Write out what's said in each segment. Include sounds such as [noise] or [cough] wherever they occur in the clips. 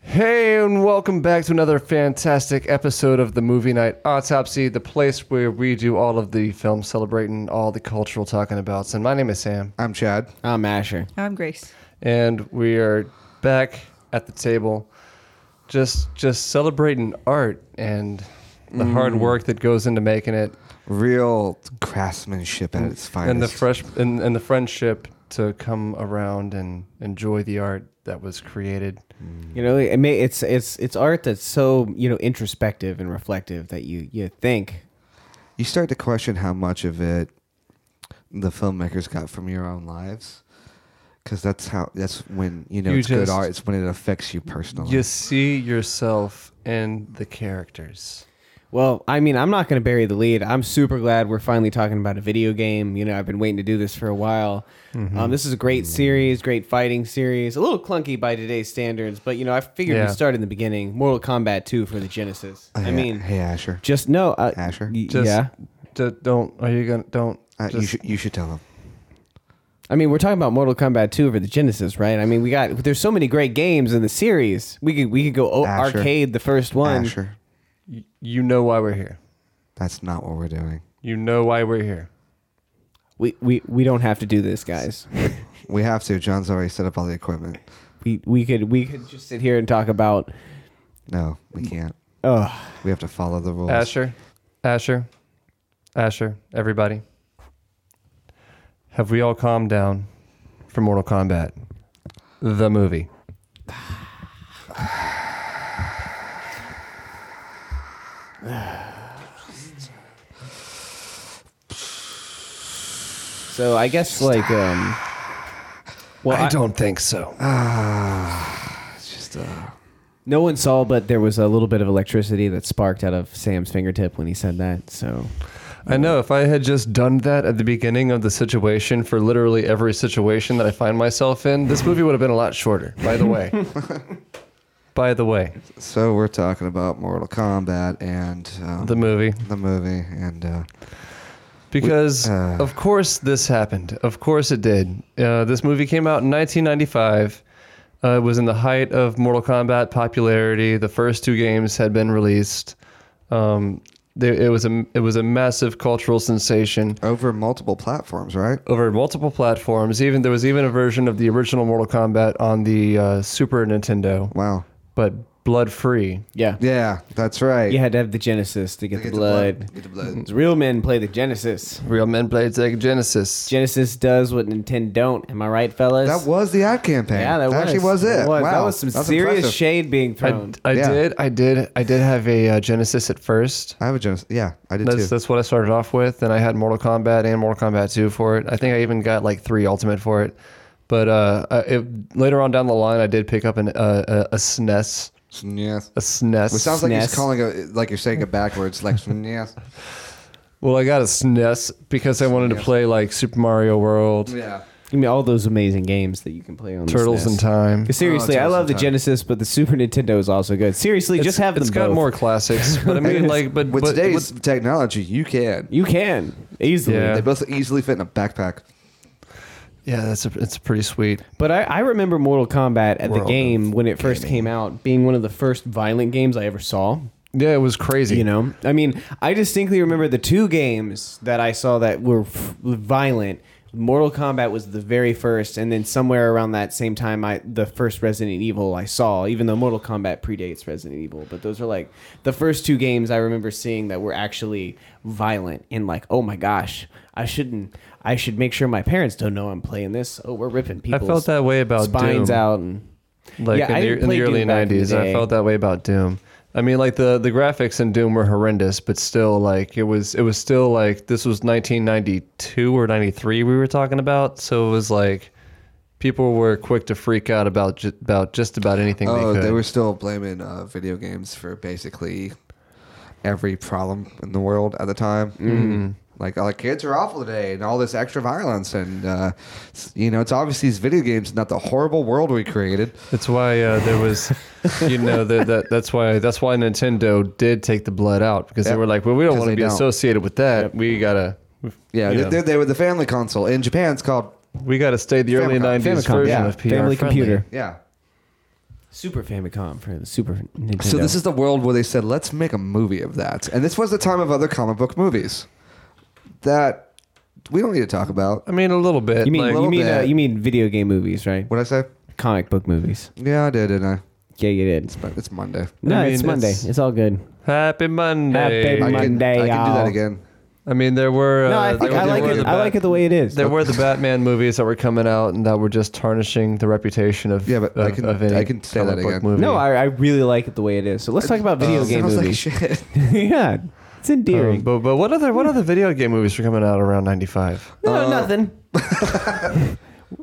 Hey, and welcome back to another fantastic episode of the Movie Night Autopsy, the place where we do all of the film celebrating, all the cultural talking abouts. And my name is Sam, I'm Chad. I'm Asher. I'm Grace. and we are back at the table, just just celebrating art and the hard work that goes into making it, Real craftsmanship at its finest. and the fresh and, and the friendship to come around and enjoy the art that was created. You know, it may, it's it's it's art that's so you know introspective and reflective that you you think. you start to question how much of it the filmmakers got from your own lives, because that's how that's when you know You it's good just- art. It's when it affects you personally. You see yourself in the characters. Well, I mean, I'm not going to bury the lead. I'm super glad we're finally talking about a video game. You know, I've been waiting to do this for a while. Mm-hmm. Um, this is a great series, great fighting series. A little clunky by today's standards, but you know, I figured Yeah. Oh, we start in the beginning. Mortal Kombat 2 for the Genesis. Hey, I mean, hey Asher, just no. Uh, Asher? y- Just, yeah. d- don't. Are you gonna? Don't. uh, you just- should you should tell them. I mean, we're talking about Mortal Kombat 2 for the Genesis, right? I mean, we got there's so many great games in the series. We could we could go o- Asher. arcade the first one. Asher, y- you know why we're here. that's not what we're doing. You know why we're here. We, we we don't have to do this, guys. We have to. John's already set up all the equipment. We we could we could just sit here and talk about No, we can't. oh We have to follow the rules. Asher, Asher, Asher, everybody. Have we all calmed down for Mortal Kombat? The movie. So I guess like um well I- don't think so. It's just uh, no one saw but there was a little bit of electricity that sparked out of Sam's fingertip when he said that. So I know. If I had just done that at the beginning of the situation for literally every situation that I find myself in, this movie would have been a lot shorter, by the way. by the way, so we're talking about Mortal Kombat and um, the movie. the movie and uh, Because uh, of course this happened. Of course it did. Uh, this movie came out in 1995. Uh, it was in the height of Mortal Kombat popularity. The first two games had been released. Um, there, it was a it was a massive cultural sensation over multiple platforms, right? over multiple platforms. Even there was even a version of the original Mortal Kombat on the uh, Super Nintendo, Wow. but blood free. yeah. Yeah, that's right. You had to have the Genesis to get, the, blood. Get the blood. Real men play the Genesis. Real men played Sega Genesis. Genesis does what Nintendo don't. Am I right, fellas? That was the ad campaign. yeah, that, was. actually was it. That was, Wow, that was some that's serious impressive. shade being I, thrown. I Yeah. did, I did, I did have a uh, Genesis at first. I have a Genesis. Yeah, I did That's too. that's what I started off with. Then I had Mortal Kombat and Mortal Kombat 2 for it. I think I even got like three Ultimate for it. But uh, I- it, later on down the line, I did pick up an uh, a, a SNES. Yes. A E SNES. It sounds like he's SNES. calling it like you're saying it backwards. Like yes. well, I got a SNES because I wanted to play like Super Mario World, Yeah. I mean, all those amazing games that you can play on the Turtles SNES. in Time. Seriously, I Oh, Turtles love in the Time. Genesis, but the Super Nintendo is also good. Seriously, just have them It's got both. more classics, but I [laughs] mean, like, but With but, today's but- technology, you can. You can easily. Yeah. They both easily fit in a backpack. yeah, that's a, it's pretty sweet. But I, I remember Mortal Kombat at the World game when it first came out being one of the first violent games I ever saw. Yeah, it was [laughs] crazy. You know, I mean, I distinctly remember the two games that I saw that were f- violent. Mortal Kombat was the very first, and then somewhere around that same time, I the first Resident Evil I saw. Even though Mortal Kombat predates Resident Evil, but those are like the first two games I remember seeing that were actually violent and like, oh my gosh, I shouldn't. I should make sure my parents don't know I'm playing this. Oh, we're ripping I people's felt that way about spines Doom. out and like Yeah, I in, didn't the, in play the Doom early back in the 90s and i day. felt that way about doom i mean like the the graphics in doom were horrendous but still like it was it was still like this was 1992 or 93 we were talking about so it was like people were quick to freak out about ju- about just about anything Oh, they they, could were still blaming uh, video games for basically every problem in the world at the time. Mm. Like, like kids are awful today, and all this extra violence, and uh, s- you know, it's obviously these video games, not the horrible world we created. that's why uh, there [laughs] was you know that, that that's why that's why nintendo did take the blood out because they Yep. were like well we don't 'Cause want they to be don't. associated with that we gotta Yeah, you they- know, They, they were the family console in Japan. It's called we gotta stay the early Famicom- 90s Famicom, version yeah, of pr family friendly. computer. yeah. Super Famicom for the Super Nintendo. So this is the world where they said, let's make a movie of that. And this was the time of other comic book movies that we don't need to talk about. I mean, a little bit. you mean like, little you mean uh, bit. you mean video game movies, right? What I say? Comic book movies. Yeah, I did, didn't I? Yeah, you did. It's, Mon- it's Monday. No, mean, it's Monday. it's- It's, all good. Happy Monday. Happy I Monday. can, I can do y'all. that again. I mean, there were. Uh, no, I think there I like were it. the I Bat- like it the way it is. There were the Batman movies that were coming out and that were just tarnishing the reputation of Yeah, but of, I can- of any I can say comic that book again. Movie. Um, No, I, I really like it the way it is. So let's talk about video Uh, game sounds movies. Like shit. [laughs] yeah, it's Um, endearing. but but what other what other video game movies were coming out around '95? no, nothing.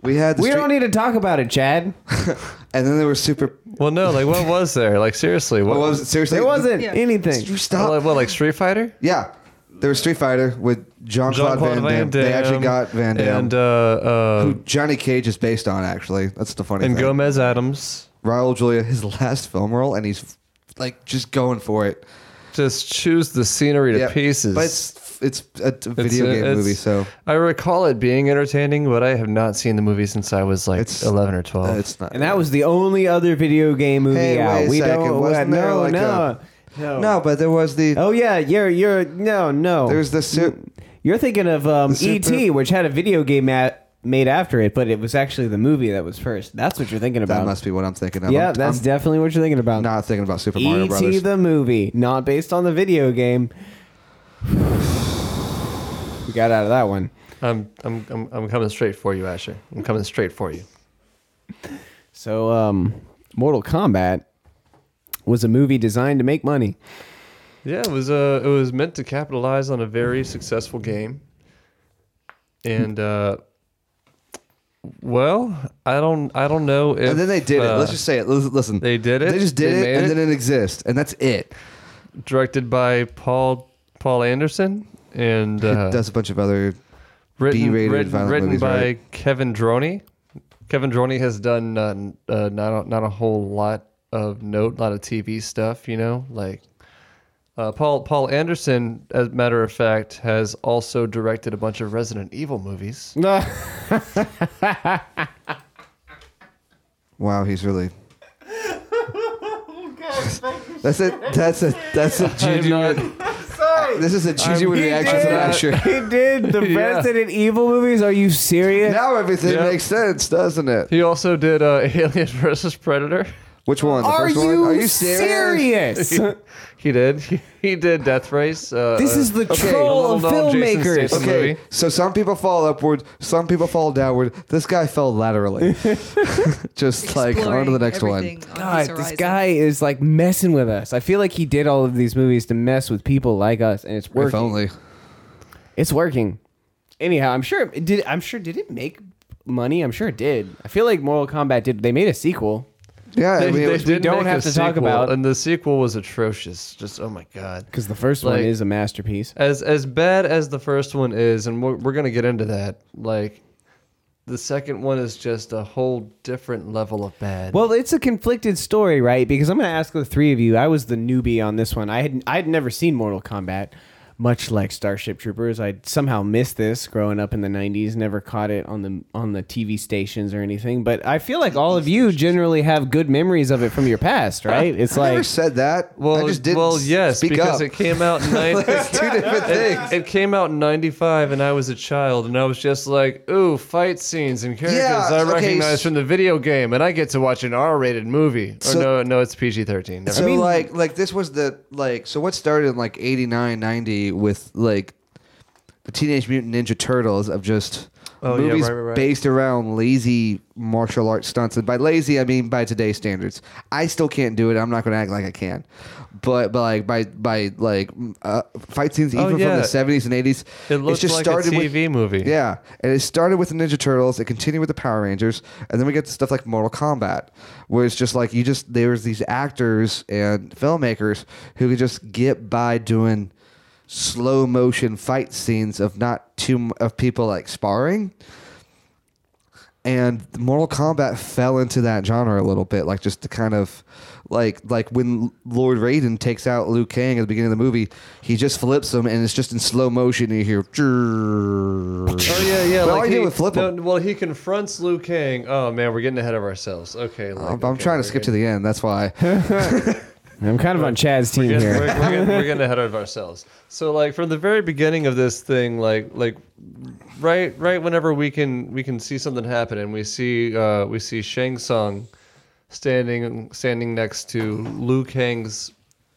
We had the We street, don't e- need to talk about it, Chad. and then there were super. Well, no, like what was there? Like seriously, what What was it? seriously? There wasn't anything. You stop. Like, what like Street Fighter? yeah, there was Street Fighter with Jean Claude Van, Damme. They actually got Van Damme, and uh, uh, who Johnny Cage is based on. Actually, that's the funny and thing. Gomez Adams. Raul Julia, his [laughs] last film role, and he's like just going for it. Just choose the scenery to Yeah, pieces. But it's it's a It's t- video a- game it's- movie, so uh, I recall it being entertaining, but I have not seen the movie since I was like It's- eleven or twelve. uh, it's not. And that was the only other video game movie Hey, out. wait a we second, don't. wasn't no, there like no, no, no, but there was the Oh yeah, you're you're no no. there's the suit. You're thinking of um, super- E.T., which had a video game at, made after it, but it was actually the movie that was first. That's what you're thinking about. That must be what I'm thinking of. yeah, I'm, that's E I'm definitely what you're thinking about. not thinking about Super Mario E.T. Brothers. the movie, not based on the video game. we got out of that one. I'm, I'm I'm I'm coming straight for you, Asher. I'm coming straight for you. So, um, Mortal Kombat was a movie designed to [laughs] make money. Yeah, it was uh, it was meant to capitalize on a very successful game, and uh, well, I don't I don't know if and then they did it. uh, Let's just say it. Lis- Listen, they did it. They just did They it, made and then it exists, and that's it. directed by Paul Paul Anderson and uh, it does a bunch of other. written B-rated written, violent written movies, by right? Kevin Droney. Kevin Droney has done uh, n- uh, not a, not a whole lot of note, a lot of TV stuff, you know, like. Uh, Paul Paul Anderson, as a matter of fact, has also directed a bunch of Resident Evil movies. Wow, he's [laughs] really. that's it. That's a [laughs] that's a Juju. this is a Juju I'm- reaction from did. Asher. [laughs] He did [laughs] the Yeah. Resident Evil movies. Are you serious? Now everything Yeah. makes sense, doesn't it? He also did uh, [laughs] Alien versus Predator. Which one? The Are, first you one? Are you serious? He did. He, he did Death Race. Uh, this uh, is the okay. troll of Little known Jason filmmakers. Statham. Okay, movie. so some people fall upward, some people fall downward. This guy fell laterally, [laughs] just like on to the next one. [laughs] God, this guy is like messing with us. I feel like he did all of these movies to mess with people like us, and it's If working. only. It's working. Anyhow, I'm sure it did. I'm sure did it make money? I'm sure it did. I feel like Mortal Kombat did. They made a sequel. Yeah, I They- mean, they it was- did don't make a have to talk sequel, about- And the sequel was atrocious. Just oh my god. Because the first one Like- is a masterpiece. as as bad as the first one is, and we're, we're gonna get into that. Like, the second one is just a whole different level of bad. Well, it's a conflicted story, right? Because I'm going to ask the three of you. I was the newbie on this one. I had I had never seen Mortal Kombat, much like Starship Troopers. I somehow missed this growing up in the '90s. Never caught it on the on the TV stations or anything. But I feel like all of you generally have good memories of it from your past, right? It's I never like said that. well, I just didn't well, yes, speak because up. it came out [laughs] in nine- It's two different [laughs] things. it, it came out in '95, and I was a child, and I was just like, "Ooh, fight scenes and characters Yeah, I okay, recognize s- from the video game, and I get to watch an R-rated movie." Or So- no, no, it's PG-13. Never So mind. like like this was the like so what started in like 89 90 with like the Teenage Mutant Ninja Turtles of just Oh, yeah, movies right, right, right. based around lazy martial arts stunts and by lazy I mean by today's standards I still can't do it I'm not going to act like I can but but like by by like m- uh, fight scenes even Oh, from yeah. the 70s and 80s it looked like a TV movie. yeah, and it started with the Ninja Turtles. It continued with the Power Rangers, and then we get to stuff like Mortal Kombat, where it's just like you just there's these actors and filmmakers who could just get by doing slow motion fight scenes of not too m- of people like sparring, and Mortal Kombat fell into that genre a little bit, like just the kind of like like when Lord Raiden takes out Liu Kang at the beginning of the movie, he just flips him, and it's just in slow motion. And you hear, Oh oh yeah, yeah. But like all you do is flip no, him. well, he confronts Liu Kang. Oh man, we're getting ahead of ourselves. Okay, like, I'm, I'm trying to skip to the end. [laughs] That's why. I'm kind of on Chad's team Yes, here. we're, we're, getting, we're [laughs] getting ahead of ourselves. So like from the very beginning of this thing, like like right right whenever we can we can see something happen and we see uh, we see Shang Tsung standing standing next to Liu Kang's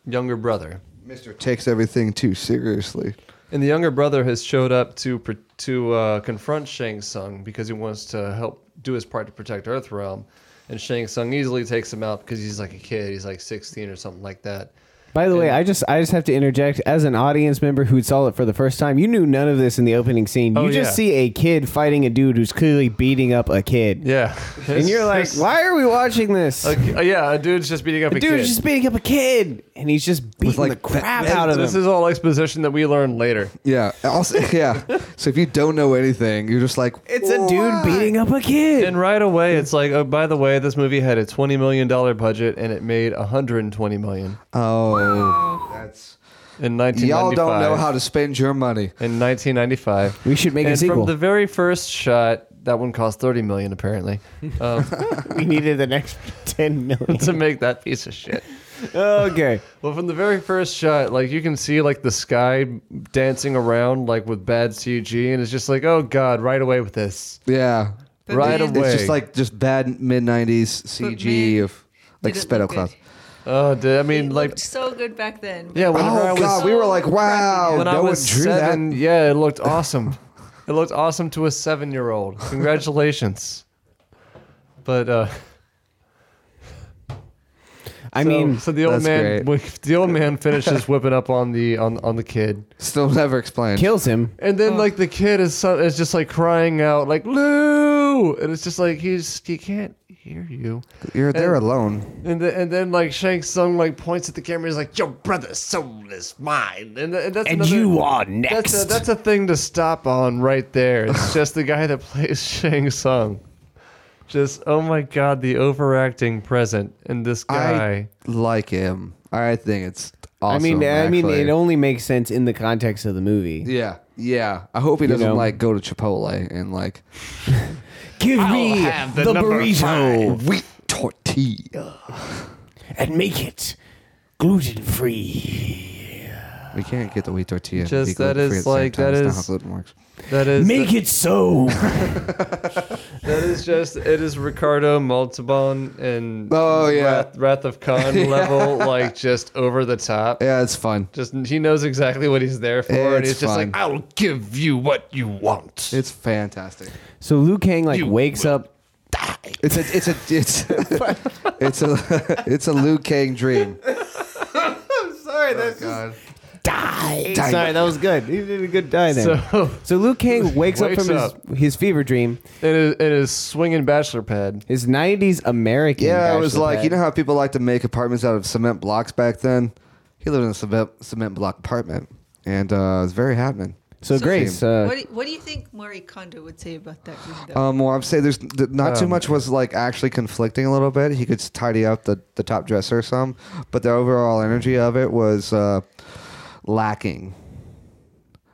younger brother. Mister takes everything too seriously. And the younger brother has showed up to pr- to uh, confront Shang Tsung because he wants to help do his part to protect Earthrealm. And Shang Tsung easily takes him out because he's like a kid. He's like 16 or something like that. By the way, I just I just have to interject as an audience member who saw it for the first time. You knew none of this in the opening scene. You Oh, just yeah. see a kid fighting a dude who's clearly beating up a kid, Yeah. and you're like, "Why are we watching this?" Okay, uh, yeah, a dude's just beating up a The dude's kid. just beating up a kid, and he's just beating like, the crap that- out of him. this is all exposition that we learn later. Yeah. Also, [laughs] yeah. So if you don't know anything, you're just like, it's a dude beating up a kid. And right away, it's like, oh, by the way, this movie had a $20 million budget and it made $120 million Oh, that's in 1995. y'all don't know how to spend your money. In 1995. we should make a and sequel. from the very first shot, that one cost thirty million apparently [laughs] um, we needed the [laughs] next ten million. to make that piece of shit. [laughs] okay. Well, from the very first shot, like you can see like the sky dancing around like with bad CG, and it's just like, oh god, right away with this. Yeah. Right It's away. just like just bad mid '90s man, CG of like Did it sped up look good? clouds. Oh, dude, I It mean, like, looked so good back then. yeah, whenever I Oh was god, we were like, wow, when no I was one drew seven, that. yeah, it looked awesome. it looked awesome to a seven-year-old. Congratulations. But uh, I so- mean, so the old That's man, great. wi- the old man finishes whipping up on the on on the kid. Still never explained. kills him. And then like the kid is so, is just like crying out like Lou, and it's just like he's he can't hear you. You're uh, there alone. And then and then like Shang Tsung like points at the camera. He's like, "Your brother's soul is mine," and, th- and that's And another- you are That's a, next. that's a thing to stop on right there. [laughs] It's just the guy that plays Shang Tsung. Just oh my god, the overacting present in this guy. I like him. I think it's I awesome. mean, I mean, actually. it only makes sense in the context of the movie. Yeah, yeah. I hope he doesn't know? like go to Chipotle and like Give me have the the number burrito wheat tortilla. and make it gluten free. We can't get the wheat tortilla. and Just- be that is gluten-free at the same like- time. that That's not is- how gluten works. that is [laughs] it so. that is just it is Ricardo Montalban and Oh, yeah. Wrath, Wrath of [laughs] Khan level like just over the top. Yeah, it's fun. Just he knows exactly what he's there for, and he's It's just like, fun. "I'll give you what you want." It's fantastic. So Liu Kang like wakes up. It's a it's a it's [laughs] it's a [laughs] it's a Liu Kang dream. Sorry, that's God. die. Sorry, that was good. He did a good die there. So, So [laughs] Liu [laughs] Kang wakes, up Wakes from up. his his fever dream. it is, it is swinging bachelor pad. His '90s American. Yeah, it was bachelor like you pad. know how people like to make apartments out of cement blocks back then. He lived in a cement cement block apartment, and uh, it was very happening. So, Grace, uh, What do, what do you think Maury Kondo would say about that window? Um, well, I'm saying there's th- not Um, too much was like actually conflicting a little bit. He could s- tidy up the, the top dresser some, but the overall energy of it was uh, lacking.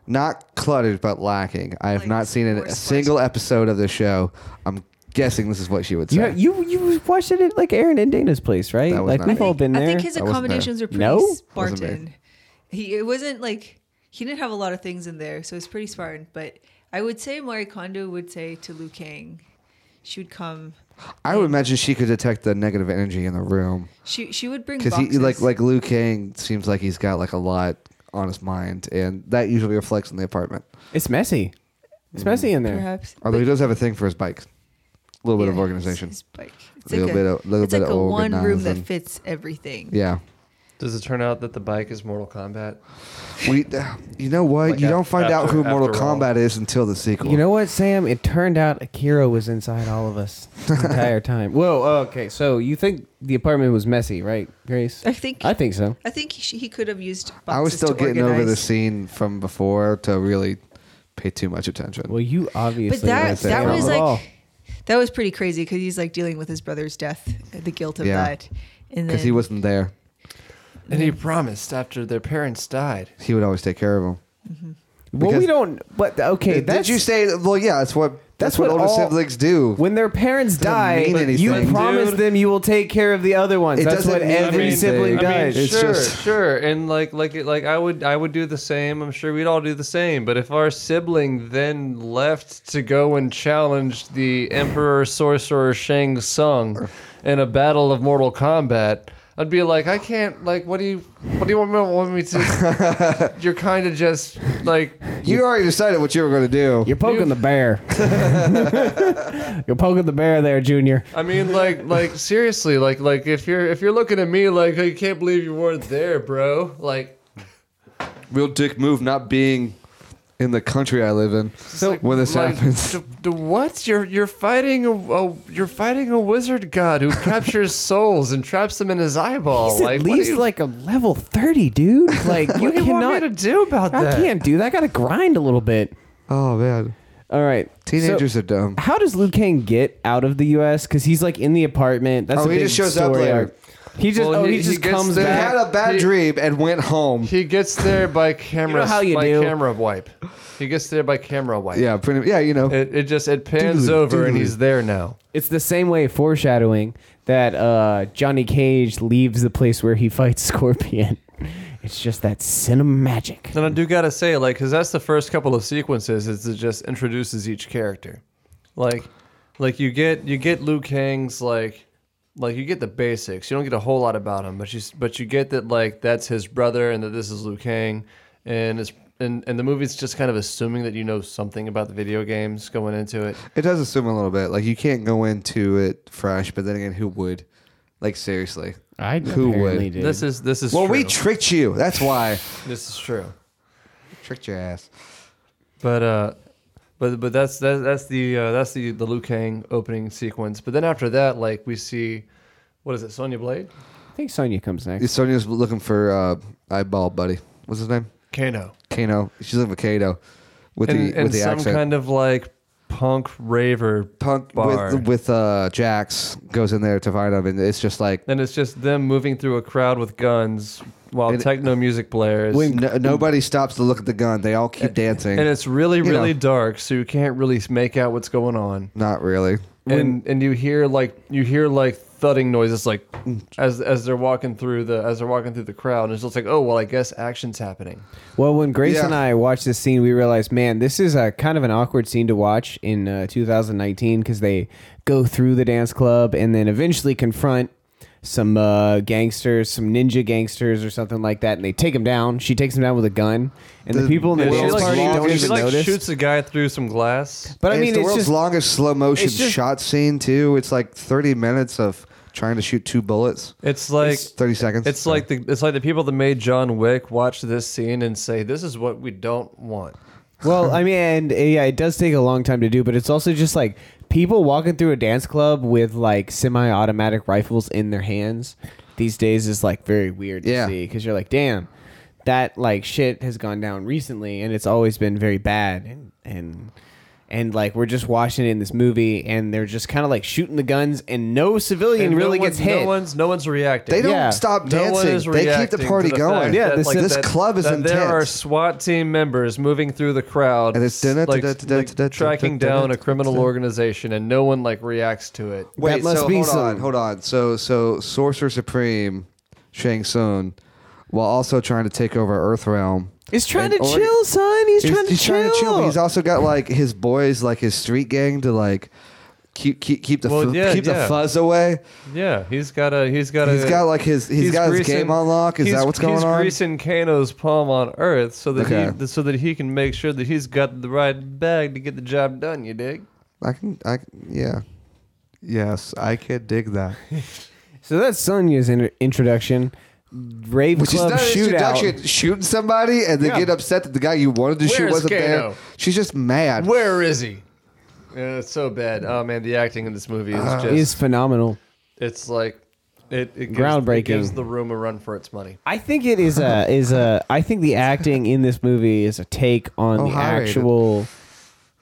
Not cluttered, but lacking. I have Like, not seen an, worse a single episode of the show. I'm guessing this is what she would you, say. you you watched it at like Aaron and Dana's place, right? That was Like not we've me. all been I there. think his I wasn't there. accommodations were pretty No? Wasn't there. Spartan. He it wasn't like he didn't have a lot of things in there, so it's pretty Spartan. But I would say Maury Kondo would say to Liu Kang, she would come. I would imagine she could detect the negative energy in the room She she would bring because he boxes. like like Liu Kang seems like he's got like a lot on his mind, and that usually reflects in the apartment. it's messy. It's messy in there. perhaps Although he does have a thing for his bike, a little bit of Yeah, organization. It's, it's like, it's Little like bit a, of- little it's bit like of a one room that organizing. fits everything. Yeah. Does it turn out that the bike is Mortal Kombat? We, [sighs] you know what? Like you af- don't find out after- who Mortal after all. Kombat is until the sequel. You know what, Sam? It turned out Akira was inside all [laughs] of us the entire time. Whoa, okay. So you think the apartment was messy, right, Grace? I think I think so. I think he, he could have used. Boxes I was still to getting over the organize. scene from before to really pay too much attention. Well, you obviously. But that "Oh, weren't there that at was all. like that was pretty crazy because he's like dealing with his brother's death, the guilt of Yeah. that, and because then he wasn't there. And he promised after their parents died. He would always take care of him. well, we Because- don't. But okay, Did that's you say? Well, yeah, that's what that's, That's what, what older all- siblings do. when their parents die. mean You anything. promise Dude. them you will take care of the other ones. It that's doesn't what mean every anything. sibling I mean, does. It's sure, just- sure, and like, like, it- like, I would, I would do the same. I'm sure we'd all do the same. But if our sibling then left to go and challenge the Emperor Sorcerer Shang Tsung in a battle of Mortal Kombat, I'd be like, I can't. Like, what do you, what do you want me, want me to? You're kind of just like, you already decided what you were going to do. You're poking [laughs] the bear. [laughs] You're poking the bear there, Junior. I mean, like, like, seriously, like, like, if you're, if you're looking at me, like, I can't believe you weren't there, bro. Like, Real dick move, not being in the country I live in So when this like, happens. d- d- what you're you're fighting a, a- you're fighting a wizard god who [laughs] captures souls and traps them in his eyeball. He's Oh, like at what do least you, like a level [laughs] thirty, dude. Like you what do you want cannot. me to do about I that? can't do that. I gotta grind a little bit. [laughs] Oh man, All right, so- teenagers are dumb. how does Liu Kang get out of the U.S.? Because he's like in the apartment. That's Oh, a he big just shows up story later. arc. He just Well, oh he- he, he just gets comes there. They back. had a bad He- dream and went home. He gets there by camera. how you by do. camera wipe. He gets there by camera wipe. yeah, pretty. Yeah, you know. It, it just it pans over and he's there now. It's the same way foreshadowing that uh, Johnny Cage leaves the place where he fights [laughs] Scorpion. It's just that cinemagic. And I do gotta say, like, because that's the first couple of sequences is it just introduces each character, like, like you get you get Liu Kang's like, like you get the basics. You don't get a whole lot about him, but you s- but you get that like that's his brother and that this is Liu Kang, and it's and and the movie's just kind of assuming that you know something about the video games going into it. It does assume a little bit. Like you can't go into it fresh, but then again, who would? Like seriously. I Who apparently would? This is this is Well, true. we tricked you. That's why. this is true. tricked your ass. But uh, but but that's that, that's the uh, that's the the Liu Kang opening sequence. But then after that, like we see, what is it, Sonya Blade, I think Sonya comes next. Sonya's looking for uh, eyeball buddy. What's his name? Kano, Kano. She's looking for Kato with and, the and with the some accent. kind of like punk raver Punk bar. with with uh, Jax goes in there to find him, and it's just like and it's just them moving through a crowd with guns while And- techno music blares. no, nobody stops to look at the gun. They all keep dancing. and it's really, You really know. dark, so you can't really make out what's going on. Not really. and and you hear like you hear like thudding noises like Mm. as as they're walking through the as they're walking through the crowd and it's just like oh well I guess action's happening Well, when Grace Yeah. and I watched this scene, we realized, man, this is a kind of an awkward scene to watch in uh, 2019 because they go through the dance club and then eventually confront some uh, gangsters, some ninja gangsters or something like that, and they take him down. She takes him down with a gun, and the, The- people in the Yeah, And she, dance like, party walks- don't she, even like, notice. shoots a guy through some glass. but I And mean, it's the it's world's just longest slow motion it's just- shot scene too. It's like thirty minutes of trying to shoot two bullets. It's like it's, Thirty seconds. like the it's like the people that made John Wick watch this scene and say this is what we don't want. Well, I mean, and uh, yeah, it does take a long time to do, but it's also just like people walking through a dance club with like semi-automatic rifles in their hands these days is like very weird to Yeah. see because you're like, damn, that like shit has gone down recently, and it's always been very bad, and and and like we're just watching it in this movie, and they're just kind of like shooting the guns, and no civilian And no really one- gets hit. No one's no one's reacting. they don't yeah. stop No one dancing. is they keep reacting the to party going. fact Yeah, that, this- like, this that- club is that intense. There are SWAT team members moving through the crowd, And it's like, like, da-da-da-da-da-da-da-da-da-da-da-da-da. tracking down a criminal organization, and no one like reacts to it. Wait, That must so be hold some- on, hold on. So so Sorcerer Supreme, Shang Tsung, while also trying to take over Earthrealm. He's trying to And- or- chill, son. He's, trying to chill. but he's also got like his boys, like his street gang, to like keep keep keep the Well, fu- yeah, keep yeah. the fuzz away. Yeah, he's got a he's got a He's got like his he's got his greasing- game on lock. Is he's- that what's going he's on? greasing Kano's palm on Earth so that Okay. he so that he can make sure that he's got the right bag to get the job done. You dig? I can I can- yeah. Yes, I could dig that. So that's Sonya's in- introduction. [laughs] Rave Which is club not an shootout. introduction. Shooting somebody and then Yeah. get upset that the guy you wanted to shoot Where's wasn't Kano? there. She's just mad. Where is he? Yeah, it's so bad. Oh man, the acting in this movie is Uh, just is phenomenal. it's like it, it gives, Groundbreaking. It gives the room a run for its money. I think it is [laughs] a is a. I think the acting in this movie is a take on Oh, the hi. actual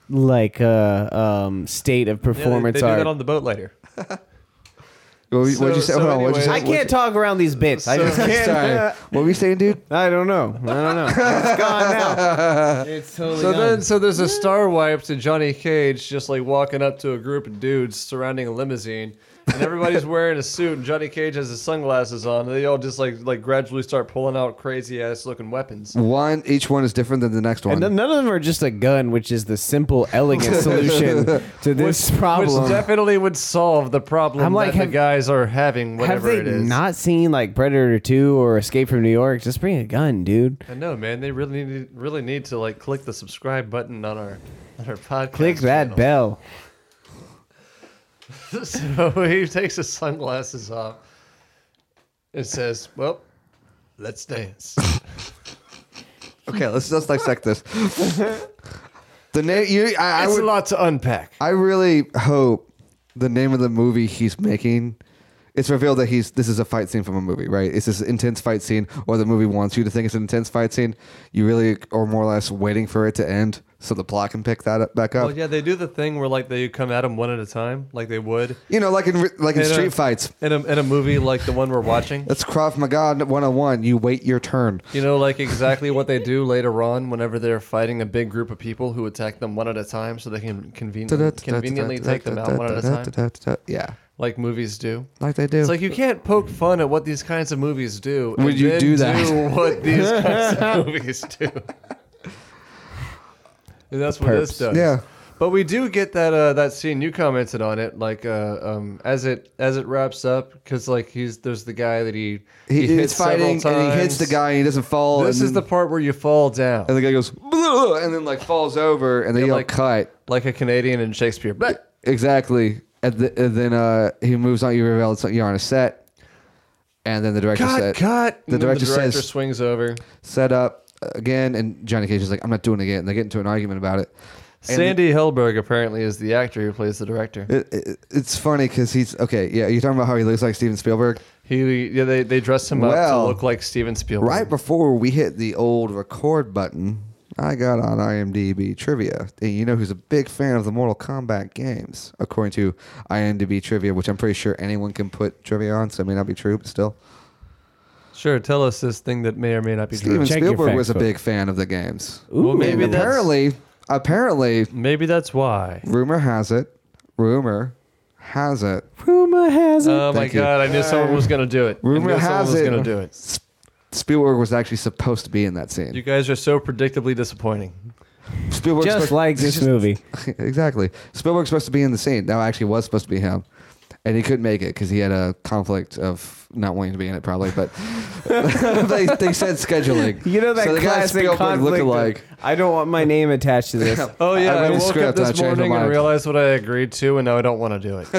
like uh, um, state of performance they, do art. that on the boat later. What would So- you say? so Hold on, what'd you anyway, say? I can't talk around these bits. I just Sorry. can't. What were you saying, dude? I don't know. I don't know. [laughs] It's gone now. It's totally So gone. then, so there's a star wipe to Johnny Cage just like walking up to a group of dudes surrounding a limousine, and [laughs] everybody's wearing a suit, and Johnny Cage has his sunglasses on, and they all just like like gradually start pulling out crazy ass looking weapons. One, each one is different than the next one. And then none of them are just a gun, which is the simple, elegant solution to this problem. Which definitely would solve the problem I'm like, that have- the guys are having, Have whatever they it is. not seen like Predator 2 or Escape from New York? Just bring a gun, dude. I know, man. They really need really need to like click the subscribe button on our on our podcast. Click that channel. bell. [laughs] so he takes his sunglasses off and says, "Well, let's dance." okay, let's let's dissect this. [laughs] the name you, I, I it's would, a lot to unpack. I really hope the name of the movie he's making. It's revealed that he's this is a fight scene from a movie, right? It's this intense fight scene, or the movie wants you to think it's an intense fight scene. You really are more or less waiting for it to end so the plot can pick that up back up. Well, yeah, they do the thing where like they come at him one at a time, like they would You know, like in re- like in And, uh, street fights. in a in a movie like the one we're watching. That's Krav Maga 101. You wait your turn. You know, like exactly what they do later on whenever they're fighting a big group of people who attack them one at a time, so they can conveniently, conveniently take them out one at a time, Yeah, like movies do. like they do. It's like you can't poke fun at what these kinds of movies do. and Would you then do [laughs] that? what these kinds [laughs] of movies do. And that's what this Perps. does. Yeah. But we do get that uh, that scene. You commented on it, like uh, um, as it as it wraps up, because like he's there's the guy that he he, he's hits several fighting and he hits the times. guy and he doesn't fall. This and is the then- part where you fall down, and the guy goes "Bleh," and then like falls over and they yell like- cut. like a Canadian in Shakespeare. But Exactly. And, th- and then uh, he moves on. You reveal it's- you're on a set, and then the director cut, said, cut. And The then director the director says- swings over. "Set up again." And Johnny Cage is like, "I'm not doing it again." And they get into an argument about it. And Sandy Helberg apparently is the actor who plays the director. It, it, it's funny because he's okay. Yeah, you're talking about how he looks like Steven Spielberg. He yeah, they, they dressed him up Well, to look like Steven Spielberg. Right before we hit the old record button, I got on IMDb trivia. And you know who's a big fan of the Mortal Kombat games, according to IMDb trivia, which I'm pretty sure anyone can put trivia on, so it may not be true, but still. Sure, tell us this thing that may or may not be Steven true. Check your Spielberg facts was a book. big fan of the games. Well, maybe And that's- apparently, apparently, Maybe that's why. rumor has it, rumor has it, Rumor has it. Oh my Thank you. god, I knew someone was gonna do it. I Rumor knew someone has was it. gonna do it. S- Spielberg was actually supposed to be in that scene. You guys are so predictably disappointing. Spielberg [laughs] just supposed- like this just- movie. exactly. Spielberg's supposed to be in the scene. No, actually, was supposed to be him, and he couldn't make it because he had a conflict of not wanting to be in it, probably. But [laughs] they, they said scheduling. You know that so they got classic Spielberg conflict. looking of, like I don't want my name [laughs] attached to this. Oh yeah, I I, read the woke up script and I this changed my morning and mind. realized what I agreed to, and now I don't want to do [laughs] it.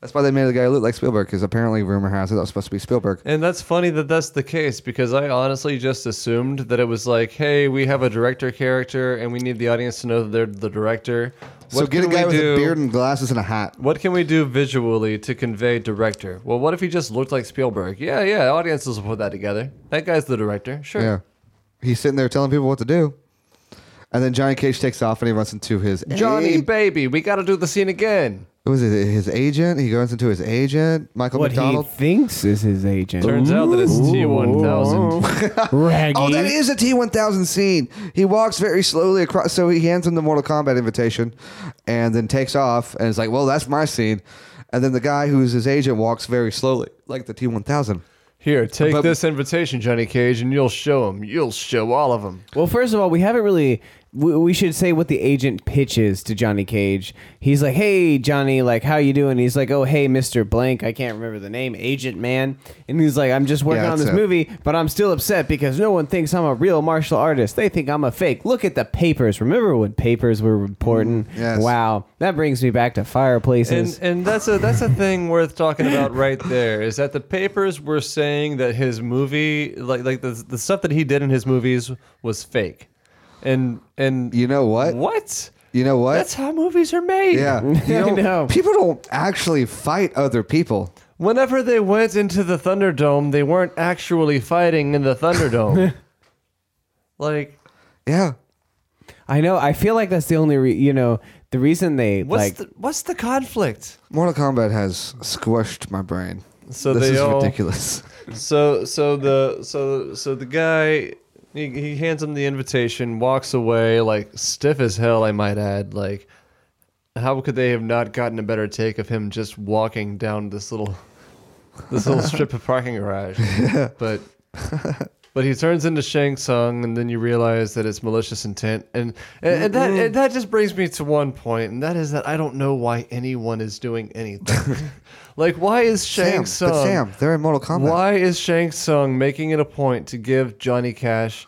that's why they made the guy look like Spielberg because apparently rumor has it that was supposed to be Spielberg. and that's funny that that's the case because I honestly just assumed that it was like, hey, we have a director character, and we need the audience to know that they're the director. so What get a can we guy with do- a beard and glasses and a hat. What can we do visually to convey director? Well, what if he just looked like Spielberg? Yeah, yeah, audiences will put that together. That guy's the director. Sure. Yeah, he's sitting there telling people what to do, and then Johnny Cage takes off and he runs into his Johnny, A- baby, we got to do the scene again. what was it his agent? He runs into his agent, Michael what McDonald. he thinks is his agent. Turns out that it's T1000. Raggy. Oh, that is a T1000 scene. He walks very slowly across. So he hands him the Mortal Kombat invitation and then takes off and is like, well, that's my scene. And then the guy who's his agent walks very slowly, like the T1000. Here, take But- this invitation, Johnny Cage, and you'll show him. You'll show all of them. Well, first of all, we haven't really. We we should say what the agent pitches to Johnny Cage. He's like, "Hey, Johnny, like, how you doing?" He's like, "Oh, hey, Mister Blank, I can't remember the name, Agent Man." And he's like, "I'm just working Yeah, on that's this it. movie, but I'm still upset because no one thinks I'm a real martial artist. They think I'm a fake. Look at the papers. Remember when papers were important? Mm, yes. Wow, that brings me back to fireplaces. And and that's a that's a thing worth talking about right there is that the papers were saying that his movie like like the the stuff that he did in his movies was fake. And and You know what? What? You know what? That's how movies are made. [laughs] yeah. You I don't- know. People don't actually fight other people. Whenever they went into the Thunderdome, they weren't actually fighting in the Thunderdome. like, Yeah. I know. I feel like that's the only re- you know the reason they What's like the what's the conflict? Mortal Kombat has squished my brain. So this they is all ridiculous. so so the so so the guy he, he hands him the invitation, walks away like stiff as hell. I might add, like how could they have not gotten a better take of him just walking down this little [laughs] this little strip of [laughs] parking garage? But but he turns into Shang Tsung, and then you realize that it's malicious intent, and and, and that and that just brings me to one point, and that is that I don't know why anyone is doing [laughs] anything. like, why is Shang Sam, but Tsung? Sam, they're in Mortal Kombat. Why is Shang Tsung making it a point to give Johnny Cash?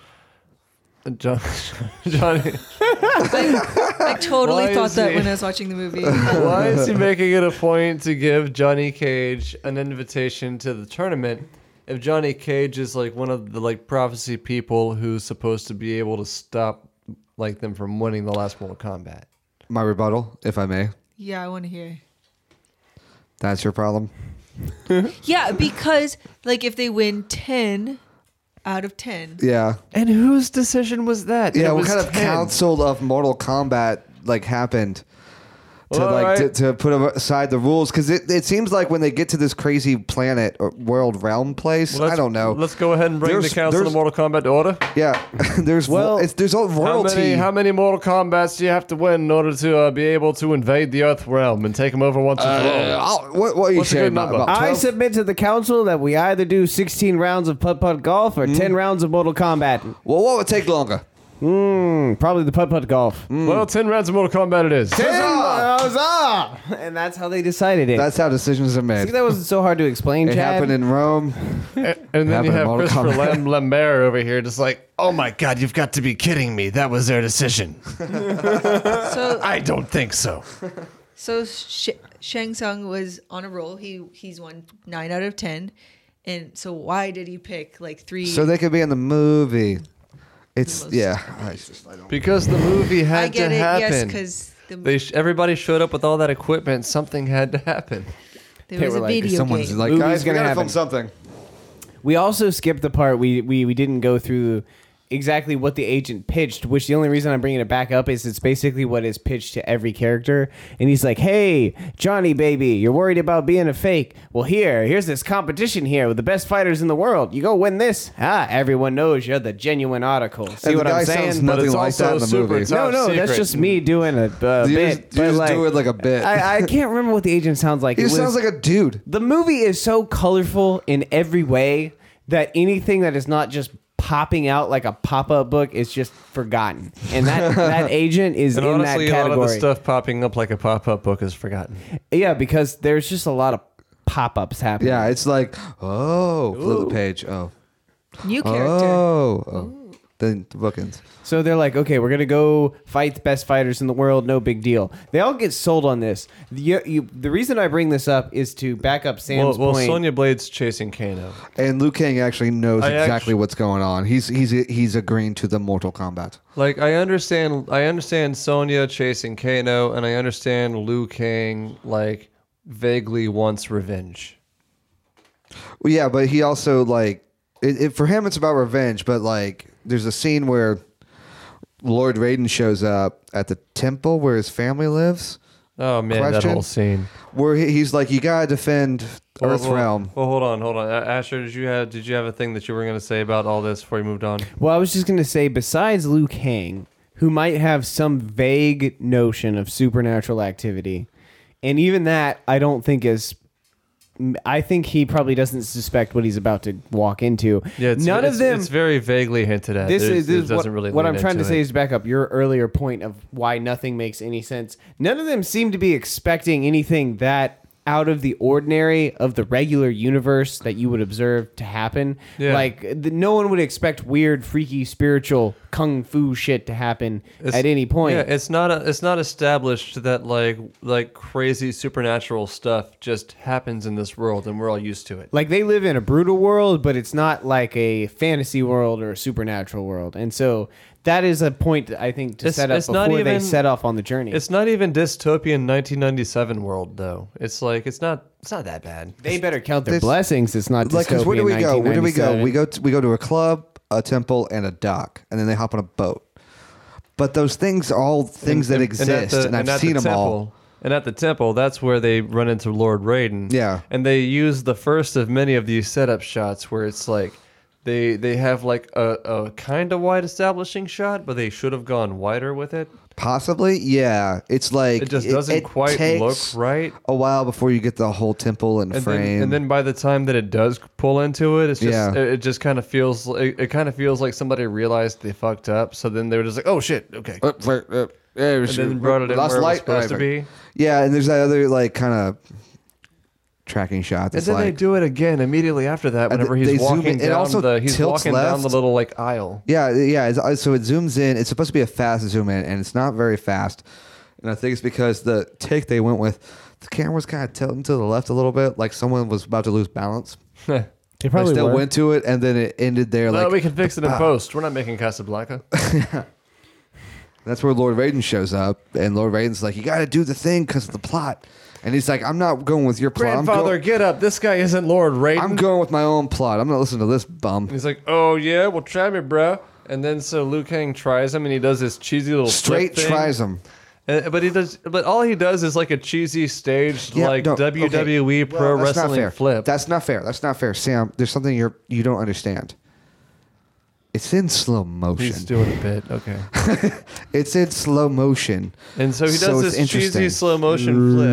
John, [laughs] Johnny, [laughs] I totally Why thought is that he- when I was watching the movie. why is he making it a point to give Johnny Cage an invitation to the tournament if Johnny Cage is like one of the like prophecy people who's supposed to be able to stop like them from winning the last Mortal Kombat? My rebuttal, if I may. yeah, I want to hear. That's your problem. Yeah, because like if they win ten out of ten, Yeah. And whose decision was that? Yeah, It what was kind of 10. council of Mortal Kombat like happened to Well, like alright. to, to put aside the rules? Because it, it seems like when they get to this crazy planet or world realm place, Well, let's- I don't know. Let's go ahead and bring There's- the council of there's- Mortal Kombat to order. Yeah, [laughs] there's Well, well, it's, there's all royalty. How many, how many Mortal Kombats do you have to win in order to uh, be able to invade the Earth realm and take them over once and for all? I'll- Oh, what, what are you What's a saying good about, number? about I 12? submit to the council that we either do 16 rounds of putt putt golf or Mm. 10 rounds of Mortal Kombat. well, what would take longer? Mm, probably the putt putt golf. Mm. Well, 10 rounds of Mortal Kombat it is. Ten Huzzah! rounds up! And that's how they decided it. That's how decisions are See, made. that wasn't so hard to explain, It Chad. happened in Rome. And then you Happened in have Mortal Christopher Kombat. Lam- Lambert over here just like, oh my god, you've got to be kidding me. That was their decision. so I don't think so. so Sh- Shang Tsung was on a roll. He he's won nine out of ten, and so why did he pick like three? So they could be in the movie. It's Most- yeah. I just, I don't, Because the movie had I get to it. happen. Yes, because the, they sh- everybody showed up with all that equipment. Something had to happen. there they was were a like, video someone's game. like, Movie's guys, we gonna gotta film happen." something. We also skipped the part we, we, we didn't go through exactly what the agent pitched, which the only reason I'm bringing it back up is it's basically what is pitched to every character. And he's like, hey, Johnny, baby, you're worried about being a fake. Well, here, here's this competition here with the best fighters in the world. You go win this. Ah, everyone knows you're the genuine article. See And the what I'm guy sounds saying? Nothing it's like also that in the super movie. top no, no, that's secret. just me doing a uh, You bit. just- you but just like, do it like a bit. I, I can't remember what the agent sounds like. He It was- sounds like a dude. the movie is so colorful in every way that anything that is not just popping out like a pop-up book is just forgotten. And that [laughs] that agent is And in honestly, that a lot of the category. stuff popping up like a pop up book is forgotten. Yeah, because there's just a lot of pop-ups happening. Yeah, it's like oh, flip the page. Oh, new character. oh, oh. Then the book ends. So they're like, okay, we're gonna go fight the best fighters in the world. No big deal. They all get sold on this. The, you, the reason I bring this up is to back up Well, Sam's well point. Sonya Blade's chasing Kano. And Liu Kang actually knows I exactly actu- what's going on. He's he's he's agreeing to the Mortal Kombat. Like I understand, I understand Sonya chasing Kano, and I understand Liu Kang like vaguely wants revenge. Well, yeah, but he also like it, it, for him it's about revenge. But like, there's a scene where Lord Raiden shows up at the temple where his family lives, Oh man, that Question? whole scene. where he, he's like, you gotta defend Earth well, Realm. Well, hold on, hold on. A- Asher, did you have did you have a thing that you were going to say about all this before you moved on? Well, I was just going to say, besides Liu Kang, who might have some vague notion of supernatural activity, and even that, I don't think is. I think he probably doesn't suspect what he's about to walk into. Yeah, it's, none it's- of them. It's very vaguely hinted at. this There's- is, this it is what, doesn't really what lean I'm trying to into say it. is back up your earlier point of why nothing makes any sense. None of them seem to be expecting anything that out of the ordinary of the regular universe that you would observe to happen. Yeah. Like the, no one would expect weird, freaky, spiritual kung fu shit to happen It's- at any point. Yeah, it's not a, it's not established that like like crazy supernatural stuff just happens in this world, and we're all used to it. like they live in a brutal world, but it's not like a fantasy world or a supernatural world. And so that is a point I think to It's- set up it's not before they even- set off on the journey. It's not even dystopian 1997 world though. It's like it's not it's not that bad. They better count their This- blessings. It's not Like, 'cause dystopian. where do we go? Where do we go? We go. go to, we go to a club, a temple, and a dock, and then they hop on a boat. But those things are all things that at exist, and, the- I've at the seen them all. temple- And at the temple, that's where they run into Lord Raiden. Yeah. And they use the first of many of these setup shots where it's like they they have like a, a kind of wide establishing shot, but they should have gone wider with it. Possibly, yeah. It's like It just doesn't it quite look takes right. A while before you get the whole temple and, And frame, then, and then by the time that it does pull into it, it's just Yeah. it, it just kind of feels it, it kind of feels like somebody realized they fucked up. So then they were just like, oh shit, okay, Uh, wait, uh, yeah, we and should- then brought it in where lost it was light. supposed to be. Yeah, and there's that other like kind of tracking shot. And That's then like, they do it again immediately after that. And Whenever th- he's they zoom in. walking It down also the, he's tilts walking down the left. little [laughs] like aisle. Yeah, yeah. It's, uh, so it zooms in. It's supposed to be a fast zoom in, and it's not very fast. And I think it's because the take they went with, the camera's kind of tilting to the left a little bit, like someone was about to lose balance. They I probably still were. went to it, and then it ended there. no, like we can fix it ah. in post. We're not making Casablanca. that's where Lord Raiden shows up, and Lord Raiden's like, "You got to do the thing because of the plot." And he's like, "I'm not going with your plot. I'm, go- Grandfather, get up! This guy isn't Lord Raiden. I'm going with my own plot. I'm not listening to this bum." he's like, oh yeah, well try me, bro. And then so Liu Kang tries him, and he does this cheesy little flip Straight thing. tries him. Uh, but he does, but all he does is like a cheesy staged Yeah, like no, okay. WWE Well, pro that's not wrestling fair. flip. That's not fair. That's not fair, Sam. There's something you're you don't understand. It's in slow motion. he's doing a bit, okay. it's in slow motion. And so he [laughs] does So it's this cheesy interesting. slow motion flip.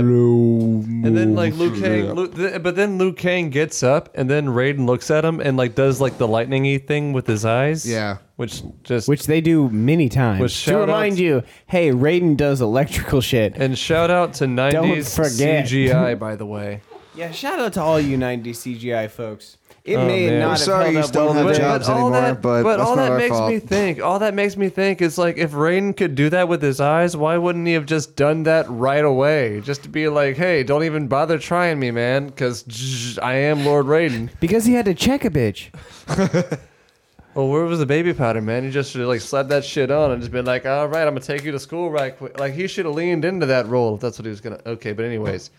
And then like Liu Kang, Liu, th- but then Liu Kang gets up, and then Raiden looks at him and like does like the lightningy thing with his eyes. Yeah. which just Which they do many times. With to remind shout-outs. you, hey, Raiden does electrical shit. and shout out to '90s forget. CGI by the way. Yeah, shout out to all you 90 CGI folks. It Oh, may man. not I'm have sorry held you up still well have today. jobs. anymore, that, but that's all not that our makes me fault. think, all that makes me think is like if Raiden could do that with his eyes, why wouldn't he have just done that right away? Just to be like, hey, don't even bother trying me, man, because I am Lord Raiden. Because he had to check a bitch. [laughs] Well, where was the baby powder, man? He just should have like slapped that shit on and just been like, "All right, I'm gonna take you to school right quick." Like he should have leaned into that role if that's what he was gonna. Okay, but anyways,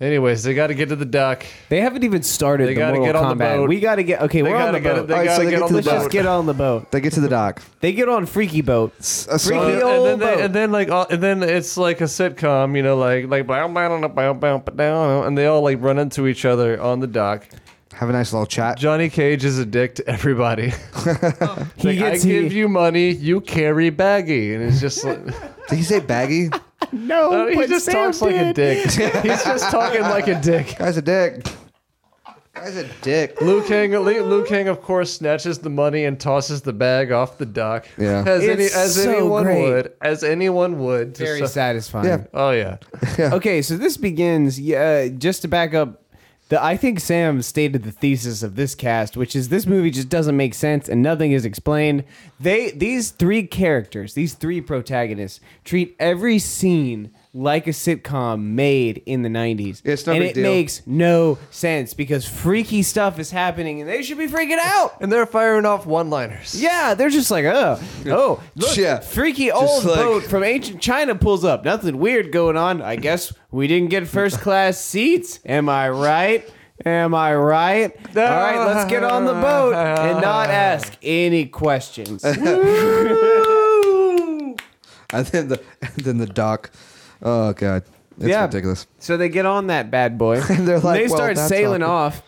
anyways, they got to get to the dock. They haven't even started They the gotta Mortal get on the Kombat. boat. We got to get. Okay, They we're on gotta the get. boat. They All right, gotta so they get get on to the Let's the boat. just get on the boat. They get to the dock. They get on Freaky Boat. A Freaky song- Uh, old and, then boat. they, and then like all, and then it's like a sitcom, you know, like like bow bow bow, bow bow bow, down, and they all like run into each other on the dock. have a nice little chat. Johnny Cage is a dick to everybody. He Like, I gets- he- give you money, you carry baggy, and [laughs] it's just like. Did he say baggy? No, No, Oh, he but just Sam talks like a did. dick. [laughs] He's just talking like a dick. Guy's a dick. Guy's a dick. Liu Kang, Li- Liu Kang, of course, snatches the money and tosses the bag off the dock. Yeah. as any It's as so anyone great. would, as anyone would. to Very so- [laughs] satisfying. Yeah. Oh yeah, Okay, so this begins. Yeah, just to back up, the I think Sam stated the thesis of this cast, which is this movie just doesn't make sense and nothing is explained. They these three characters, these three protagonists, treat every scene like a sitcom made in the '90s. It's no and big it deal. makes no sense because freaky stuff is happening and they should be freaking [laughs] out. and they're firing off one-liners. Yeah, they're just like, oh, oh, look, Yeah. freaky Just old like- boat from ancient China pulls up. Nothing weird going on. I guess we didn't get [laughs] first class seats. Am I right? Am I right? All right, let's get on the boat and not ask [laughs] any questions. And then the [laughs] and then the dock. Oh god, it's Yeah. ridiculous. So they get on that bad boy. [laughs] And they're like, they "Well, start that's sailing awkward." off.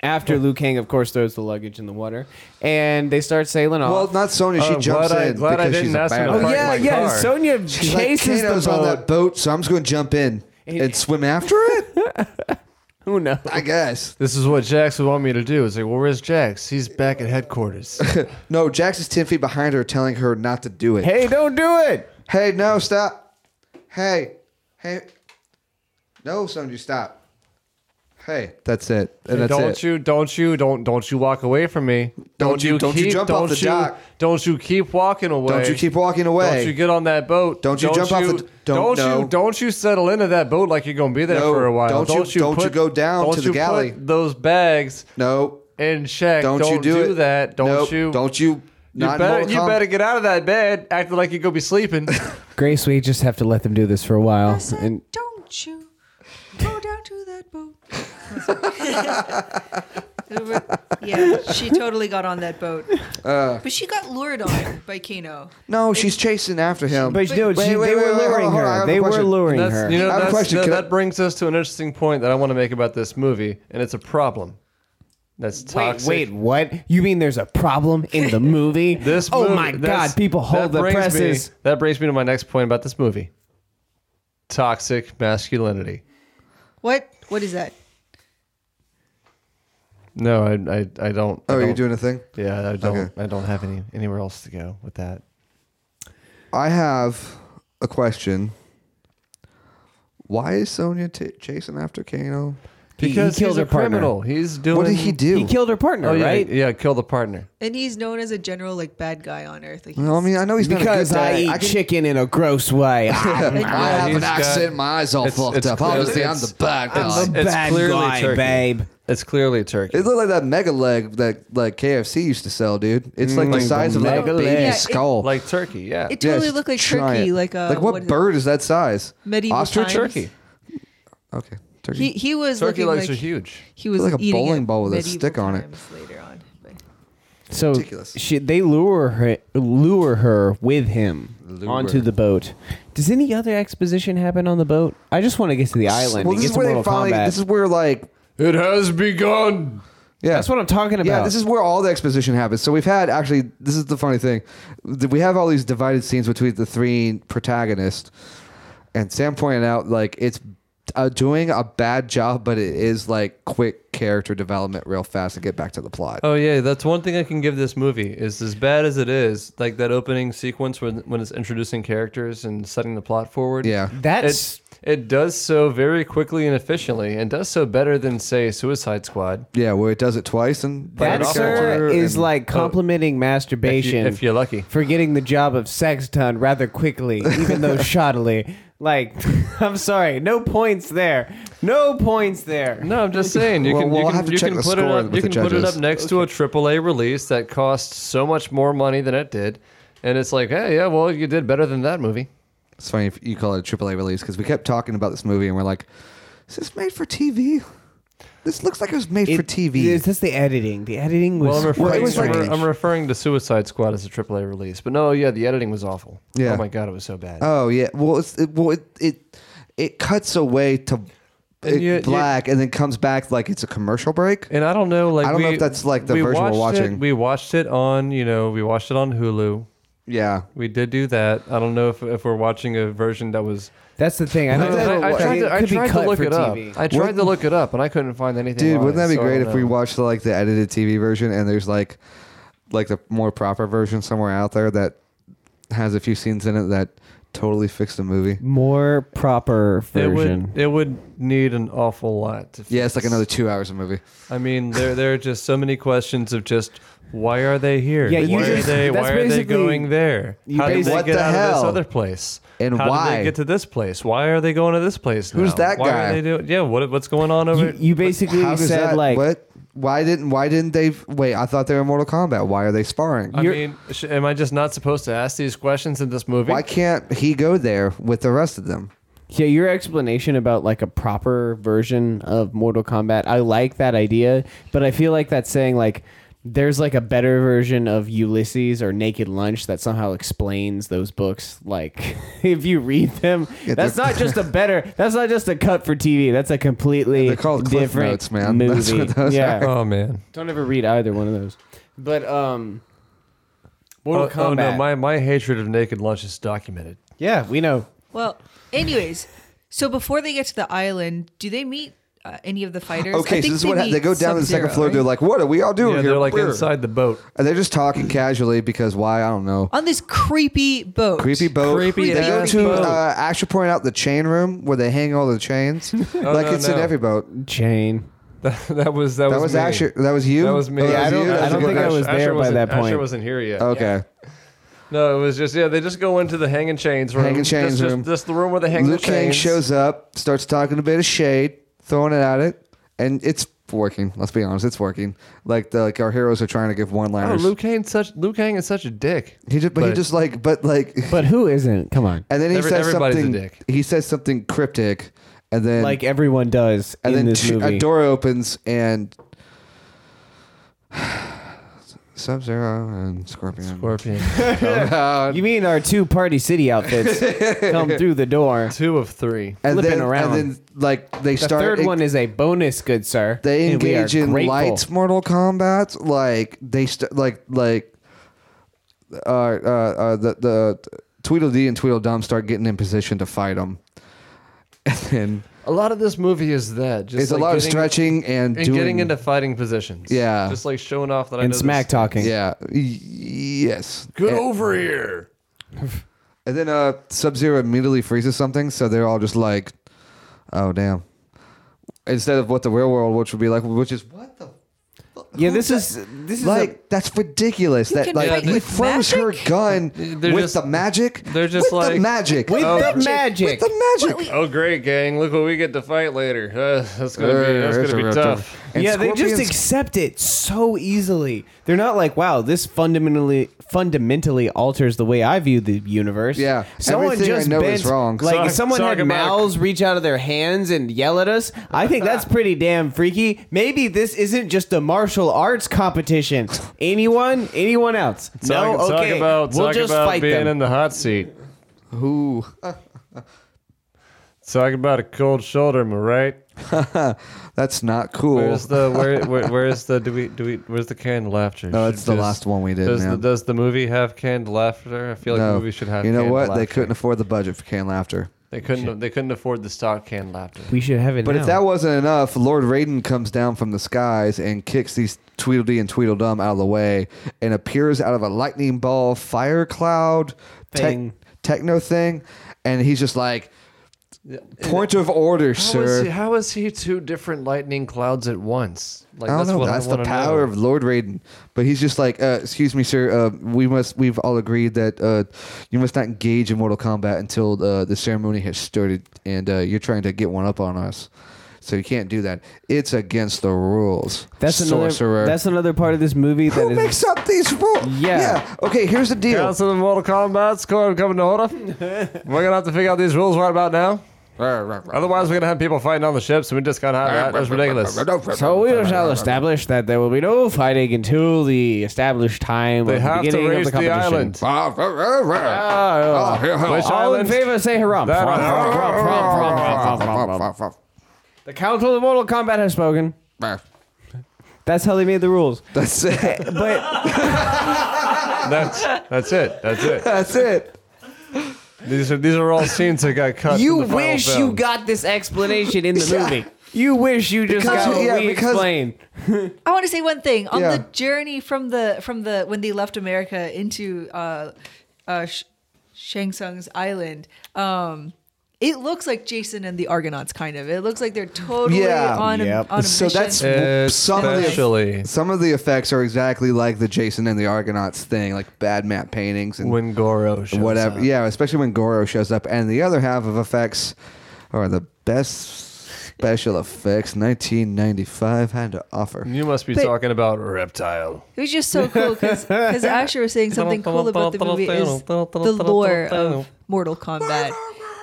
After Liu Kang, of course, throws the luggage in the water, and they start sailing off. Well, not Sonya. She Uh, jumps glad I- in glad I because didn't she's a ask him bad to oh park yeah, my yeah. car. Sonya She's chases like, Kano's the boat. on that boat, so I'm just going to jump in and swim after it. Who knows? I guess. This is what Jax would want me to do. It's like, well, where's Jax? He's back at headquarters. No, Jax is ten feet behind her, telling her not to do it. Hey, Hey, don't do it. no, stop. Hey, hey, no, son, you stop. Hey, that's it, and that's don't it. you, don't you, don't, don't you walk away from me. Don't you- don't you jump off the you- dock. Don't you keep walking away. Don't you keep walking away. Don't you get on that boat. Don't you jump off the- Don't, don't- no. you don't you settle into that boat like you're gonna be there No, for a while. don't you- don't you go down don't to the you put galley. those bags no, in check. don't, you do, it. that. Don't Nope, you? Don't you? You Not in better, Mortal you Kombat. better get out of that bed acting like you're gonna be sleeping. [laughs] Grace, we just have to let them do this for a I while. said, And don't you go down to that boat. There were- [laughs] yeah, she totally got on that boat. Uh. but she got lured on it by Kano. No, she's chasing after him. But no, Wait, wait, she, they wait, were wait, hold luring on, hold on, I have her. a They were question. luring That's, her. You know, I have a that's, question. That, Can I- that brings us to an interesting point that I want to make about this movie, and it's a problem. That's Wait, toxic. wait, what? You mean there's a problem in [laughs] the movie? This oh movie- my that's- god, people hold that the brings me- presses. that brings me to my next point about this movie. Toxic masculinity. What? What is that? No, I, I, I don't. I Oh, you're don't- doing a thing. Yeah, I don't. Okay. I don't have any anywhere else to go with that. I have a question. Why is Sonya t- chasing after Kano? He- he Because killed he's a her partner. criminal. He's doing. What did he do? He killed her partner, Oh yeah, right? yeah. Kill the partner. And he's known as a general like bad guy on Earth. Like No, I he's- mean I know he's Because not a good I guy. can- eat chicken in a [laughs] gross way. Ah, I'm I have he's an got- accent. my eyes all it's- fucked it's up. clear- Obviously, I'm it's- the bad guy. a it's bad clearly guy, turkey. babe. It's clearly turkey. It looked like that mega leg that like KFC used to sell, dude. It's like the Mm, size the of like a mega baby leg. Yeah, it- skull. Like turkey. Yeah. it Yeah, totally it's looked like giant. turkey. Like a like what, is it? bird is that size? Medieval Ostrich times. turkey. Okay, turkey. He he was Turkey looking legs like are huge. He was Like a eating bowling it ball with a medieval stick on it. times Later on, but So Ridiculous. she, they lure her, lure her with him onto the boat. Does any other exposition happen on the boat? I just want to get to the island. well, and this get is to where they Mortal finally. Kombat. This is where like It has begun. yeah. That's what I'm talking about. Yeah, this is where all the exposition happens. So we've had actually, this is the funny thing. Th- We have all these divided scenes between the three protagonists, and Sam pointed out like it's uh, doing a bad job, but it is like quick character development, real fast, and get back to the plot. Oh yeah, that's one thing I can give this movie is as bad as it is, like that opening sequence when when it's introducing characters and setting the plot forward. Yeah, That's It's it does so very quickly and efficiently and does so better than say Suicide Squad. yeah, where it does it twice and that, Right. sir, is and- like complimenting uh, If, you, masturbation if you're lucky. for getting the job of sex done rather quickly, even [laughs] though shoddily. Like, [laughs] I'm sorry, no points there. No points there. No, I'm just saying you Well, can we'll you can, have to you check can the put it score up with you the can put it judges. up next to a AAA release that costs so much more money than it did, and it's like, hey, yeah, well, you did better than that movie. It's funny if you call it a AAA release because we kept talking about this movie and we're like, is this made for TV? This looks like it was made for TV. It's just the editing. The editing was. Well, I'm referring, it was I'm like- re- I'm referring to Suicide Squad as a AAA release, but no, yeah, the editing was awful. Yeah. Oh my god, it was so bad. Oh yeah. Well, it's, it, well, it, it it cuts away to And it you- you- black and then comes back like it's a commercial break. And I don't know, like I don't know we- if that's, like, the version we're watched it- watching. we watched it on, you know, we watched it on Hulu. Yeah. We did do that. I don't know if, if we're watching a version that was. That's the thing. I I, don't don't know. I- I what- tried, it to, I could be tried to cut look for it up. TV. I tried to look it up, and I couldn't find anything. Dude, on wouldn't it, that be so I great don't if we know. watched like the edited TV version and there's like like the more proper version somewhere out there that has a few scenes in it that totally fix the movie. More proper It version. would, it would need an awful lot. To Yeah, it's like fix. another two hours of movie. I mean, there there are just so many questions of just why are they here? Yeah, you why just- are they that's why are they basically- going there? How did And they what get the out of hell? this other place? And How did why? they get to this place? Why are they going to this place? Who's now? that why guy? Are they doing, yeah, what, what's going on over? You, you basically How does said that like what? Why didn't why didn't they wait, I thought they were in Mortal Kombat. Why are they sparring? I you're- mean, sh- am I just not supposed to ask these questions in this movie? Why can't he go there with the rest of them? yeah your explanation about like a proper version of Mortal Kombat. I like that idea, but I feel like that's saying like there's like a better version of Ulysses or Naked Lunch that somehow explains those books. Like [laughs] if you read them, Yeah, that's they're- not [laughs] just a better. That's not just a cut for TV. That's a completely They're called Cliff different Notes, man. [laughs] movie. That's what those yeah, Oh man. don't ever read either one of those. But um, Mortal Oh, Kombat. oh, no, my my hatred of naked lunch is documented. yeah, we know. well, anyways, so before they get to the island, do they meet uh, any of the fighters? I Okay, so think this is what ha- they meet go down to the second Sub-Zero, floor. They're right? like, "What are we all doing Yeah, here?" they're like Brr. inside the boat. [laughs] And they're just talking casually because why? I don't know. on this creepy boat. Creepy boat. Creepy They go ass to boat. uh, I should point out the chain room where they hang all the [laughs] chains, like Oh, no, it's in no. every boat. Jane. That, that was that, That was me. Asher. That was you. That was me. Oh, that Yeah, I was don't- you? That I was a don't good think I guy. was there by wasn't- that point. Asher wasn't here yet. Okay. No, it was just yeah. They just go into the hanging chains room. Hanging chains just, just- room. Just, the room where they hang Luke the Kang chains. shows up, starts talking a bit of shade, throwing it at it, and it's working. Let's be honest, it's working. Like the like our heroes are trying to give one Oh, liners. Luke Kang such Luke Kang is such a dick. He just, but, he But- just like, but like, But who isn't? Come on. and then he Every- says everybody's a something. dick. He says something cryptic, and then like everyone does and in then uh, this two- movie. a door opens and Sub Zero and Scorpion. Scorpion. [laughs] Uh, You mean our two party city [laughs] outfits come through the door? [laughs] Two of three. and then, flipping around. And then, like, they The start. third it- one is a bonus, good sir. They and we are engage in grateful. light Mortal Kombat. Like they st- like like uh, uh, uh, the the Tweedledee and Tweedledum start getting in position to fight them, [laughs] and then A lot of this movie is that. Just it's like a lot getting- of stretching and, and doing, getting into fighting positions. Yeah. Just like showing off that I know and this- smack talking. yeah Y- yes. Get and, over here. and then uh, Sub Zero immediately freezes something, so they're all just like, oh damn. Instead of what the real world, which would be like, which is what the Yeah, this is this is like a, that's ridiculous. that can like fight he with throws magic? her gun They're with just- the magic. they're just with the like- magic. with With the magic. the magic. Oh great, gang! Look what we get to fight later. Uh, that's gonna be that's It's gonna be real tough. And yeah, they scorpions- just accept it so easily. They're not like, "Wow, this fundamentally fundamentally alters the way I view the universe." Yeah, someone everything I just know bent, is wrong. Like if Sorry- someone sorry had about- mouths reach out of their hands and yell at us. I [laughs] think that's pretty damn freaky. Maybe this isn't just a martial arts competition. Anyone, anyone else? Talk, no, okay. talk about we'll talk just about fight being them. in the hot seat. Ooh. Talk about a cold shoulder, am I right? That's not cool. Where's the [laughs] where, where where's the do we do we where's the canned laughter? no, that's the Does- last one we did, Does the, man. does the movie have canned laughter? I feel like no. the movie should have. You know canned what? Laughter. They couldn't afford the budget for canned laughter. They couldn't. They couldn't afford the stock canned laughter. we should have it. But now. if that wasn't enough, Lord Raiden comes down from the skies and kicks these Tweedledee and Tweedledum out of the way and appears out of a lightning ball, fire cloud, tech- Thing. techno thing. And he's just like, point of order, How is, sir. he, how is he two different lightning clouds at once? Like I don't that's know. what That's I the wanna power know. of Lord Raiden. But he's just like, uh, excuse me, sir. Uh, we must. We've all agreed that uh, you must not engage in Mortal Kombat until uh, the ceremony has started, and uh, you're trying to get one up on us. So you can't do that. It's against the rules. that's another. sorcerer. Oh That's another part of this [laughs] movie that who is makes up these rules. Yeah. Okay. Here's the deal. Council of Mortal Kombat score coming to order. we're gonna have to figure out these rules right about now. Otherwise, we're gonna have people fighting on the ships, and we just gotta have that. That's ridiculous. So we shall establish that there will be no fighting until the established time They of the have to beginning raise of the the, competition. island. Ah, ah. Which all in island? favor, say hurrah. That- Frum, frum, frum, frum, frum, frum, frum, frum. The Council of Mortal Kombat has spoken. That's how they made the rules. [laughs] That's [laughs] it. But That's that's it. That's it. That's it. These are these are all scenes that got cut. you from the final wish you film. got this explanation [laughs] in the Yeah. movie. You wish you just Because- got what yeah, we because- explained. I want to say one thing on Yeah. the journey from the from the when they left America into uh, uh, Sh- Shang Tsung's island. Um, it looks like Jason and the Argonauts, kind of. It looks like they're totally Yeah. on, Yep. a, on a So mission. that's some of the Especially Some of the effects are exactly like the Jason and the Argonauts thing, like bad map paintings and when Goro shows whatever. up. Yeah, especially when Goro shows up. And the other half of effects are the best special effects 1995 had to offer. You must be But- talking about reptile. It was just so cool because [laughs] Asher was saying something cool about the movie is the lore of Mortal Kombat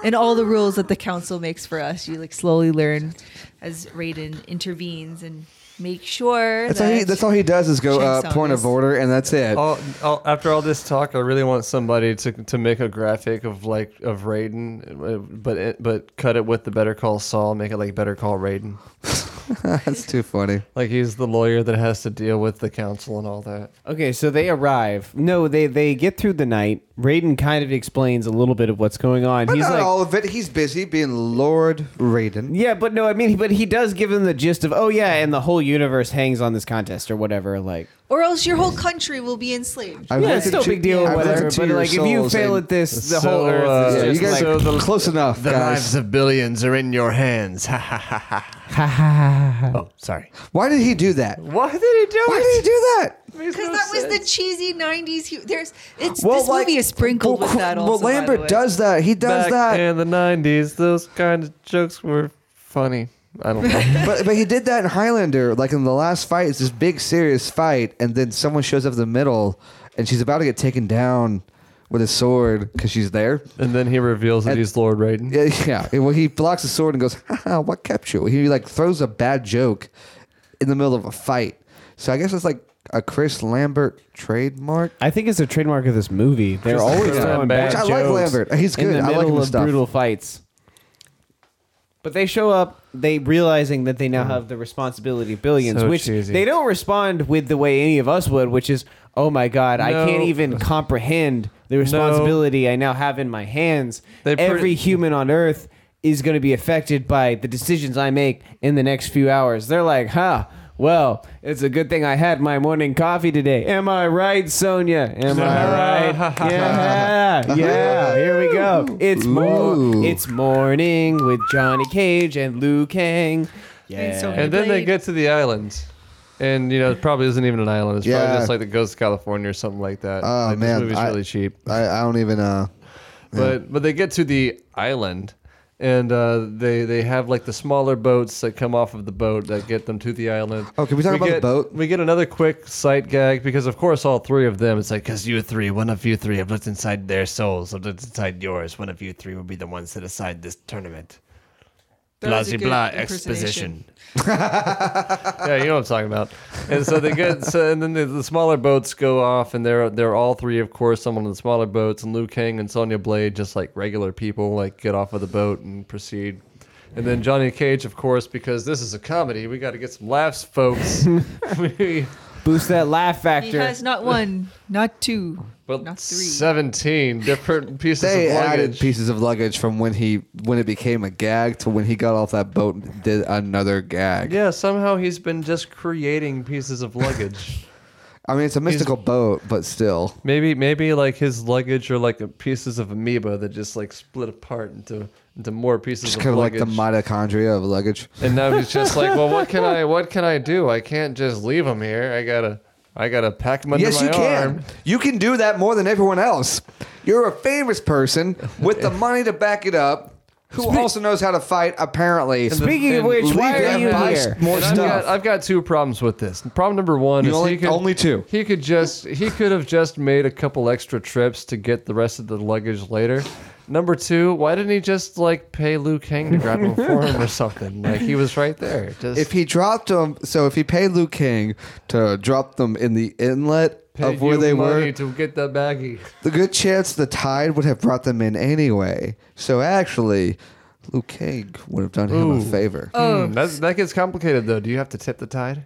and all the rules that the council makes for us. You like slowly learn as Raiden intervenes and make sure That's all, that he, that's all he does is go Shang uh, Tsung point is- of order, and that's it. All, all, after all this talk, I really want somebody to, to make a graphic of like of Raiden, uh, but it, but cut it with the Better Call Saul, make it like Better Call Raiden. [laughs] that's too funny. Like he's the lawyer that has to deal with the council and all that. Okay, so they arrive. No, they they get through the night. Raiden kind of explains a little bit of what's going on. But He's not like, all of it. He's busy being Lord Raiden. Yeah, but no, I mean, but he does give them the gist of, oh yeah, and the whole universe hangs on this contest or whatever. Like, or else your whole country will be enslaved. I've yeah, it's listened [laughs] no to- big deal, I've whatever. listened to But your like, if you souls fail and- at this, the So, whole earth is uh, yeah, just you guys like, are close enough, guys. of billions are in your hands. [laughs] Ha ha ha ha. [laughs] Oh, sorry. Why did he do that? Why did he do Why did he do that? [laughs] Because that was the cheesy '90s. hu- There's it's this like- movie is sprinkled well, with that. well, Also, by the Lambert way. does that. He does Back that. in the '90s, those kind of jokes were funny. I don't [laughs] know. but but he did that in Highlander. Like in the last fight, it's this big serious fight, and then someone shows up in the middle, and she's about to get taken down with a sword because she's there. and then he reveals that And- he's Lord Raiden. Yeah, yeah. And when he blocks the sword and goes, Haha, "What kept you?" He like throws a bad joke in the middle of a fight. So I guess it's like a Chris Lambert trademark. I think it's a trademark of this movie. They're always Yeah. throwing Which bad I jokes. like Lambert. He's In good. the I like middle his of stuff. brutal fights. But they show up, they realizing that they now have the responsibility of billions, So which cheesy. they don't respond with the way any of us would, which is, oh my god, I No. can't even comprehend the responsibility I now have in my hands. They pretty- Every human on Earth is going to be affected by the decisions I make in the next few hours. They're like, huh. Well, it's a good thing I had my morning coffee today. Am I right, Sonia? Am [laughs] I right? Yeah, yeah. Here we go. It's Ooh. more. It's morning with Johnny Cage and Liu Kang. It's so Yeah. And then they Blade. get to the island. And you know, it probably isn't even an island. It's Yeah. probably just like the Ghost of California or something like that. Oh, Like, man, this movie's I- really cheap. I, I don't even. Uh, But but they get to the island, and uh, they they have like the smaller boats that come off of the boat that get them to the island. Oh, can we talk about the get- boat? We get another quick sight gag because of course all three of them. It's like because you three, one of you three, have looked inside their souls, have looked inside yours. One of you three will be the ones that decide this tournament. That Blah was a zee blah good impersonation. exposition. yeah, you know what I'm talking about. And so they get, so, and then the, the smaller boats go off, and they're they're all three, of course, someone on the smaller boats, and Liu Kang and Sonya Blade, just like regular people, like get off of the boat and proceed. And then Johnny Cage, of course, because this is a comedy, we got to get some [laughs] laughs, folks. [laughs] We- Boost that laugh He factor. has not one, not two, but not three. seventeen different pieces they of added luggage. pieces of luggage from when he when it became a gag to when he got off that boat and did another gag. yeah, somehow he's been just creating pieces [laughs] of luggage. I mean, it's a mystical boat, but still. Maybe maybe like his luggage or like pieces of amoeba that just like split apart into into more pieces It's of kind of like luggage. the mitochondria of luggage. and now he's just like, well, what can I what can I do? I can't just leave him here. I gotta I gotta pack him under yes, my you can. arm. You can do that more than everyone else. You're a famous person with the money to back it up, who also knows how to fight. Apparently, Speaking of which, leave why are that you box here? More And I've stuff. got, I've got two problems with this. Problem number one You is only- he could, only two. He could just he could have just made a couple extra trips to get the rest of the luggage later. Number two, why didn't he just like pay Liu Kang [laughs] to grab him for him or something? Like he was right there. Just if he dropped them, so if he paid Liu King to drop them in the inlet of where they were, to get that baggie. the good chance the tide would have brought them in anyway. So actually, Liu King would have done him a Ooh. favor. Oh, Hmm, That that gets complicated though. Do you have to tip the tide?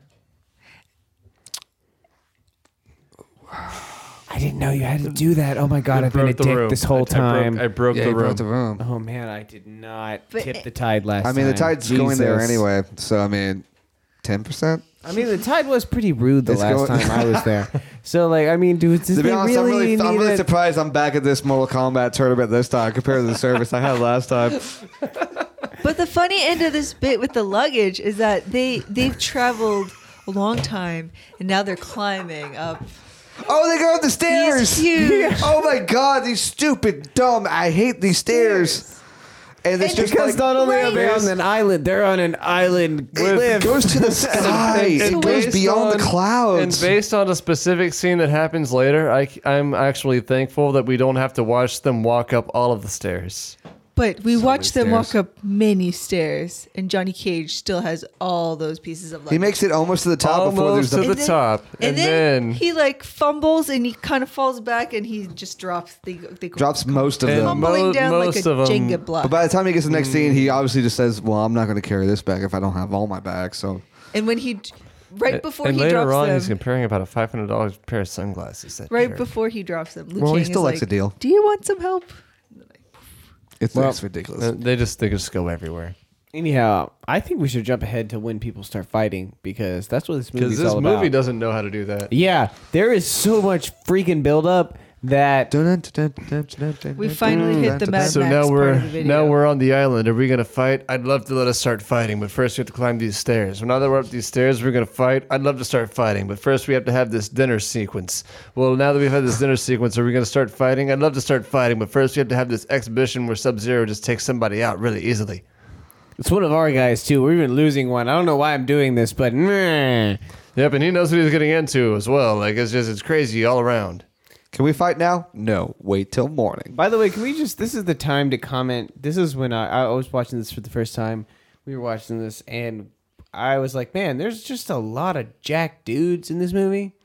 I didn't know you had to do that. Oh my god, I've been a dick this whole time. I, broke Yeah, the he room. broke the room. oh man, I did not But- tip the tide last. I mean, the time. tide's going there Jesus. anyway. So I mean, ten percent. I mean, the tide was pretty rude the It's last going- time I was [laughs] there. So like, I mean, dude, did To they be honest, really, I'm really, need I'm really it? surprised I'm back at this Mortal Kombat tournament this time compared to the service I had last time. But the funny end of this bit with the luggage is that they they've traveled a long time and now they're climbing up Oh, they go up the stairs! huge- Oh my god, these stupid, dumb, I hate these stairs. And it's And just Because like, not only are they Right. on an island, they're on an island cliff. it goes to the sky, it goes based beyond the on- clouds. And based on a specific scene that happens later, I, am actually thankful that we don't have to watch them walk up all of the stairs. But we watch them walk stairs. up many stairs, and Johnny Cage still has all those pieces of luggage. he makes it almost to the top before there's Almost the to the top, and, and then, then- he like fumbles and he kind of falls back and he just drops the, the [laughs] drops most of And them. tumbling Mo- down like most a of 'em. Jenga block. But by the time he gets to the next scene, he obviously just says, "Well, I'm not going to carry this back if I don't have all my bags." So and when he, right before and he later drops on, them, he's comparing about a five hundred dollars pair of sunglasses. that right shirt. before he drops them, Liu Well, he Kang still is likes like, a deal. Do you want some help? it's, Well- it's ridiculous. Uh, they just they just go everywhere. Anyhow, I think we should jump ahead to when people start fighting because that's what this movie's Because this all movie about. doesn't know how to do that. yeah, there is so much freaking buildup that We Mm, finally hit the Mad So Max now part we're of the video. now we're on the island. Are we gonna fight? I'd love to let us start fighting, but first we have to climb these stairs. Well, now that we're up these stairs, we're gonna fight. I'd love to start fighting, but first we have to have this dinner sequence. Well, now that we've had this dinner sequence, are we gonna start fighting? I'd love to start fighting, but first we have to have this exhibition where Sub Zero just takes somebody out really easily. it's one of our guys too. We've been losing one. I don't know why I'm doing this, but meh. Yep, and he knows what he's getting into as well. Like it's just it's crazy all around. Can we fight now? No, wait till morning. By the way, can we just? This is the time to comment. This is when I, I was watching this for the first time. We were watching this, and I was like, man, there's just a lot of jack dudes in this movie.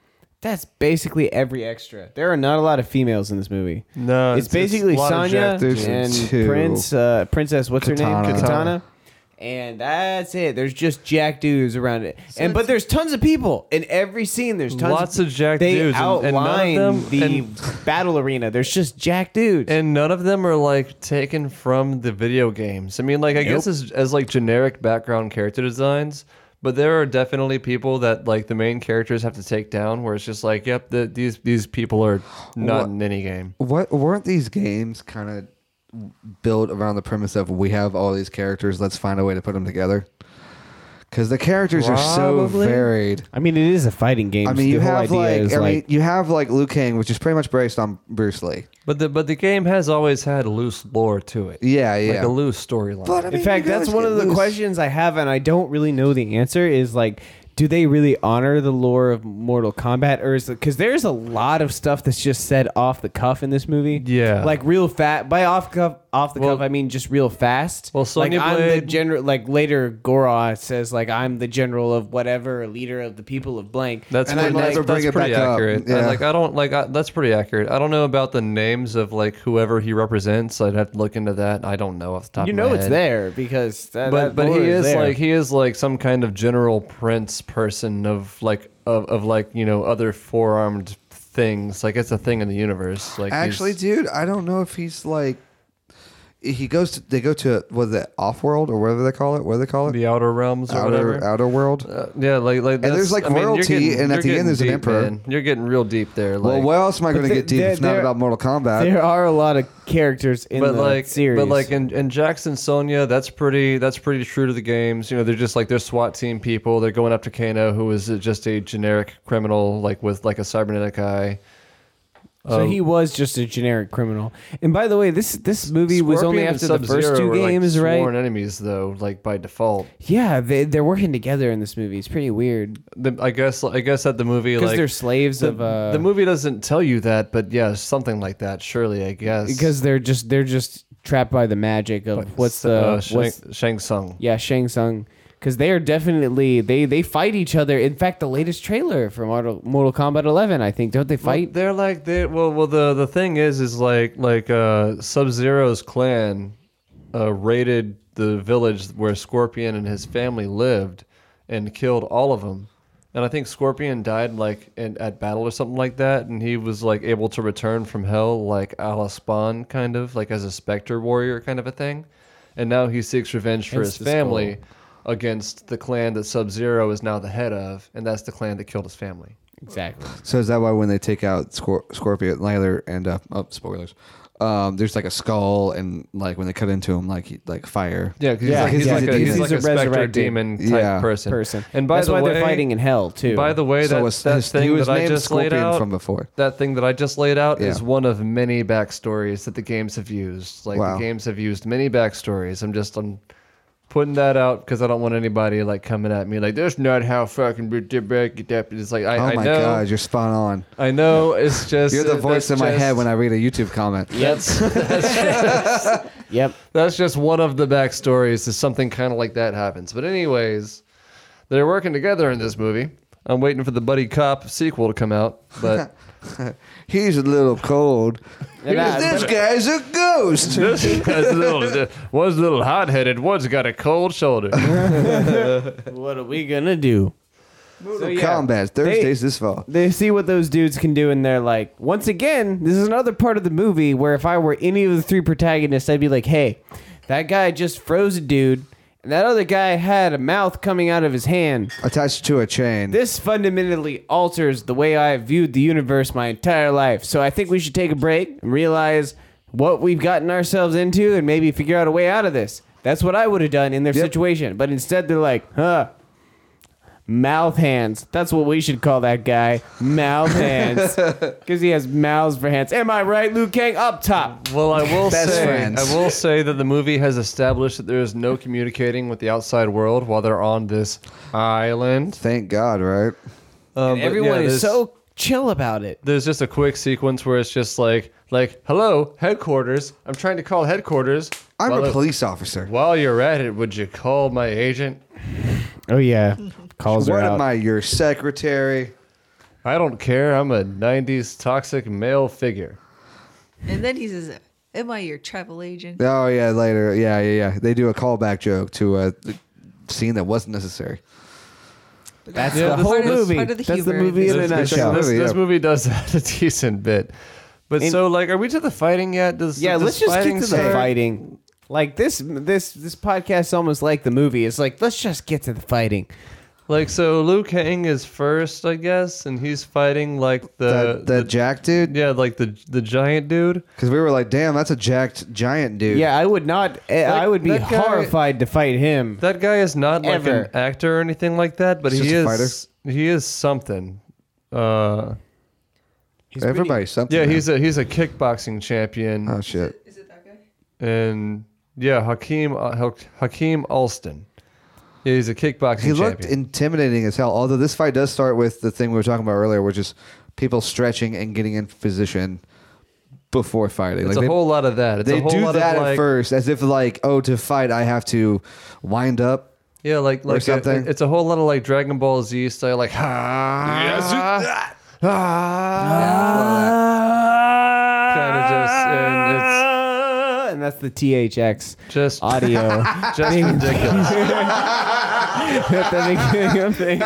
That's basically every extra. There are not a lot of females in this movie. No, it's, basically a lot of Sonya Jack dudes and and two. Prince, uh, Princess. What's her Katana. name? Katana. And that's it. There's just jack dudes around it, and but it's- there's tons of people in every scene. There's tons Lots of jack they dudes, and- and none of outline them- the and- battle arena. There's just jack dudes. and none of them are like taken from the video games. I mean, like I guess as, as like generic background character designs, but there are definitely people that like the main characters have to take down. Where it's just like, yep, the, these these people are not What- in any game. What weren't these games kind of built around the premise of we have all these characters, let's find a way to put them together? Because the characters are so Probably. varied. I mean, it is a fighting game. I so mean, you the whole have idea like, is I mean, like you have like Liu Kang, which is pretty much based on Bruce Lee. But the but the game has always had loose lore to it. Yeah, yeah. like a loose storyline. But, I mean, In fact, you that's guys one get of the loose. questions I have, and I don't really know the answer. Is like, do they really honor the lore of Mortal Kombat, or is because there's a lot of stuff that's just said off the cuff in this movie? Yeah. like real fat. By off cuff, off the Well- cuff, I mean just real fast. Well, Sonya like, I'm the Blade- general. Like later, Gora says like I'm the general of whatever, leader of the people of blank. That's And I pretty, never bring that's, that's it pretty back up. accurate. I- Yeah. like I don't like I, that's pretty accurate. I don't know about the names of like whoever he represents. I'd have to look into that. I don't know off the top. you of know my it's head. there because that, But that but lore he is there. like he is like some kind of general prince person of like of, of like you know other four armed things. Like it's a thing in the universe. Like he's- Actually, dude, I don't know if he's like he goes. To, they go to what is it, off world or whatever they call it. What do they call it? the outer realms or outer whatever. outer world. Uh, yeah, like like that's, there's, like, I mean, you're royalty, getting- and at you're the end getting there's an deep, emperor. man. You're getting real deep there. Like, well, what else am I But going to the- get deep? if there- It's not there- about Mortal Kombat. there are a lot of characters in but the like series, but like in, in Jackson Sonia, that's pretty that's pretty true to the games. You know, they're just like they're SWAT team people. They're going after Kano, who is just a generic criminal, like with like a cybernetic eye. So Um, he was just a generic criminal. And by the way, this this movie was Scorpion only and after the first Sub-Zero two are, like, games, Sworn right? enemies, though, like by default. Yeah, they they're working together in this movie. It's pretty weird The, I guess I guess at the movie because like they're slaves the, of uh, the movie doesn't tell you that, but yeah, something like that. Surely, I guess because they're just they're just trapped by the magic of what's the uh, Shang, what's, Shang Tsung. yeah Shang Tsung because they are definitely they they fight each other. In fact, the latest trailer for Mortal, Mortal Kombat 11, I think, don't they fight? Well, they're like they well well the the thing is is like like uh Sub Zero's clan uh raided the village where Scorpion and his family lived and killed all of them. And I think Scorpion died like in, at battle or something like that, and he was like able to return from hell like a la Spawn kind of like as a specter warrior kind of a thing. And now he seeks revenge for Hence his the skull. family against the clan that Sub Zero is now the head of, and that's the clan that killed his family. exactly. So is that why when they take out Scor- Scorpion, Lather, and uh, oh, spoilers, um, there's like a skull and like when they cut into him, like he, like fire. Yeah, because Yeah, he's, he's like, a he's, demon. He's like a, he's, like a a specter resurrected demon type yeah, person. Person. And by That's the why way, they're fighting in hell too. By the way, So that, was that his- he thing was that I named just laid Scorpion out from before. That thing that I just laid out is Yeah. one of many backstories that the games have used. Like Wow. the games have used many backstories. I'm just I'm putting that out because I don't want anybody like coming at me like that's not how fucking we did back it up." It's like I, oh I my know, god, you're spot on. I know. It's just You're the voice in my head when I read a YouTube comment. That's [laughs] yep. That's just one of the backstories is something kind of like that happens. But anyways, they're working together in this movie. I'm waiting for the Buddy Cop sequel to come out, [laughs] but He's a little cold. And I- this guy's a ghost. this [laughs] guy's a little, one's a little hot-headed, one's got a cold shoulder. What are we gonna do? Mortal yeah. Kombat Thursdays this fall. they see what those dudes can do and they're like once again this is another part of the movie where if i were any of the three protagonists i'd be like hey that guy just froze a dude and that other guy had a mouth coming out of his hand Attached to a chain. this fundamentally alters the way i viewed the universe my entire life so i think we should take a break and realize what we've gotten ourselves into and maybe figure out a way out of this that's what i would have done in their Yep. situation but instead they're like huh Mouth hands. That's what we should call that guy. Mouth [laughs] hands. Because he has mouths for hands. Am I right, Liu Kang? Up top. Well, I will Best say, friends. I will say that the movie has established that there is no communicating with the outside world while they're on this island. Thank God, right? Uh, but yeah, Everyone is there's- so chill about it. there's just a quick sequence where it's just like, like, hello, headquarters. I'm trying to call headquarters. I'm While a it- police officer. While you're at it, would you call my agent? Oh [laughs] yeah, calls her What out. am I, your secretary? I don't care. I'm a 90s toxic male figure. And then he says, "Am I your travel agent?" Oh yeah, later. Yeah, yeah, yeah. They do a callback joke to a scene that wasn't necessary. That's Yeah, the that's whole part of- movie. part of the That's the humor. movie in a This, this- nutshell. this- Movie, this yeah. movie does [laughs] that a decent bit. But And- so, like, are we to the fighting yet? Does Yeah, does let's just fighting get to the start? fighting. Like this, this, this podcast almost like the movie. It's like let's just get to the fighting. Like, so Liu Kang is first, I guess, and he's fighting like Uh, the, the, the Jack dude, yeah, like the the giant dude. because we were like, damn, that's a jacked giant dude. Yeah, I would not. eh, I would be that guy- horrified to fight him. That guy is not like an Ever. actor or anything like that, but He's he just a is he is something. Uh, everybody's something. yeah, man. he's a he's a kickboxing champion, oh shit. Is it that guy? and yeah, Hakeem uh, Hak- Hakeem Alston. Yeah, he's a kickboxing He champion. looked intimidating as hell. Although this fight does start with the thing we were talking about earlier, which is people stretching and getting in position before fighting. it's Like, a they- whole lot of that. It's they a whole do lot that of like, at first, as if like, oh, to fight I have to wind up. Yeah, like like a- something. it's a whole lot of like Dragon Ball Z style, like ha. Kind of just and Ah, and that's the THX it's just audio. just ridiculous. [laughs] at the beginning of things.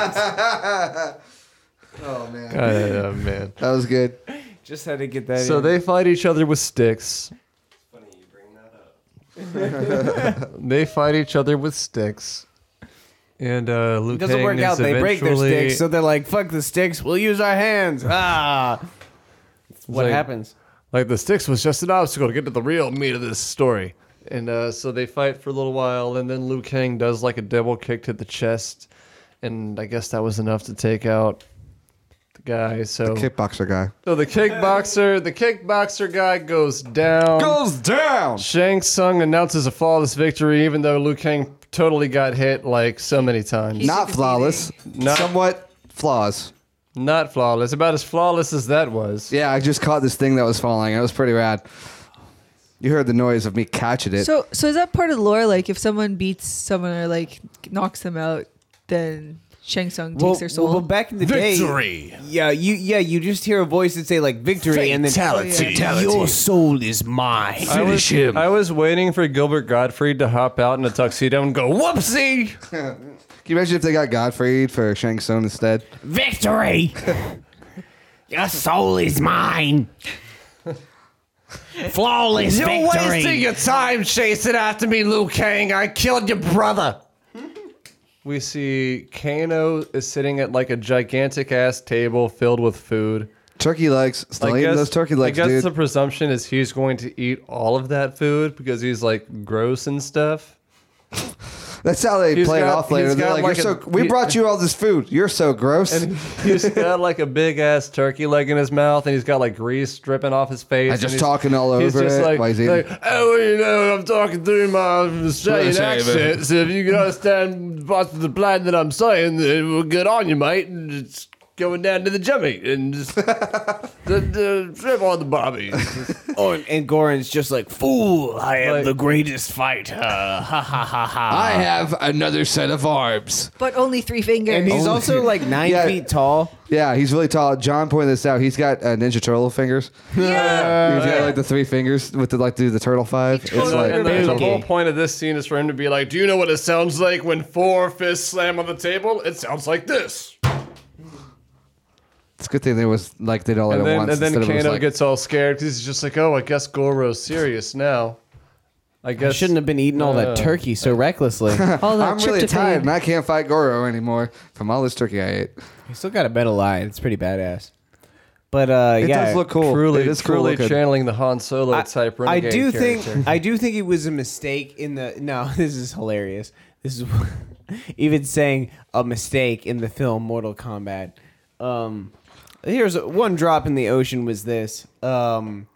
Oh man, [laughs] Uh, man. that was good. Just had to get that. So in. they fight each other with sticks. [laughs] they fight each other with sticks, and uh, Liu It doesn't Kang work is out. They break their eventually- sticks, so they're like, "Fuck the sticks. We'll use our hands." Ah, what like- happens? Like the sticks was just an obstacle to get to the real meat of this story. And uh, so they fight for a little while, and then Liu Kang does like a double kick to the chest, and I guess that was enough to take out the guy. So, Kickboxer guy so the kickboxer, the kickboxer guy goes down. down. Shang Tsung announces a flawless victory, even though Liu Kang totally got hit like so many times. He's Not succeeding. flawless. No. Somewhat flaws. Not flawless, about as flawless as that was. Yeah, I just caught this thing that was falling. It was pretty rad. You heard the noise of me catching it. So, so is that part of the lore? Like, if someone beats someone or like knocks them out, then Shang Tsung takes their soul. well, back in the Victory. day, yeah, you yeah, you just hear a voice that say like victory, and then Fatality. Your soul is mine. I was, I was waiting for Gilbert Gottfried to hop out in a tuxedo and go, whoopsie! Can you imagine if they got Godfrey for Shang Tsung instead? Victory. Your soul is mine. [laughs] Flawless your time chasing after me, Liu Kang. I killed your brother. We see Kano is sitting at like a gigantic ass table filled with food. Turkey legs. Still eating those turkey legs, I guess dude. the presumption is he's going to eat all of that food because he's like gross and stuff. That's how they He's play it got- off later. he's They're got like, like You're a- so, we he- brought you all this food. You're so gross. And he's got like a big ass turkey leg in his mouth, and he's got like grease dripping off his face. And and just he's- talking all he's over just it Like, while he's eating. like, oh, well, you know, I'm talking through my Australian Sorry, accent, so if you can understand parts of the plan that I'm saying, then we're good on you, mate. And it's going down to the jimmy and just [laughs] the, the strip Uh, on the bobby. Oh, and, and Goran's just like fool. I am Like- the greatest fighter. Ha ha ha ha. I have another set of arms. but only three fingers. And he's also like nine Yeah. feet tall. Yeah, he's really tall. John pointed this out. He's got uh, Ninja Turtle [laughs] fingers. Oh, yeah. he's got like the three fingers with the like do the turtle five. It's And, like and the, the Boogie. whole point of this scene is for him to be like, "Do you know what it sounds like when four fists slam on the table? It sounds like this." it's a good thing there was like they did all that And at then, once. and then instead of it was, Kano like, gets all scared because he's just like, "Oh, I guess Goro's serious now." I I guess shouldn't have been eating all Uh. that turkey so recklessly. All that I'm really tryptophan. tired and I can't fight Goro anymore from all this turkey I ate. he still got a metal eye. It's pretty badass. But uh, It yeah, does look cool. truly, it is cool truly looking. channeling the Han Solo type. I renegade do character. think I do think it was a mistake in the no. [laughs] This is hilarious. This is [laughs] even saying a mistake in the film Mortal Kombat. Um, here's one drop in the ocean was this. Um,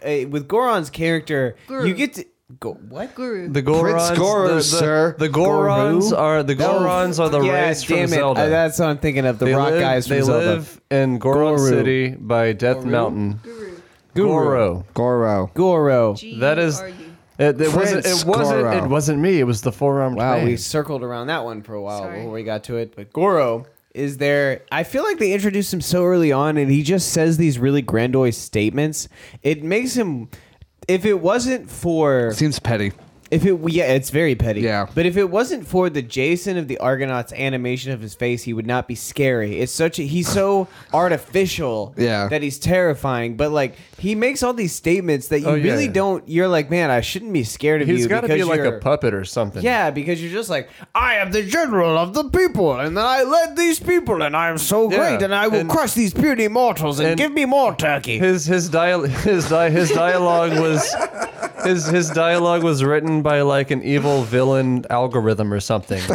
eh, with Goron's character, Guru. you get to go what? Guru. the Gorons, Goro, the, the, sir. The Gorons Goru? are the Gorons are the Yeah, race damn from it. Zelda. Uh, that's what I'm thinking of. The they rock live, guys from they Zelda. live in Goron Goru. City by Death Mountain. Guru. Goro. Goro. Goro. G That is- R U. It, it wasn't. Prince It wasn't. Goro. It wasn't me. It was the four armed Wow, Uh, man. we circled around that one for a while Sorry. before we got to it. But Goro is there. I feel like they introduced him so early on, and he just says these really grandiose statements. It makes him. If it wasn't for Seems petty. If it yeah, it's very petty. Yeah. But if it wasn't for the Jason of the Argonauts animation of his face, he would not be scary. It's such a he's [laughs] so artificial Yeah. that he's terrifying. But like he makes all these statements that you Oh, yeah, really yeah. don't you're like, man, I shouldn't be scared of He's you. got to because be like you're- a puppet or something. Yeah, because you're just like I am the general of the people, and I led these people, and I am so Yeah, great, and I will and- crush these puny mortals, and, and- give me more turkey. His his dial his di- his dialogue was his his dialogue was written by like an evil villain algorithm or something. [laughs]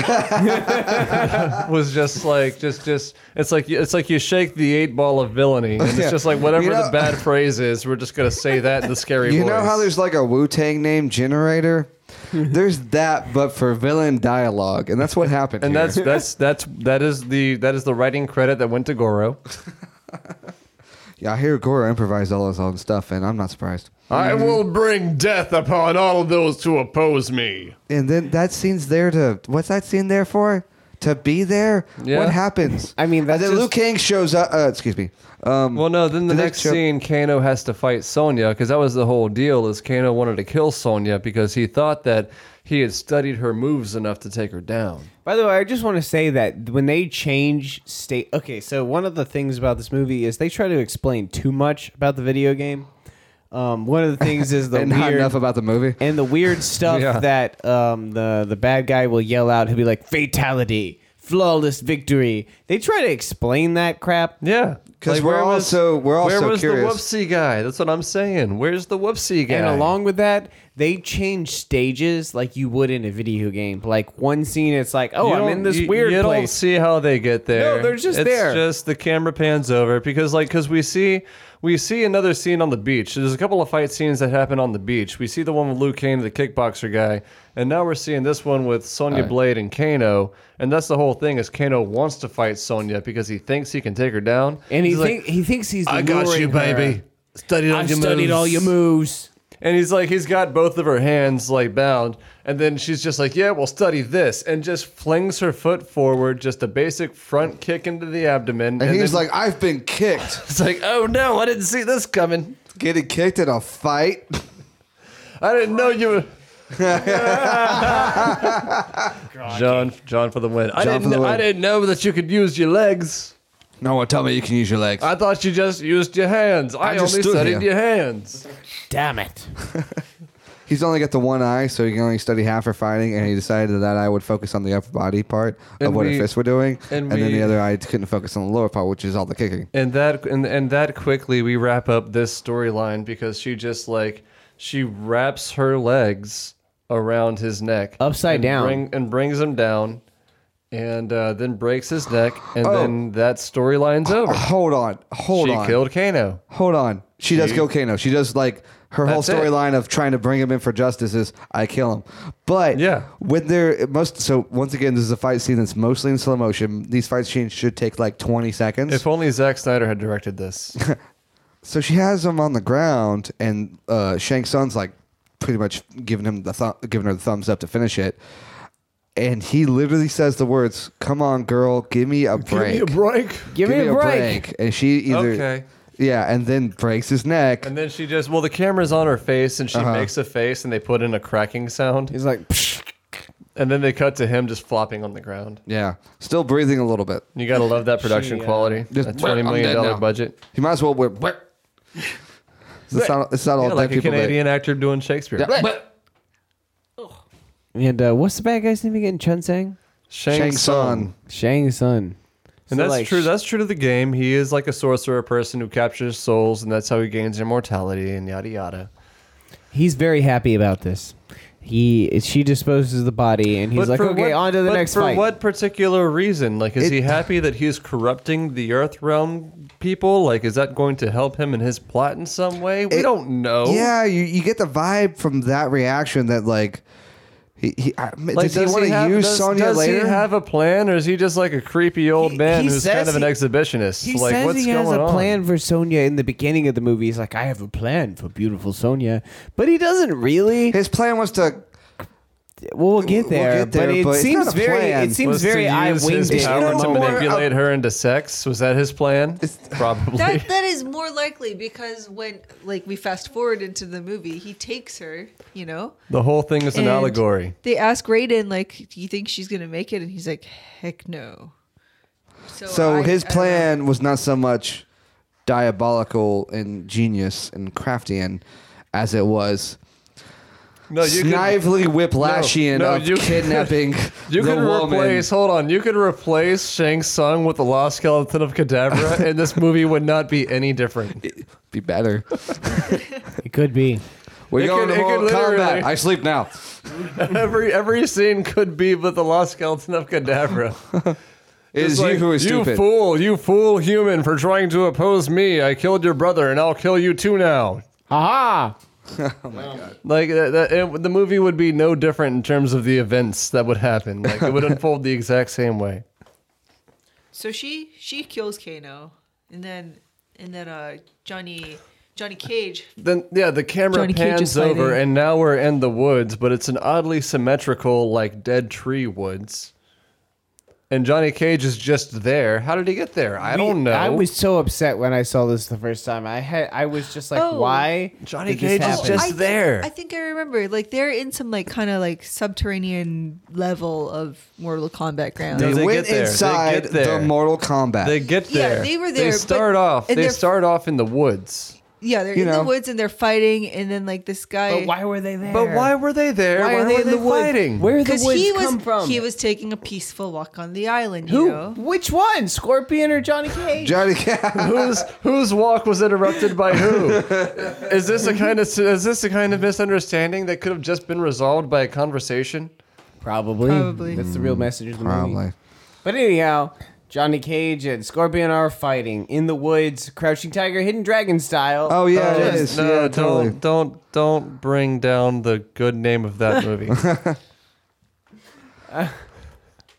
was just like just just it's like it's like you shake the eight ball of villainy and it's just like whatever You know- the bad phrase is, we're just gonna say that [laughs] in the scary You voice. know how there's like a Wu Tang name generator? there's that, but for villain dialogue, and that's what happened. and here. that's that's that's that is the that is the writing credit that went to Goro. yeah. I hear Goro improvised all his own stuff, and I'm not surprised. I will bring death upon all of those who oppose me. And then that scene's there to what's that scene there for? To be there? Yeah. What happens? I mean, that's and then just- Liu Kang shows up. Uh, excuse me. Um, Well, no. Then the, The next next show- scene, Kano has to fight Sonya because that was the whole deal. Is Kano wanted to kill Sonya because he thought that he had studied her moves enough to take her down. By the way, I just want to say that when they change state, okay. So one of the things about this movie is they try to explain too much about the video game. Um, one of the [laughs] things is the and not weird enough about the movie. [laughs] and the weird stuff Yeah. that um, the the bad guy will yell out. He'll be like fatality, flawless victory. They try to explain that crap. Yeah, 'Cause we're where was- also- we're also where was curious. the whoopsie guy? That's what I'm saying. Where's the whoopsie guy? And along with that, they change stages like you would in a video game. Like one scene, it's like, oh, You I'm don't- in this you- weird You don't place. see how they get there. they're just it's there. Just the camera pans over because like because we see we see another scene on the beach. There's a couple of fight scenes that happen on the beach. We see the one with Luke Kane, the kickboxer guy, and now we're seeing this one with Sonya Blade and Kano. And that's the whole thing is Kano wants to fight Sonya because he thinks he can take her down. and he He's like, think, he thinks he's. luring her. Studied all I've studied all your moves. And he's like, he's got both of her hands like bound, and then she's just like, "Yeah, well, study this," and just flings her foot forward, just a basic front kick into the abdomen. And, he's then like, I've been kicked. [laughs] "It's like, oh no, I didn't see this coming. Getting kicked in a fight. I didn't know you." were... John, John for the win. I John didn't, for the win. I didn't know that you could use your legs. No one tell me you can use your legs. I thought you just used your hands. I, I just only stood studied here. your hands. Damn [laughs] it. He's only got the one eye, so he can only study half for fighting, and he decided that that eye would focus on the upper body part of And what we- her fists were doing, and, and then we- the other eye couldn't focus on the lower part, which is all the kicking. and that and, and that quickly we wrap up this storyline because she just like she wraps her legs around his neck Upside and down. bring, and brings him down and uh, then breaks his neck and then that storyline's over Hold on, Oh. hold she on, killed kano hold on. She, does kill Kano. She does like her whole That's it. storyline of trying to bring him in for justice is I kill him. But Yeah. when they're most so once again, this is a fight scene that's mostly in slow motion. These fight scenes should take like twenty seconds. if only Zack Snyder had [laughs] directed this. So she has him on the ground, and uh, Shang Tsung's like pretty much giving him the th- giving her the thumbs up to finish it. And he literally says the words, "Come on, girl, give me a break, break. Give, me, a break. And she either, Okay. yeah, and then breaks his neck. And then she just, well, the camera's on her face and she Uh-huh. makes a face and they put in a cracking sound. He's like, And then they cut to him just flopping on the ground. yeah, still breathing a little bit. You gotta love that production She, uh, quality. Just, a twenty "I'm million dead dollar now." budget. He might as well [laughs] whip. whip. it's not, it's not all Yeah, dead like a people. that- Canadian actor doing Shakespeare. Yeah. and uh, what's the bad guy's name again? Chen Sang? Shang Tsung. Shang Sun. And that's true. That's true to the game. He is like a sorcerer person who captures souls, and that's how he gains immortality and yada yada. He's very happy about this. He she disposes the body and he's But like, for okay, what- on to the but next for fight. what particular reason? Like, is It- he happy that he's corrupting the Earth Realm people? Like, is that going to help him in his plot in some way? We It- don't know. Yeah, you, you get the vibe from that reaction that like He, he, I, does he want to use does, Sonya does later? he have a plan, or is he just like a creepy old He- man he who's kind says of an he- exhibitionist? He like, says what's he going has a on? plan for Sonia in the beginning of the movie. He's like, I have a plan for beautiful Sonia, but he doesn't really. His plan was to. Well, we'll get there, get there, but it but it's seems not a very. plan. It seems was very to eye use winged. his power It's to more manipulate of- her into sex. Was that his plan? [laughs] Probably. [laughs] That that is more likely because when like we fast forward into the movie, he takes her, you know. the whole thing is an and allegory. They ask Raiden, like, "Do you think she's gonna make it?" And he's like, "Heck no." So I- his I don't know. plan was not so much diabolical and genius and Craftian as it was No, snively whiplashian no, of you could- kidnapping [laughs] You the could woman. replace. Hold on. You could replace Shang Tsung with the lost skeleton of [laughs] Cadabra, and this movie would not be any different. Be [laughs] better. It could be. We're It going could- to it could Mortal literally- Kombat. I sleep now. every every scene could be with the lost skeleton of Cadabra. It [laughs] is It's you like, who is You stupid. fool! You fool human for trying to oppose me. I killed your brother, and I'll kill you too now. Aha! Like that, that, it, the movie would be no different in terms of the events that would happen. Like [laughs] it would unfold the exact same way. So she she kills Kano, and then and then uh Johnny Johnny Cage. Then yeah, the camera Johnny Cage pans is over, fighting. and now we're in the woods, but it's an oddly symmetrical, like dead tree woods. And Johnny Cage is just there. How did he get there? I don't know. I was so upset when I saw this the first time. I had. I was just like, Oh. why? Johnny did this Cage is happen? just- I think- there. I think I remember. Like they're in some like kind of like subterranean level of Mortal Kombat ground. They They, get went there. They inside get there. the Mortal Kombat. they get Yeah, there. they were there, They but- start off. and They they're- start off in the woods. yeah, they're you in know. the woods and they're fighting, and then like this guy. But why were they there? But why were they there? Why are they in the woods? fighting? Where did the Because woods he was come from? he was taking a peaceful walk on the island. You who? know? Which one? Scorpion or Johnny Cage? Johnny, whose whose walk was interrupted by who? Is this a kind of is this a kind of misunderstanding that could have just been resolved by a conversation? Probably. Probably. That's the real message of the movie. probably. But anyhow, Johnny Cage and Scorpion are fighting in the woods, Crouching Tiger, Hidden Dragon style. Oh yeah, it Just- is. no, yeah, don't totally. don't don't bring down the good name of that movie. [laughs]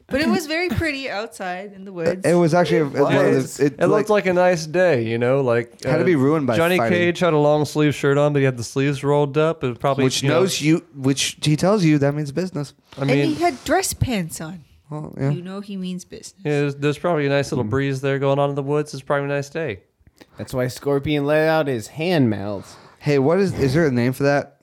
But it was very pretty outside in the woods. It was actually it, one of it, the- it, it looked like a nice day, you know, like uh, Had to be ruined by Johnny fighting. Cage had a long sleeve shirt on, but he had the sleeves rolled up. It probably which you know, knows you, which he tells you that means business. I and he mean, had dress pants on. Well, yeah. You know he means business. yeah, there's, there's probably a nice Hmm. little breeze there going on in the woods. It's probably a nice day. That's why Scorpion let out his hand mouths. Hey, what is? Is there a name for that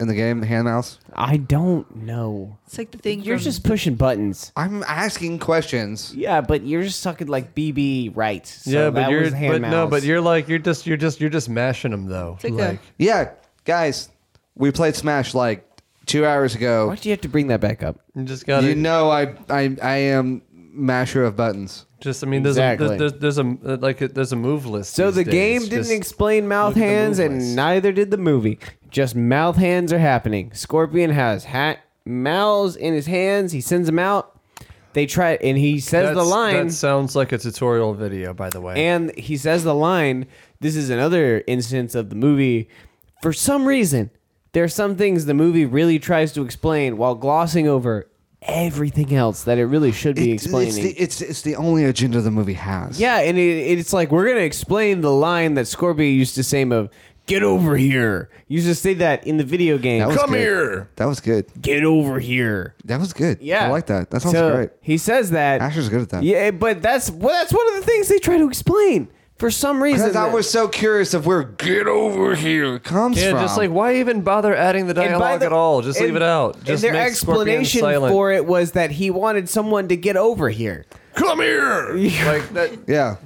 in the game? The hand mouse. I don't know. It's like the thing. You're from- just pushing buttons. I'm asking questions. Yeah, but you're just talking like BB right. So yeah, but that you're was hand but no, mouths. but you're like you're just you're just you're just mashing them though. It's like, Like, a, Yeah, guys, we played Smash like two hours ago. Why do you have to bring that back up? you just got You to know, I I I am masher of buttons. just I mean there's Exactly. a there's, there's, there's a like a, there's a move list. So the these days. game didn't Just- explain mouth look at the hands, movements. and neither did the movie. Just mouth hands are happening. Scorpion has hat mouths in his hands. He sends them out. They try, and he says the That's- line. That sounds like a tutorial video, by the way. And he says the line, this is another instance of the movie. For some reason, there are some things the movie really tries to explain while glossing over everything else that it really should be It- It's explaining. the, it's it's the only agenda the movie has. yeah, and it, it's like we're going to explain the line that Scorpio used to say of get over here. You used to say that in the video game. That was Come good. here. That was good. Get over here. That was good. Yeah. I like that. That sounds So, great. He says that. Asher's good at that. Yeah, but that's well, that's one of the things they try to explain. For some reason, Because I that- was so curious of where "get over here" comes yeah, from. just like why even bother adding the And by dialogue the- at all? Just and- leave it out. and Just their make Scorpion explanation silent. for it was that he wanted someone to get over here. come here, like that. yeah,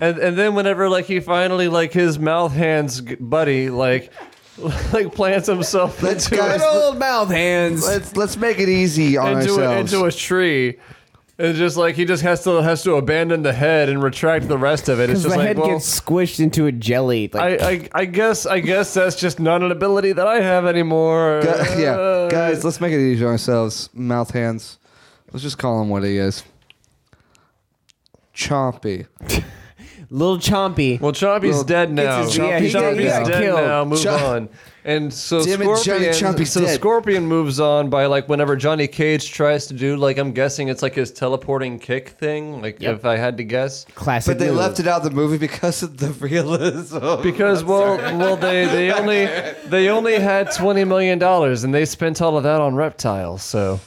And and then whenever like he finally like his mouth hands g- buddy like [laughs] like plants himself Let's into, go. a- Good old mouth hands. let's let's make it easy on into a, ourselves. into a tree. It's just like he just has to has to abandon the head and retract the rest of it. It's Because just the like head well, gets squished into a jelly. I, Like, I I guess I guess that's just not an ability that I have anymore. Gu- Uh. yeah, guys, let's make it easy on ourselves. Mouth hands. Let's just call him what he is. Chompy. little chompy. Well, Chompy's Well, dead now. his- yeah, he Chompy's got- he got dead killed. now. Move Chom- on. And so Damn it, Johnny Scorpion, Chompy's so dead. Scorpion moves on by like whenever Johnny Cage tries to do like I'm guessing it's like his teleporting kick thing. Like if I had to guess, Classic. But they move. left it out of the movie because of the [laughs] realism. because well, well they they only they only had twenty million dollars and they spent all of that on reptiles. So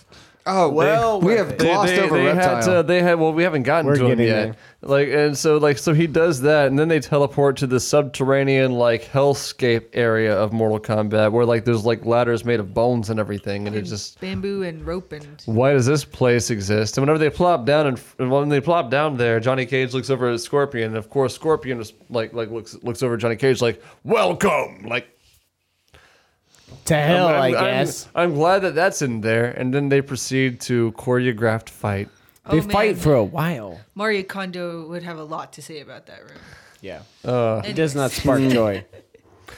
Oh, Well, well, we worth have it. they, glossed they, over they reptile. had to, they had well we haven't gotten We're to him getting yet. there. Like and so like so he does that and then they teleport to the subterranean like hellscape area of Mortal Kombat where like there's like ladders made of bones and everything and it just bamboo and rope and why does this place exist? And whenever they plop down and when they plop down there, Johnny Cage looks over at Scorpion, and of course Scorpion is like like looks looks over at Johnny Cage like welcome, like to hell, i I'm- I'm- guess. I'm glad that that's in there. And then they proceed to choreographed fight. they Oh, man. fight for a while. Mario Kondo would have a lot to say about that room. Yeah. Uh, It Does not spark Hmm. joy.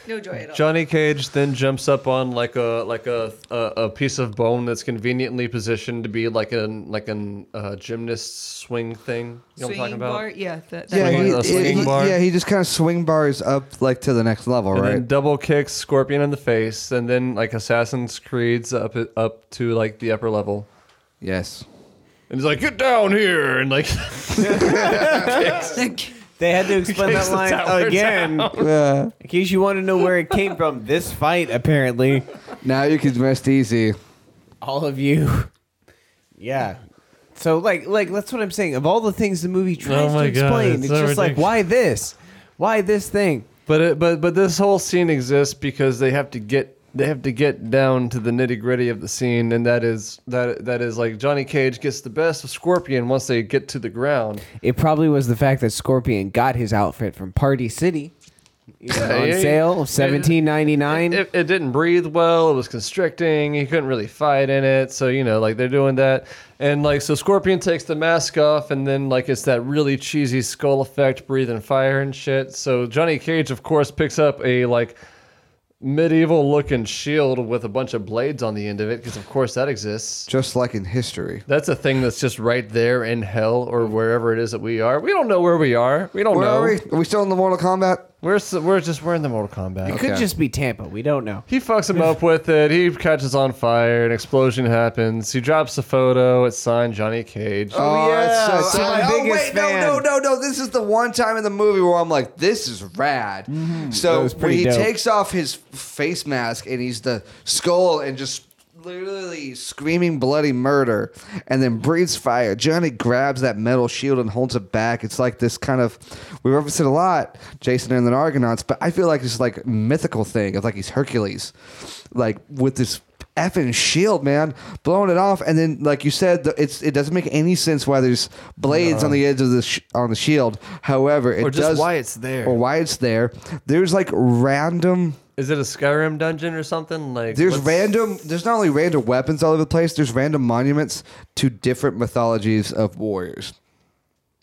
no joy at all. Johnny Cage then jumps up on like a like a a, a piece of bone that's conveniently positioned to be like an like an uh, gymnast swing thing. You know what I'm Swinging talking about? bar, yeah, that, that yeah, Swing- he, a swinging he- bar. yeah, he just kind of swing bars up like to the next level, and right? then double kicks Scorpion in the face, and then like Assassin's Creed's up up to like the upper level, yes. and he's like, "Get down here!" and like [laughs] [laughs] They had to explain that line again. Yeah. In case you want to know where it came from, this fight apparently, Now you can rest easy. all of you. Yeah. So like like that's what I'm saying. Of all the things the movie tries to Oh my God, explain, it's it's, so just like ridiculous. why this? Why this thing? But it, but but this whole scene exists because they have to get they have to get down to the nitty gritty of the scene, and that is that that is like Johnny Cage gets the best of Scorpion once they get to the ground. It probably was the fact that Scorpion got his outfit from Party City you [laughs] know, Yeah, on yeah, sale, yeah. seventeen ninety nine. It, it didn't breathe well. It was constricting. He couldn't really fight in it. So you know, like they're doing that, and like so Scorpion takes the mask off, and then like it's that really cheesy skull effect, breathing fire and shit. So Johnny Cage, of course, picks up a like medieval looking shield with a bunch of blades on the end of it because of course that exists Just like in history. that's a thing that's just right there in hell or wherever it is that we are we don't know where we are we don't Where know are we? Are we still in the Mortal Kombat? we're s- we're just we're in the mortal kombat Could Okay. just be Tampa. We don't know. he fucks him up with it. He catches on fire. An explosion happens. He drops a photo. It's signed Johnny Cage. Oh, yeah. it's so So my sad. Oh, biggest wait, no, fan. no, no, no. This is the one time in the movie where I'm like, this is rad. Mm-hmm. That So was when pretty he dope. takes off his face mask and he's the skull and just literally screaming bloody murder and then breathes fire. Johnny grabs that metal shield and holds it back. It's like this kind of, we reference it a lot, Jason and the Argonauts, but I feel like it's like mythical thing of like he's Hercules, like with this effing shield, man, blowing it off, and then like you said, the, it's it doesn't make any sense why there's blades on the edge of the sh- on the shield. However, it Or just does, why it's there. or why it's there. There's like random. Is it a Skyrim dungeon or something? Like There's what's- random. There's not only random weapons all over the place. There's random monuments to different mythologies of warriors.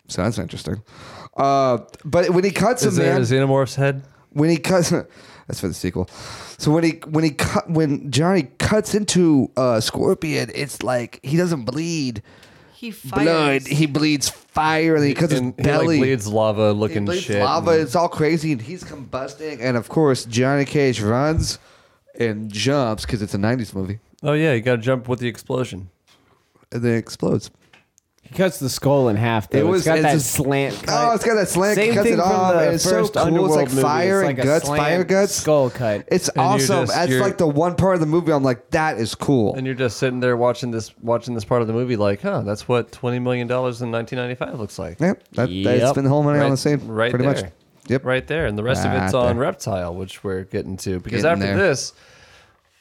So that's interesting. Uh, but when he cuts Is him, there man, a xenomorph's head? when he cuts [laughs] that's for the sequel so when he when he cut when johnny cuts into uh scorpion it's like he doesn't bleed he fires. blood he bleeds fire and then he cuts And he, his belly like, bleeds lava He looking bleeds shit. lava it's all crazy and he's combusting and of course johnny cage runs and jumps because it's a 90s movie Oh yeah, you gotta jump with the explosion. and then explodes He cuts the skull in half. Though. It was- it's got it's that just- slant. cut. oh it's got that slant Same cuts thing it from off the and it's so first cool it's Underworld like movie. fire It's and like a guts fire slant guts skull cut. it's you're awesome just- that's you're- like the one part of the movie i'm like that is cool And you're just sitting there watching this watching this part of the movie like, huh, that's what twenty million dollars in nineteen ninety five looks like. Yep. That, That's Yep. been the whole money Right- on the same. right pretty there. much. Yep. Right there. And the rest of it's Right on there. reptile, which we're getting to. Because Getting after there. this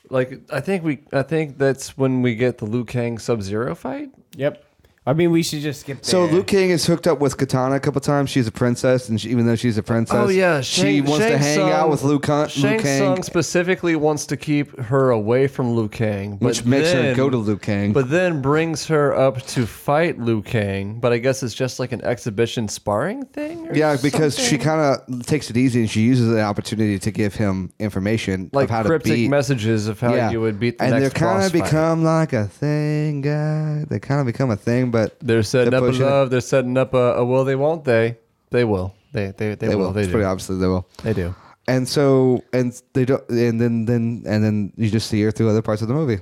like I think we I think that's when we get the Liu Kang Sub Zero fight. Yep. I mean, we should just skip. So there. Luke King is hooked up with Katana a couple times. She's a princess, and she, even though she's a princess, Oh yeah, she Shang- wants to Shang hang out Tsung- with Luke, Kang- Shang Luke Kang, Tsung specifically wants to keep her away from Liu Kang, but which makes her then- go to Luke Kang. But then brings her up to fight Liu Kang. But I guess it's just like an exhibition sparring thing. or yeah, because she something? kind of takes it easy, and she uses the opportunity to give him information like of how cryptic to beat. messages of how yeah. you would beat the and next they're kind boss of fight. become like a thing, guy. They kind of become a thing, but They're setting They're up a pushing it. love. They're setting up a, a will. They won't. They they will. They they they, they will. will. They It's pretty do. obviously they will. They do. and so and they don't and then then and then you just see her through other parts of the movie.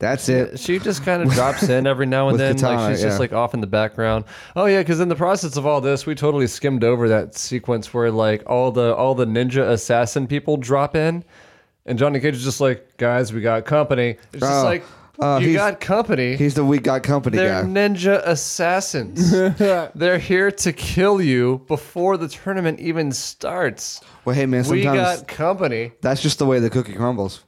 That's it. She just kind of drops in every now and With then. Katana, like she's yeah. just like off in the background. Oh yeah, because in the process of all this, we totally skimmed over that sequence where like all the all the ninja assassin people drop in, and Johnny Cage is just like, guys, we got company. It's Oh, just like uh, you he's- got company. He's the we got company They're guy. ninja [laughs] assassins. They're here to kill you before the tournament even starts. well, hey man, we sometimes got company. that's just the way the cookie crumbles.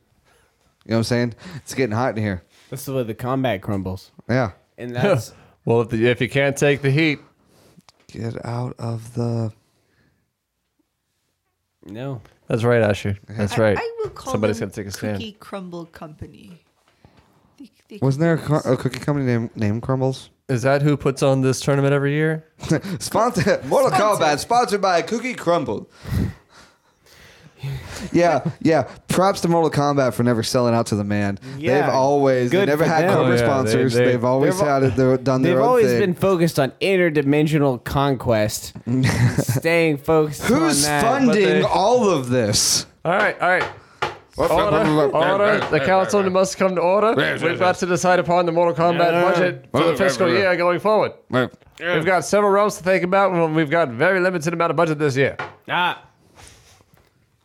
You know what I'm saying? It's getting hot in here. That's the way the combat crumbles, [laughs] Yeah. and that's Well, if, the, if you can't take the heat, Get out of the. no. that's right, [laughs] Asher. That's right. I, I will call Somebody's them gonna take a stand. Cookie Crumble Company. They- they Wasn't there a, can do cr- a cookie company named named Crumbles? Is that who puts on this tournament every year? Sponsored [laughs] Mortal Kombat, sponsored by Cookie Crumble. yeah, yeah. Props to Mortal Kombat for never selling out to the man. Yeah. They've always they Good never for had them. corporate Oh, yeah, sponsors. they- They, they- have always they've al- had it, their, done their They've own always thing. been focused on interdimensional conquest, [laughs] staying focused. on Who's that. funding they- all of this? All right, all right. Order, order. The council must come to order. We've got to decide upon the Mortal Kombat budget for the fiscal year going forward. We've got several rounds to think about, and we've got very limited amount of budget this year. Ah.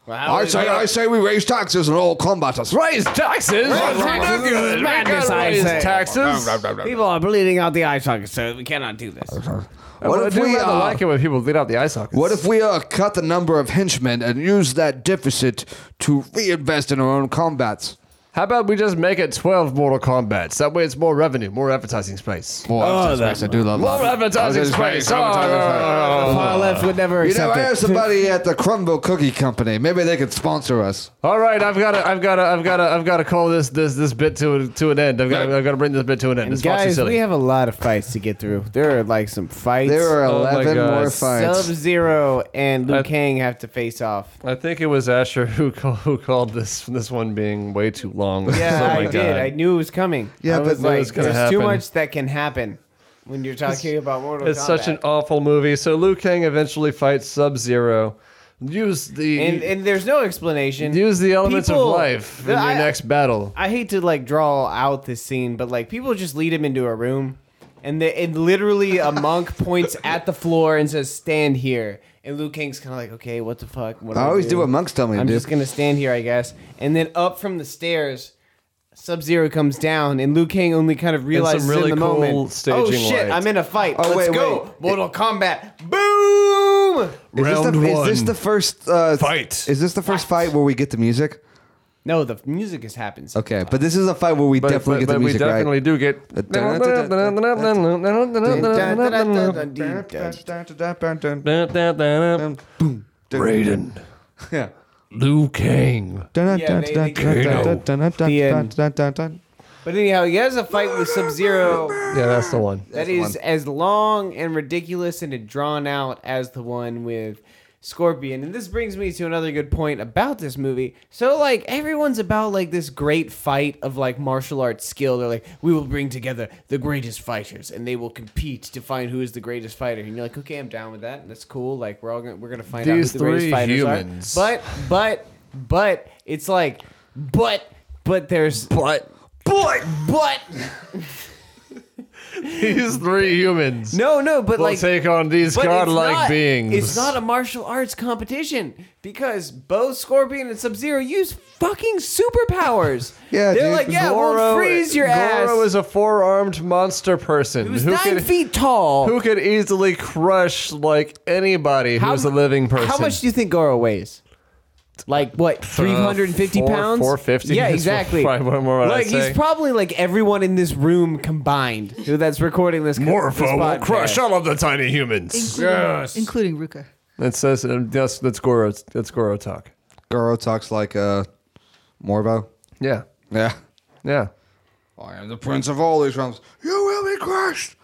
Wow. I say, I say, we raise taxes on all combatants. Raise taxes! taxes, We can't madness, I raise say. taxes! People are bleeding out the eye sockets, so we cannot do this. Oh. What What I if do we rather uh, like it when people lead out the eye sockets. What if we uh, cut the number of henchmen and use that deficit to reinvest in our own combats? How about we just make it 12 Mortal Kombats? That way it's more revenue, more advertising space. Boy, oh, I do love More advertising space! Oh. Far left would never You know, accept I have it. somebody at the Crumble Cookie Company. Maybe they could sponsor us. All right, I've got to, I've got to, I've got to, I've got to call this, this, this bit to, to an end. I've got, to, I've got to bring this bit to an end. It's far too Guys, silly. we have a lot of fights to get through. There are like some fights. There are Oh my 11 God. more fights. Sub Zero and Liu I- Kang have to face [laughs] off. I think it was Asher who call, who called this this one being way too long. Yeah, Oh my I did. God. I knew it was coming. Yeah, I but was knew it like, was gonna there's too happen. much that can happen when you're talking about Mortal It's Kombat. such an awful movie. So Liu Kang eventually fights Sub Zero. Use the and, and there's no explanation. use the elements People- of life in your I- next battle. I hate to like draw out this scene, but like people just lead him into a room, and the, and literally [laughs] a monk points at the floor and says, "Stand here." And Liu Kang's kind of like, "Okay, what the fuck?" What I always do what monks tell me to I'm do. just gonna stand here, I guess. And then up from the stairs, Sub Zero comes down, and Liu Kang only kind of realizes really in the cool moment, "Oh staging shit, lights." I'm in a fight. Oh, Let's wait, go, wait. Mortal Kombat, boom!" Is this, the, is this the first uh, Fight. Is this the first fight where we get the music? No, the music has happened. Okay, but this is a fight where we But, definitely but, get but the music we definitely right. do get. Raiden, Yeah. Liu Kang. they- they- But anyhow, he has a fight with [laughs] Sub Zero. Yeah, that's the one. That the is as long and ridiculous and drawn out as the one with Scorpion. And this brings me to another good point about this movie. So like everyone's about like this great fight of like martial arts skill. They're like, we will bring together the greatest fighters and they will compete to find who is the greatest fighter. And you're like, okay, I'm down with that. That's cool. Like we're all gonna, we're gonna find out who These the greatest three fighters humans. are. But but but it's like but but there's But but but these three humans no no but will like take on these But it's godlike not- beings. It's not a martial arts competition because both Scorpion and Sub Zero use fucking [laughs] superpowers. Yeah, they're dude. like, yeah, we'll freeze your Goro ass. is a four-armed monster person Who's who nine could feet tall. who could easily crush like anybody How- who's a living person. How much do you think Goro weighs? Like what, three hundred and fifty four- pounds? 450 [laughs] Yeah, is exactly. probably what- what I'd like say. he's probably like everyone in this room combined who that's recording this. this Morpho will podcast. crush all of the tiny humans. Including, including Ruka. That says uh, that's that's Goro. That's Goro talk. Goro talks like uh, Morbo. Yeah, Yeah. yeah. Oh, I am the prince of all these realms. You will be crushed.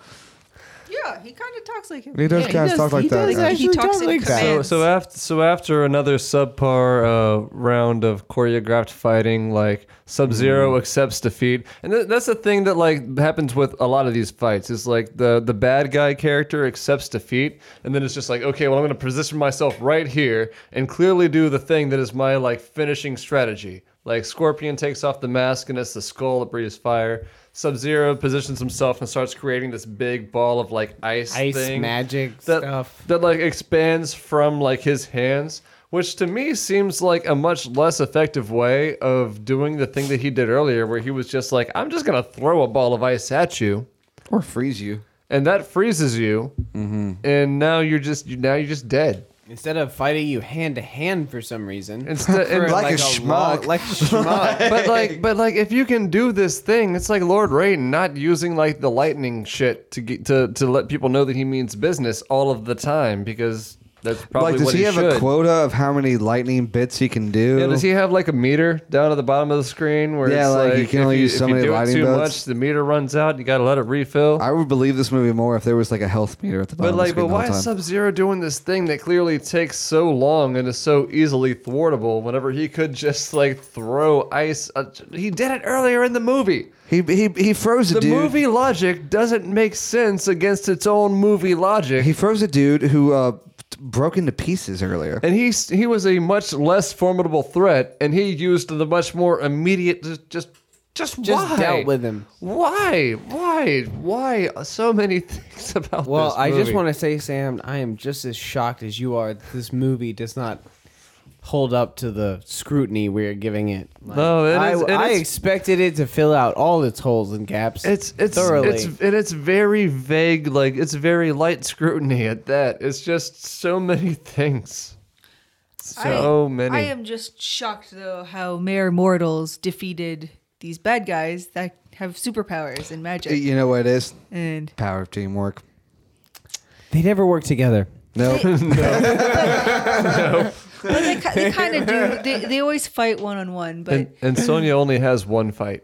You Yeah, he kind of talks like him. He does he kind of does- talk like he that. does yeah. actually he talks talk in like that. So, commands. so after so after another subpar uh, round of choreographed fighting, like Sub Zero accepts defeat, and th- that's the thing that like happens with a lot of these fights. Is like the the bad guy character accepts defeat, and then it's just like, okay, well I'm going to position myself right here and clearly do the thing that is my like finishing strategy. Like Scorpion takes off the mask and it's the skull that breathes fire. Sub Zero positions himself and starts creating this big ball of like ice, Ice thing magic that, stuff. that like expands from like his hands which to me seems like a much less effective way of doing the thing that he did earlier where he was just like i'm just gonna throw a ball of ice at you Or freeze you. and that freezes you Mm-hmm. and now you're just you, now you're just dead Instead of fighting you hand to hand for some reason, [laughs] Instead- For and- Like a a schmuck. long- [laughs] like a schmuck. but like but like if you can do this thing it's like lord raiden not using like the lightning shit to get to, to let people know that he means business all of the time because that's probably like, does what he, he, have a should. quota of how many lightning bits he can do? Yeah, does he have like a meter down at the bottom of the screen where Yeah, it's like, like, you can if only use if so many do it lightning too bolts. much, the meter runs out. You got to let it refill. I would believe this movie more if there was like a health meter at the bottom. but like, of the but screen the why whole is time. Sub Zero doing this thing that clearly takes so long and is so easily thwartable? Whenever he could just like throw ice, uh, he did it earlier in the movie. he he he froze a The dude. movie logic doesn't make sense against its own movie logic. He froze a dude who uh, t- broke into pieces earlier. and he he was a much less formidable threat, and he used the much more immediate just just just, Just why? dealt with him. Why why why so many [laughs] things about Well, this I just movie? want to say, Sam, I am just as shocked as you are that this movie does not hold up to the scrutiny we're giving it. Like, No, it is- I, it I is- expected it to fill out all its holes and gaps. It's it's thoroughly. it's and it's very vague. Like it's very light scrutiny at that. It's just so many [laughs] things. So I, many. I am just shocked though how mere mortals defeated these bad guys that have superpowers and magic. Uh, You know what it is? And Power of teamwork. they never work together. No, but they, ki- they kind of [laughs] do. They, they always fight one on one, but and, [laughs] and Sonya only has one fight.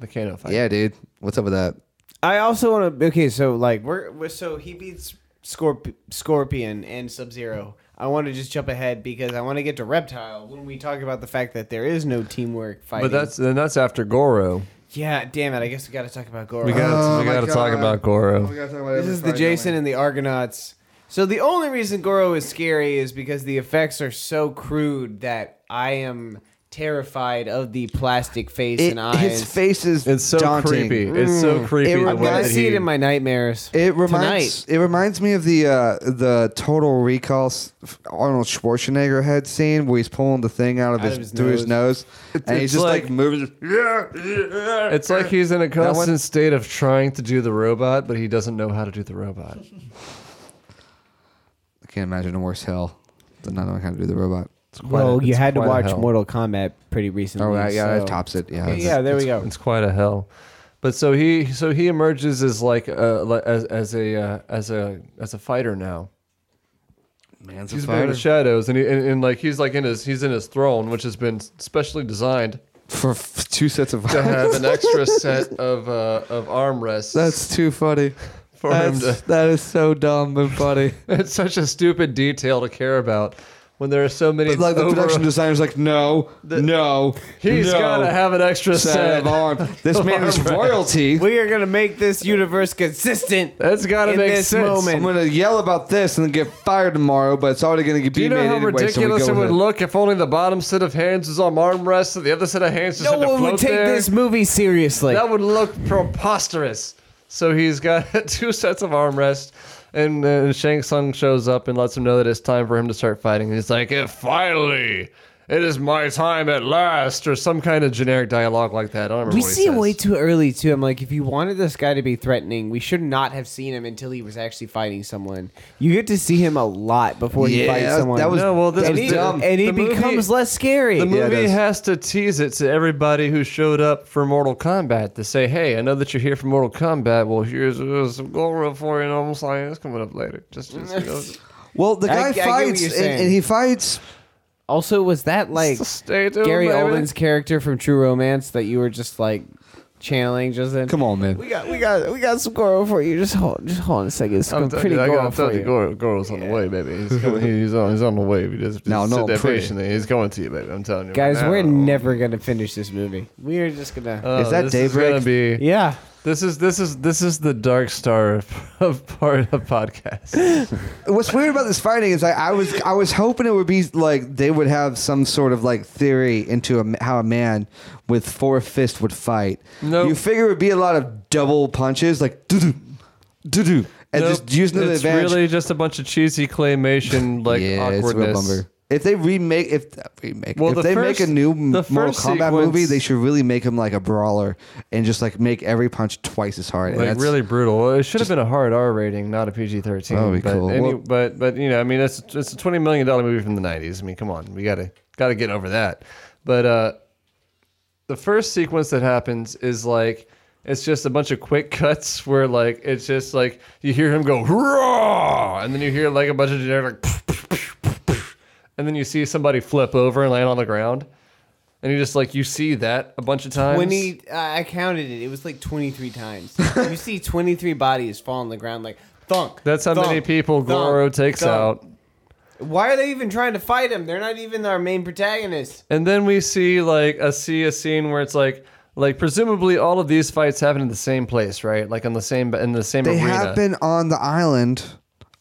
The Kano fight. yeah, dude. What's up with that? I also want to. Okay, so like we're, we're so he beats Scorp- Scorpion and Sub Zero. I want to just jump ahead because I want to get to Reptile when we talk about the fact that there is no teamwork fighting. But that's then that's after Goro. yeah, damn it! I guess we got to talk about Goro. We gotta Oh we my gotta talk God. about Goro. This This is the Jason and the Argonauts. So the only reason Goro is scary is because the effects are so crude that I am terrified of the plastic face and eyes. his face is It's so daunting. creepy. It's so creepy. It the reminds- way I that see it he- in my nightmares. It reminds it reminds me of the uh, the Total Recall s- Arnold Schwarzenegger head scene where he's pulling the thing out of his, of his through his nose, and he's it's just like, like- moving. Yeah, yeah. It's like he's in a constant one- state of trying to do the robot, but he doesn't know how to do the robot. I can't imagine a worse hell than not knowing how to do the robot. It's tonight. quite a- Well, you it's had to quite a watch hell. Mortal Kombat pretty recently. Oh yeah, yeah, so- that tops it. Yeah, Yeah, it's- there we go. It's quite a hell. But so he so he emerges as like uh, li- as as a uh, as a as a fighter now. Man's a He's been in fighter. the shadows, and, he, and and like he's like in his he's in his throne, which has been specially designed for f- two sets [laughs] of to have eyes. an extra set of uh, of [laughs] armrests. That's too funny. for him to, [laughs] That's, that is so dumb and funny. it's such a stupid detail to care about when there are so many. But, like the over- production designer's like, no, no, [laughs] he's no, gotta have an extra set set. of [laughs] arm. This man is [laughs] Armrest. royalty. We are gonna make this universe consistent. That's gotta In make this sense. moment. I'm gonna yell about this and then get fired tomorrow, but it's already gonna get Do you be know made how anyway, ridiculous so we it go would with look if only the bottom set of hands was on armrests and the other set of hands just No had to one would float take there? this movie seriously. That would look preposterous. So he's got [laughs] two sets of armrests, and uh, Shang Tsung shows up and lets him know that it's time for him to start fighting. And he's like, "It finally, it is my time at last," or some kind of generic dialogue like that. I don't remember. We what he see him says. way too early too. I'm like, if you wanted this guy to be threatening, we should not have seen him until he was actually fighting someone. You get to see him a lot before he Yeah, fights someone. that was- No, well, this and was he, dumb. and he The movie- becomes less scary. The it movie does. has to tease it to everybody who showed up for Mortal Kombat to say, "Hey, I know that you're here for Mortal Kombat. Well, here's uh, some Goro for you. And I'm saying it's coming up later. [laughs] Just, just Well, the I- guy I get what fights you're and, saying. and he fights. also, was that like stay tuned, Gary baby. Oldman's character from True Romance that you were just like channeling Justin. Come on, man. We got we got we got some Goro for you. Just hold just hold on a second. It's I'm some telling pretty you, I Goro got for tell you, you. Goro, Goro's on the way, baby. He's, coming, he's on, he's on the way. He just, just No, no, sit there pretty. patiently. He's going to you, baby. I'm telling you. Guys, right we're now. never gonna finish this movie. We are just gonna Oh, Is that this Daybreak? Is gonna be, Yeah. This is this is this is the dark star of, of part of [laughs] podcast. What's weird about this fighting is I, I was I was hoping it would be like they would have some sort of like theory into a, how a man with four fists would fight. Nope. you figure it would be a lot of double punches, like doo doo doo doo, and just using the it's advantage. really just a bunch of cheesy claymation like yeah, it's a real awkwardness. bummer. If they remake, if uh, remake, Well, if the they make first- a new the Mortal Kombat first movie, sequence- they should really make him like a brawler and just like make every punch twice as hard. And like that's- really brutal. Well, It should have been a hard R rating, not a PG thirteen. That would be but cool. Any, Well- but but you know, I mean, it's it's a twenty million dollar movie from the nineties. I mean, come on, we gotta gotta get over that. But uh, the first sequence that happens is like it's just a bunch of quick [laughs] cuts where like it's just like you hear him go raw, and then you hear like a bunch of generic like, and then you see somebody flip over and land on the ground. And you just like you see that a bunch of times. When he, I I counted it. It was like 23 times. you see 23 bodies fall on the ground like thunk. That's how thunk, many people thunk, Goro takes thunk. out. Why are they even trying to fight him? They're not even our main protagonist. And then we see like a see a scene where it's like like presumably all of these fights happen in the same place, right? Like on the same in the same They arena. have been on the island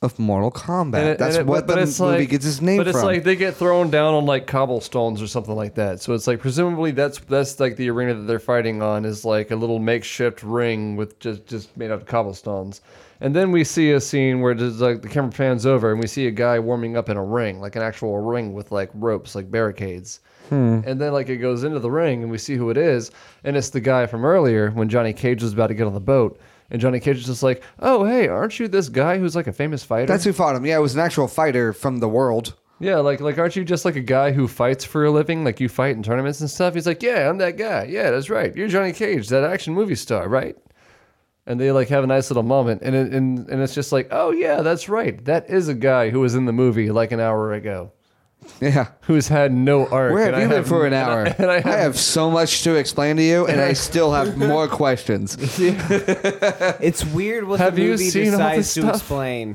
of Mortal Kombat. And it- That's and it- what but the it's movie like- gets its name But from. it's like they get thrown down on like cobblestones or something like that. So it's like presumably that's that's like the arena that they're fighting on is like a little makeshift ring with just just made out of cobblestones. And then we see a scene where just like the camera pans over and we see a guy warming up in a ring, like an actual ring with like ropes, like barricades. Hmm. And then like it goes into the ring and we see who it is, and it's the guy from earlier when Johnny Cage was about to get on the boat. And Johnny Cage is just like, "Oh, hey, aren't you this guy who's like a famous fighter?" That's who fought him. Yeah, it was an actual fighter from the world. Yeah, like like aren't you just like a guy who fights for a living? Like you fight in tournaments and stuff. He's like, yeah, I'm that guy. Yeah, that's right. You're Johnny Cage, that action movie star, right? And they like have a nice little moment, and it, and and it's just like, oh yeah, that's right. That is a guy who was in the movie like an hour ago, Yeah. who's had no arc. Where and have you I been for an and I- [laughs] hour? And I, have, so much to explain to you, and I [laughs] still have more questions. It's weird what Have the you movie seen all decides this to stuff? explain.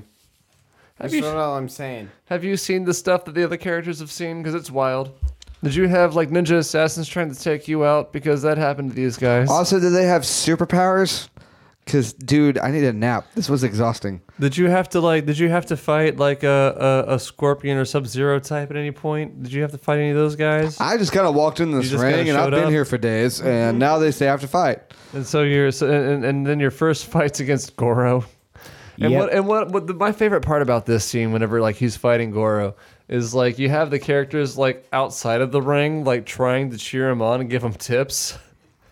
Have That's you- not all I'm saying. have you seen the stuff that the other characters have seen? Because it's wild. Did you have like ninja assassins trying to take you out? Because that happened to these guys. Also, do they have superpowers? Because, dude, I need a nap. This was exhausting. Did you have to like? Did you have to fight like a a, a scorpion or sub zero type at any point? Did you have to fight any of those guys? I just kind of walked in this just kinda ring, and I've showed been up? here for days, and now they say I have to fight. and so you're so, and, and then your first fights against Goro. And Yep. what and what, what the, my favorite part about this scene, whenever like he's fighting Goro, is like you have the characters like outside of the ring, like trying to cheer him on and give him tips.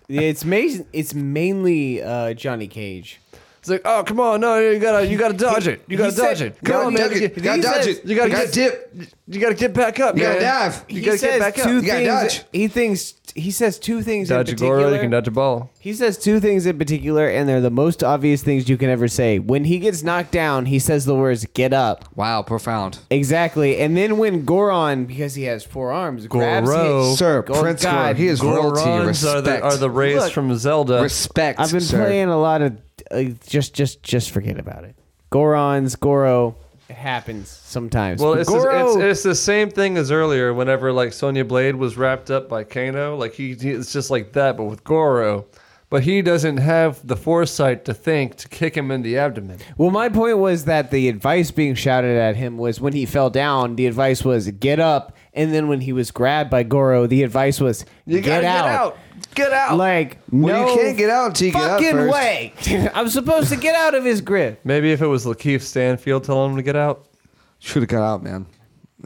It's ma- It's mainly uh, Johnny Cage. It's like, oh come on, no, you gotta you gotta dodge it, you gotta He dodge said- it, come on, You man, gotta you, dig it. You gotta dodge it. you gotta You gotta get dip. you gotta get back up, You gotta man. dive. you He gotta says get back two up. You gotta things. dodge. He thinks he says two things Dodge in a particular. Goro, you can dodge a ball. He says two things in particular, and they're the most obvious things you can ever say. When he gets knocked down, he says the words "get up." Wow, profound. Exactly, and then when Goron, because he has four arms, grabs Goro. him, Sir, Go- Prince God, Goro, he is royalty. Gorons Respect. are the are the rays Look. from Zelda. respect, I've been sir. playing a lot of uh, just, just, just forget about it. Goron's Goro. It happens sometimes. well, But it's, Goro, it's, it's the same thing as earlier. Whenever like Sonya Blade was wrapped up by Kano, like he, he it's just like that, but with Goro. But he doesn't have the foresight to think to kick him in the abdomen. Well, my point was that the advice being shouted at him was when he fell down, the advice was get up. And then when he was grabbed by Goro, the advice was get, out. Get out! Like, Well, no you can't get out until you get up fucking first. way. [laughs] I'm supposed to get out of his grip. Maybe if it was Lakeith Stanfield telling him to get out. Should have got out, man.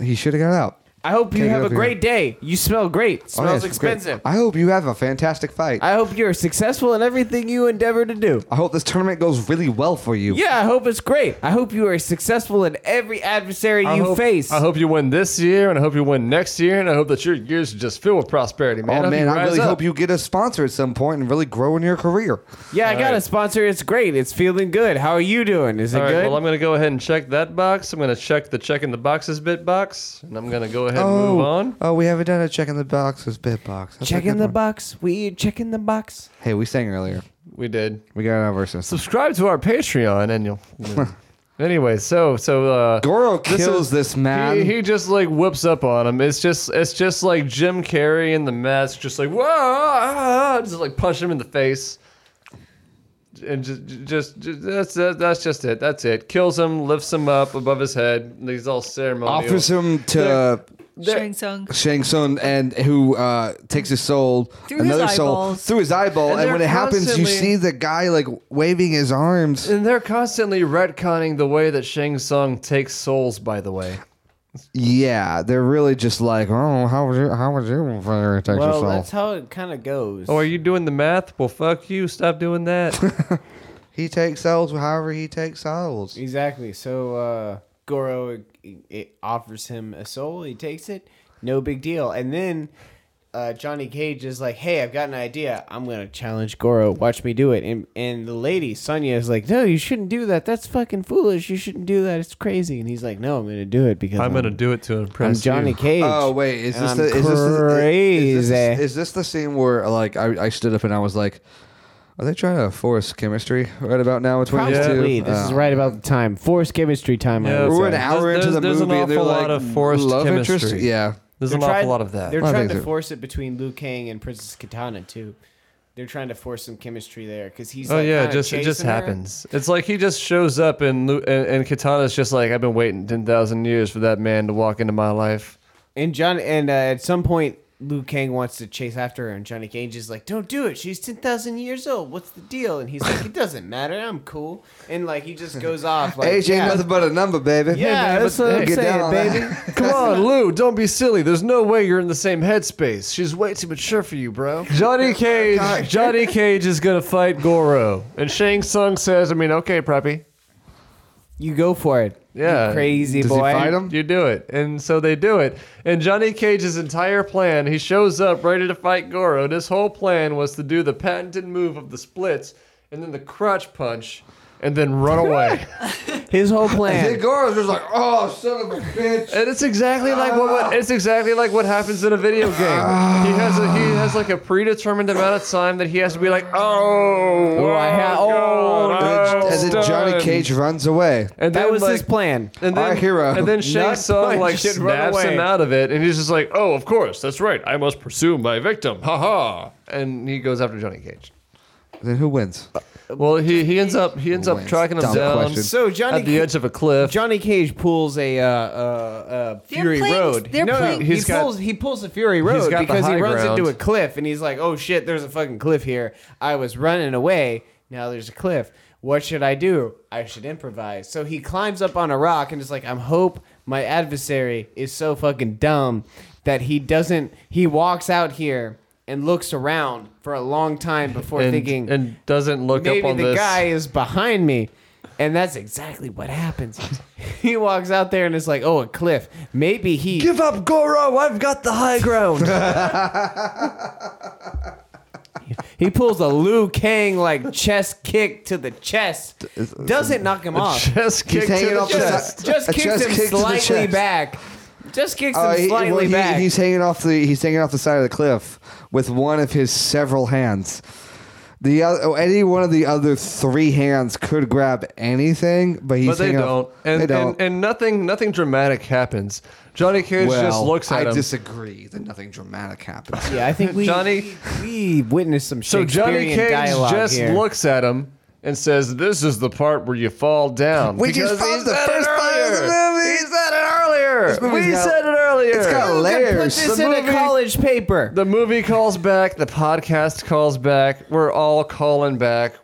He should have got out. I hope you Can't have get a up here. great day. You smell great. Oh, yeah, Smells it's great. expensive. I hope you have a fantastic fight. I, I hope you're successful in everything you endeavor to do. hope this tournament goes really well for you. Yeah, I hope it's great. I hope you are successful in every adversary I you hope, face. I hope you win this year, and I hope you win next year, and I hope that your years are just filled with prosperity, man. oh man, I really hope you. rise up. you get a sponsor at some point and really grow in your career. Yeah, I All got a right. sponsor. It's great. It's feeling good. How are you doing? Is it All right, good? well, I'm going to go ahead and check that box. I'm going to check the check in the boxes bit box, and I'm going to go ahead and move on. oh, we haven't done a check in the boxes bit box. That's a Check in good the one. box. We check in the box. Hey, we sang earlier. We did. We got our verses. Subscribe to our Patreon and [laughs] you'll. anyway, so so uh, Goro This is- kills this man. He, he just like whips up on him. It's just it's just like Jim Carrey in the mess, just like whoa, ah, ah," just like punch him in the face, and just just, just that's that, that's just it. That's it. Kills him, lifts him up above his head. and He's all ceremonial. offers him to Shang Tsung. Shang Tsung, and who uh, takes his soul, Through his another soul eyeballs. through his eyeball, And and, when they're it happens, you constantly- Uh, see the guy like waving his arms. And they're constantly retconning the way that Shang Tsung takes souls. By the way, Yeah, they're really just like, oh, how was your how was your fire takes Well, your that's soul? how it kind of goes. oh, are you doing the math? Well, fuck you. Stop doing that. [laughs] He takes souls, however he takes souls. Exactly. So uh, Goro it, it offers him a soul. He takes it. No big deal. And then uh, Johnny Cage is like, "Hey, I've got an idea. I'm gonna challenge Goro. Watch me do it." And and the lady Sonya is like, "No, you shouldn't do that. That's fucking foolish. You shouldn't do that. It's crazy." And he's like, "No, I'm gonna do it because I'm gonna do it to impress I'm Johnny you. Cage. Oh wait, is and this I'm the is this the, crazy? is this, is this the scene where like I, I stood up and I was like, are they trying to force chemistry right about now between these two? Probably. This is Oh. right about the time. Force chemistry time. Yeah. I would We're an say. hour There's- into the there's- there's an movie. they're awful like, lot of forced love interest. chemistry. Yeah. There's They're an awful trying- lot of that. They're I trying think to so. force it between Liu Kang and Princess Katana too. They're trying to force some chemistry there because he's. Oh like, yeah, kinda just it just chasing her. happens. It's like he just shows up and Lu- and, and Katana's just like I've been waiting ten thousand years for that man to walk into [laughs] my life. And John, and uh, at some point, Liu Kang wants to chase after her, and Johnny Cage is like, "Don't do it. She's ten thousand years old. What's the deal?" And he's like, "It doesn't matter. I'm cool." And like he just [laughs] goes off. Like, Age ain't yeah. nothing but a number, baby. Yeah, that's what I'm Get down saying, on baby. that. Come on, Lou, don't be silly. There's no way you're in the same headspace. She's way too mature for you, [laughs] bro. Johnny Cage. Johnny Cage is gonna fight Goro, and Shang Tsung says, "I mean, okay, preppy, You go for it. Yeah. you crazy Does he boy. fight him? you do it." And so they do it. And Johnny Cage's entire plan, he shows up ready to fight Goro. And his whole plan was to do the patented move of the splits and then the crotch punch, and then run away. His [laughs] whole plan. Dick Gore's just like, oh, son of a bitch. And it's exactly like what, what it's exactly like what happens in a video game. He has a, he has like a predetermined amount of time that he has to be like, oh, Oh, I ha- oh, God, And I'm then- and then Johnny done." Cage runs away. and that then, was like- his plan. And then, Our hero. And then Shang Not Tsung [laughs] punch, like shit, run snaps away. him out of it, and he's just like, oh, of course, that's right. I must pursue my victim. Ha ha. And he goes after Johnny Cage. Then who wins? Well, he, he ends up he ends up Wins. tracking him Dumb down question. So Johnny at the Ca- edge of a cliff. Johnny Cage pulls a uh, uh, uh, They're Fury playing- Road. they're no, playing- no, he He's got- pulls he pulls a Fury Road got the because he high runs ground. into a cliff and he's like, "Oh shit, there's a fucking cliff here. I was running away. Now there's a cliff. What should I do? I should improvise." So he climbs up on a rock and is like, "I'm hope my adversary is so fucking dumb that he doesn't he walks out here and looks around for a long time before and, thinking and doesn't look maybe up on the this. guy is behind me and that's exactly what happens [laughs] he walks out there and it's like oh a cliff maybe he [laughs] up, Goro! I've got the high ground. he pulls a Liu Kang like chest kick to the chest doesn't knock him off [laughs] Chest He's kick to hanging the off the chest. side. just A kicks chest him kick to the slightly chest. back just kicks him Uh, he- slightly well, he- back He's hanging off the he's hanging off the side of the cliff with one of his several hands. The other, oh, any one of the other three hands could grab anything, but he's But they hanging don't. off- and, they don't. And, and nothing nothing dramatic happens. Johnny Cage well, just looks at I him. disagree that nothing dramatic [laughs] happens. yeah I think we Johnny- we, we witnessed some so Johnny Shakespearean Cage dialogue just here. looks at him and says, "This is the part where you fall down." We just Because found he the said it first part of the earlier. movie. He said it earlier. movie's We got- said it earlier. it's got You can put layers. this The in movie- a college paper the movie calls back. The podcast calls back. We're all calling back.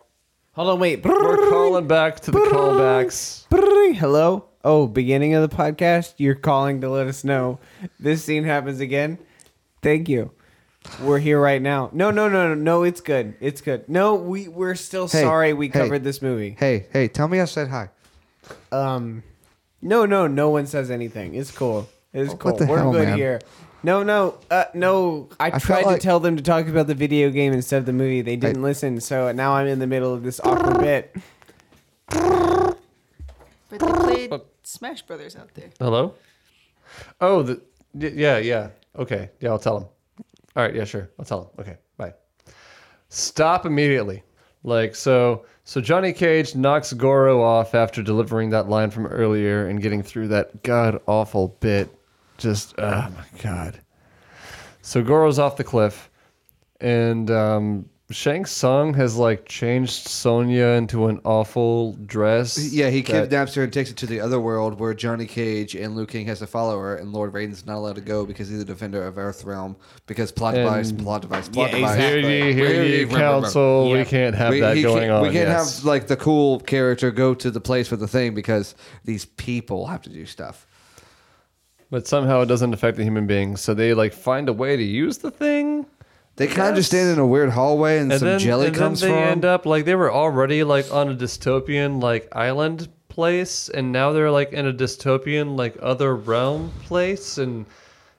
hold on wait We're calling back to the callbacks. Brrrr. Hello. Oh, beginning of the podcast, you're calling to let us know this scene happens again. Thank you. We're here right now. No, no, no, no, no. It's good. It's good. No, we we're still Hey, sorry we hey. covered this movie. hey, hey, tell me I said hi. Um, no, no, no one says anything. It's cool. It's cool. the We're hell, good man? here. No, no, uh, no. I, felt tried like- to tell them to talk about the video game instead of the movie. They didn't listen, so now I'm in the middle of this awkward bit. But they played Smash Brothers out there. Hello. Oh, the, Y- yeah, yeah. Okay. Yeah, I'll tell him. All right. Yeah, sure. I'll tell him. Okay. Bye. Stop immediately. Like so. So Johnny Cage knocks Goro off after delivering that line from earlier and getting through that god awful bit. Just oh my god. So Goro's off the cliff, and um, Shang Tsung has like changed Sonya into an awful dress. Yeah, he that- kidnaps her and takes it to the other world where Johnny Cage and Liu King has to follow her, and Lord Raiden's not allowed to go because he's the defender of Earth Realm. Because plot device, And- plot device, plot Yeah, device. Hear ye, hear ye, council. We Yeah. can't have we, that he going can't, on. we can't yes. have like the cool character go to the place for the thing because these people have to do stuff. but somehow it doesn't affect the human being. So they like find a way to use the thing, They kind of just Yes. stand in a weird hallway and, and some then jelly and then comes they from. end up like they were already like on a dystopian like island place, and now they're like in a dystopian like other realm place, and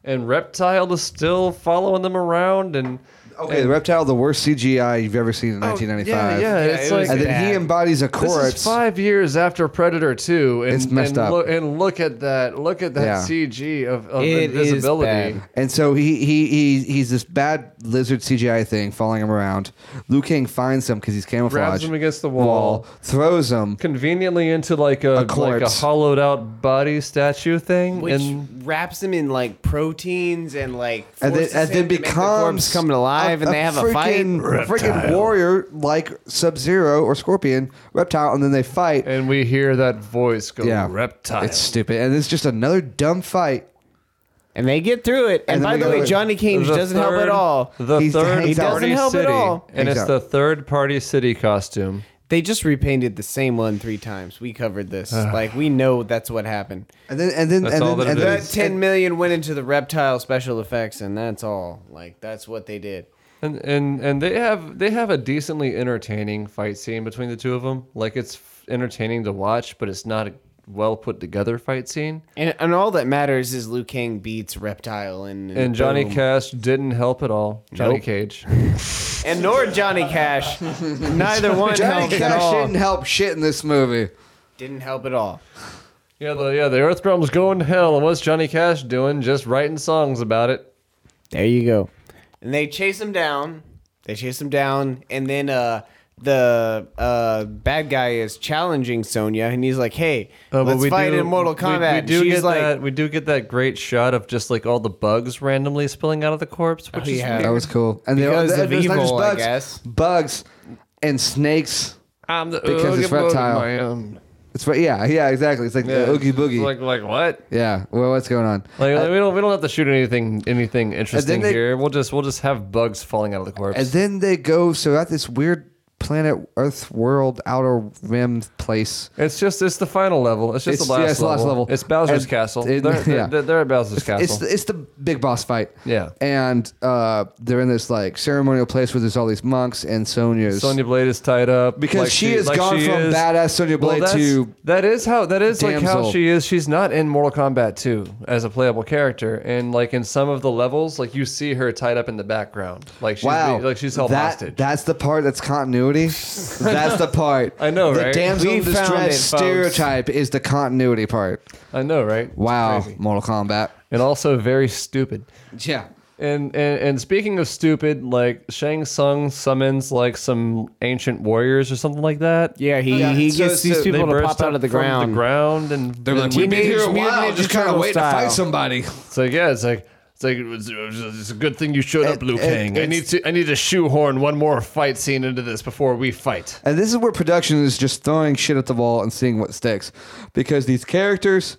and reptile is still following them around, and okay, the reptile, the worst CGI you've ever Oh, seen in 1995. Yeah, yeah, Yeah, it's it was like And then he Bad. embodies a corpse. This is five years after Predator Two, and It's messed and, up. loo- and look at that, look at that Yeah. CG of, of It is invisibility. bad. And so he, he he he's this bad lizard CGI thing following him around. Liu King finds him because he's camouflaged. Grabs him against the wall. throws him. Conveniently into like a, like a corpse. hollowed out body statue thing, Which and wraps them in like proteins and like And then, forces and him then to make the corpse becomes coming alive, and they have a fight. freaking, a freaking warrior like Sub Zero or Scorpion reptile, and then they fight. and we hear that voice go, yeah, "Reptile." It's stupid, and it's just another dumb fight. And they get through it. And, And then by they the go way, in. Johnny Cage The doesn't help at third- all. The He's- third he doesn't party help at city, all. and He's it's out. the third party city costume. They just repainted the same one three times. We covered [sighs] this. like we know that's what happened. And then and then That's and all then, that and it then That is. ten million went into the reptile special effects, and that's all. Like that's what they did. And and and they have they have a decently entertaining fight scene between the two of them. Like it's f- entertaining to watch, but it's not a well put together fight scene. And, and all that matters is Liu Kang beats Reptile and And Johnny boom. Cash didn't help at all. Johnny Nope. Cage. and nor Johnny [laughs] Cash. Neither one Johnny helped at Cash all. didn't help shit in this movie. Didn't help at all. Yeah, the yeah the Earth Realm's going to hell, and what's Johnny Cash doing? Just writing songs about it. There you go. And they chase him down. They chase him down, and then uh, the uh, bad guy is challenging Sonya, and he's like, "Hey, Uh, let's we fight do- in Mortal we- Kombat." We, And do she's get like, that. We do get that great shot of just like all the bugs randomly spilling out of the corpse, which is yeah. weird. That was cool. And there- Because there- of there's not evil, just I bugs, guess. bugs and snakes. I'm the Because it's oogie boogie reptile. man. It's right. Yeah, yeah, exactly. It's like Yeah, the Um, oogie it's boogie. Like like what? yeah. Well, what's going on? Like, we don't we don't have to shoot anything anything interesting they- here. We'll just we'll just have bugs falling out of the corpse. And then they go so at this weird planet Earth world outer rim place. It's just it's the final level. It's just It's- the last, yeah, it's the level. last level. It's Bowser's And castle. it- they're, [laughs] yeah. they're, they're at Bowser's castle. It's the, it's the big boss fight. Yeah. And uh, they're in this like ceremonial place where there's all these monks and Sonya's. Sonya Blade is tied up Because like she has gone she from is- badass Sonya Blade that's- to that is how that is like how damsel. she is. She's not in Mortal Kombat 2 as a playable character, and like in some of the levels, like you see her tied up in the background, like she's wow. being- like she's held that, hostage. That's the part that's [laughs] continuity. that's the part. I know, The right? damsel We in found distress it, folks. stereotype is the continuity part. I know, right? It's Wow. crazy. Mortal Kombat. and also very stupid. Yeah. And, and and speaking of stupid, like Shang Tsung summons like some ancient warriors or something like that. "Yeah, he Yeah, he so- gets these so people they to burst pop out up of the from ground. The ground and they're Like, we've been Teenage here a Mutant while Ninja just kind of Turtle waiting to style. fight somebody. It's like yeah, it's like it's like it was, it was- it's a good thing you showed up, It- Liu it- Kang. I it's- need to I need to shoehorn one more fight scene into this before we fight. And this is where production is just throwing shit at the wall and seeing what sticks. Because these characters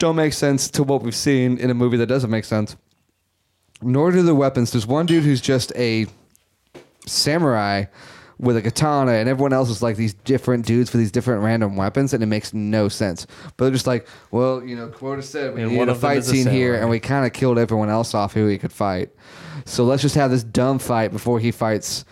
don't make sense to what we've seen in a movie that doesn't make sense. Nor do the weapons. There's one dude who's just a samurai with a katana, and everyone else is like these different dudes with these different random weapons, and it makes no sense. But they're just like, well, you know, Quota said we And need one a of them fight is a scene here, samurai. and we kind of killed everyone else off who he could fight. So let's just have this dumb fight before he fights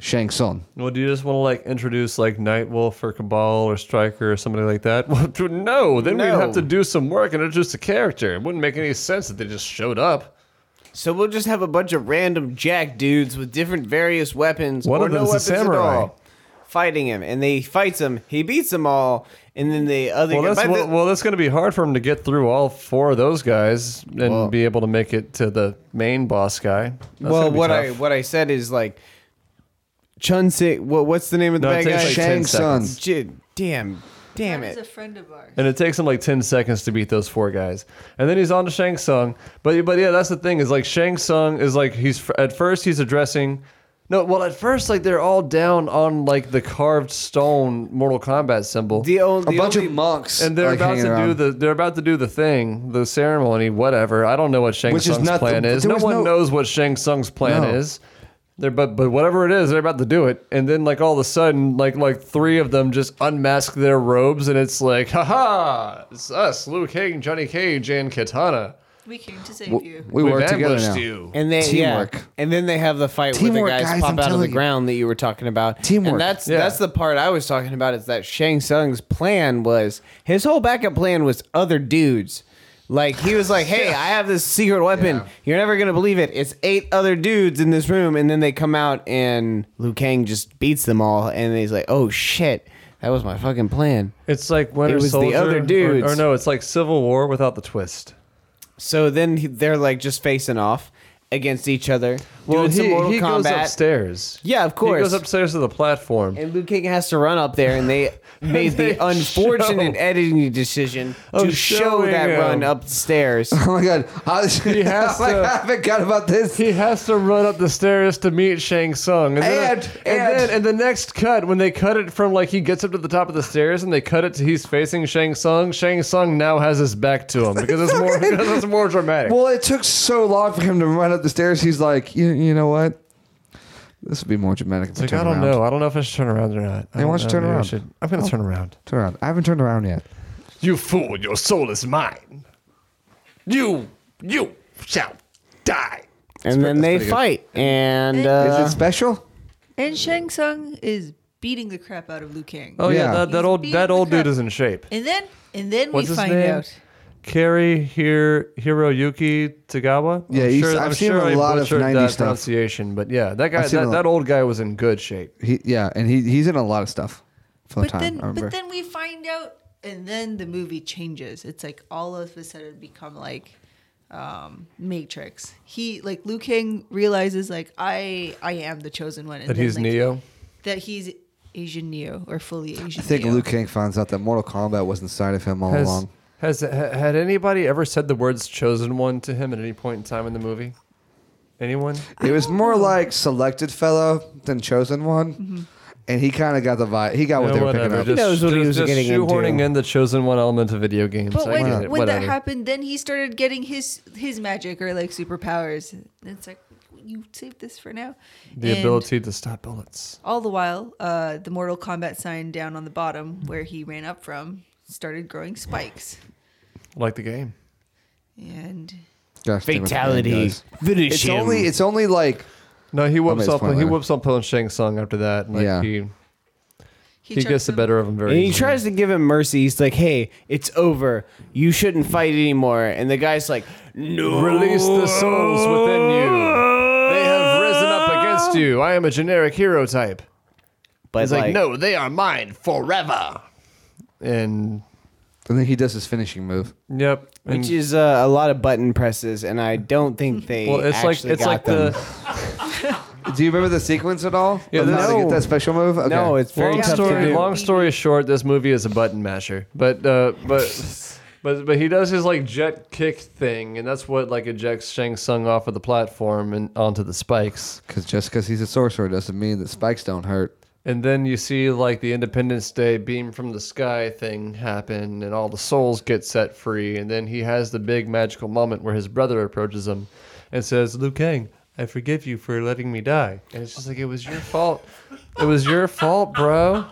Shang Tsung. Well, do you just want to like introduce like Nightwolf or Cabal or Striker or somebody like that? [laughs] Well, dude, no. Then we'd No. have to do some work and introduce a character. It wouldn't make any sense that they just showed up. So we'll just have a bunch of random jack dudes with different various weapons One or of no them's a weapons at samurai. all, fighting him. And they fights him. He beats them all, And then the other Well, guy- that's but well, the- well, that's going to be hard for him to get through all four of those guys and Well- be able to make it to the main boss guy. That's well, gonna be what tough. I what I said is like Chun Sik. What what's the name of the No, it bad takes guy? like Shang 10 Tsung. seconds. J- damn, damn He's a it. friend of ours. And it takes him like 10 seconds to beat those four guys. And then he's on to Shang Tsung. But but yeah, that's the thing is like Shang Tsung is like he's at first he's addressing No, well at first like they're all down on like the carved stone Mortal Kombat symbol. The old a bunch of monks and they're like, about hanging to do around. the they're about to do the thing, the ceremony, whatever. I don't know what Shang Which is Tsung's not the- plan is. there No was one no- knows what Shang Tsung's plan No. is. They're, but but whatever it is, they're about to do it, and then like all of a sudden, like like three of them just unmask their robes, and it's like, haha, it's us, Liu Kang, Johnny Cage, and Katana. We came to save you. we We've work together ambushed now. you. and then yeah, Teamwork. and then they have the fight Teamwork, where the guys, guys, pop I'm out of the telling you. ground that you were talking about. Teamwork. And that's Yeah. that's the part I was talking about is that Shang Tsung's plan was his whole backup plan was other dudes. Like he was like, [laughs] "Hey, I have this secret weapon. Yeah. You're never gonna believe it. It's eight other dudes in this room." And then they come out, and Liu Kang just beats them all. And he's like, "Oh shit, that was my fucking plan." It's like Winter It was the Soldier, other or- dudes. or no, it's like Civil War without the twist. So then he- they're like just facing off against each other. Well, doing some Mortal he, he goes Kombat. upstairs. Yeah, of He course. goes upstairs to the platform. And Luke King has to run up there, and they made [laughs] they the unfortunate show- editing decision to of show that showing run him. up the [laughs] stairs. [laughs] Oh my god! I, [laughs] he has I to- forgot about this. He has to run up the stairs to meet Shang Tsung. And then, And- and, and- then in the next cut, when they cut it from like he gets up to the top of the stairs and they cut it to he's facing Shang Tsung, Shang Tsung now has his back to him because it's [laughs] more because it's more dramatic. Well, it took so long for him to run up the stairs. He's like, you, you know what? This would be more dramatic. If it's like turn I don't around. know. I don't know if I should turn around or not. I Hey, don't why don't you know. turn Maybe I around? should- I'm gonna turn around. Turn around. I haven't turned around yet. You fool! Your soul is mine. You you shall die. and then they fight, and uh, Is it special? And Shang Tsung is beating the crap out of Liu Kang. Oh yeah, Yeah. that, that He's old beating that the old crap. dude is in shape. And then and then What's we his find name? out. Kerry Hir- Hiroyuki Tagawa. Yeah, he's- I've seen him in a lot of butchered 90s that stuff. pronunciation, but yeah, that guy, I've seen a that, lot. that old guy was in good shape. He, yeah, and he he's in a lot of stuff for the But time. then I remember. but then we find out and then the movie changes. It's like all of a sudden become like um Matrix. He like Liu Kang realizes like I I am the chosen one. And That then, he's like, Neo. That he's Asian Neo or fully Asian. I think Neo. Luke King finds out that Mortal Kombat was inside of him all Has, along. has ha- had anybody ever said the words "chosen one" to him at any point in time in the movie? Anyone? It was Oh. more like selected fellow than chosen one, Mm-hmm. and he kind of got the vibe. He got what No, they were whatever. picking up. Just, knows what he just, was just getting into. shoehorning in the chosen one element of video games. But I when, get it. when that Whatever. happened, then he started getting his his magic or like superpowers. And it's like you save this for now. the And ability to stop bullets. All the while, uh, the Mortal Kombat sign down on the bottom where he ran up from started growing spikes, Like the game. and Gosh, damn it, fatality. guys. Finish It's him. only it's only like No, he whoops make this up. point He later. whoops up on Shang Tsung after that. and, Like Yeah. he, he, chucks gets the him. better of him very. and he easily. tries to give him mercy. He's like, "Hey, it's over. You shouldn't fight anymore." And the guy's like, "No." Release the souls within you. They have risen up against you. I am a generic hero type. But It's like, no, they are mine forever. And I think he does his finishing move. yep, and- Which is uh, a lot of button presses, and I don't think they. well, it's like actually it's got like them. the Do you remember the sequence at all? Yeah, Of how that's- to No. get that special move. Okay. No, it's very long tough to story. do. Long story short, this movie is a button masher. But uh, [laughs] but but but he does his like jet kick thing, and that's what like ejects Shang Tsung off of the platform and onto the spikes. because just because he's a sorcerer doesn't mean that spikes don't hurt. And then you see like the Independence Day beam from the sky thing happen, and all the souls get set free. And then he has the big magical moment where his brother approaches him and says, Liu Kang, I forgive you for letting me die. And it's just like, it was your fault. It was your fault, bro.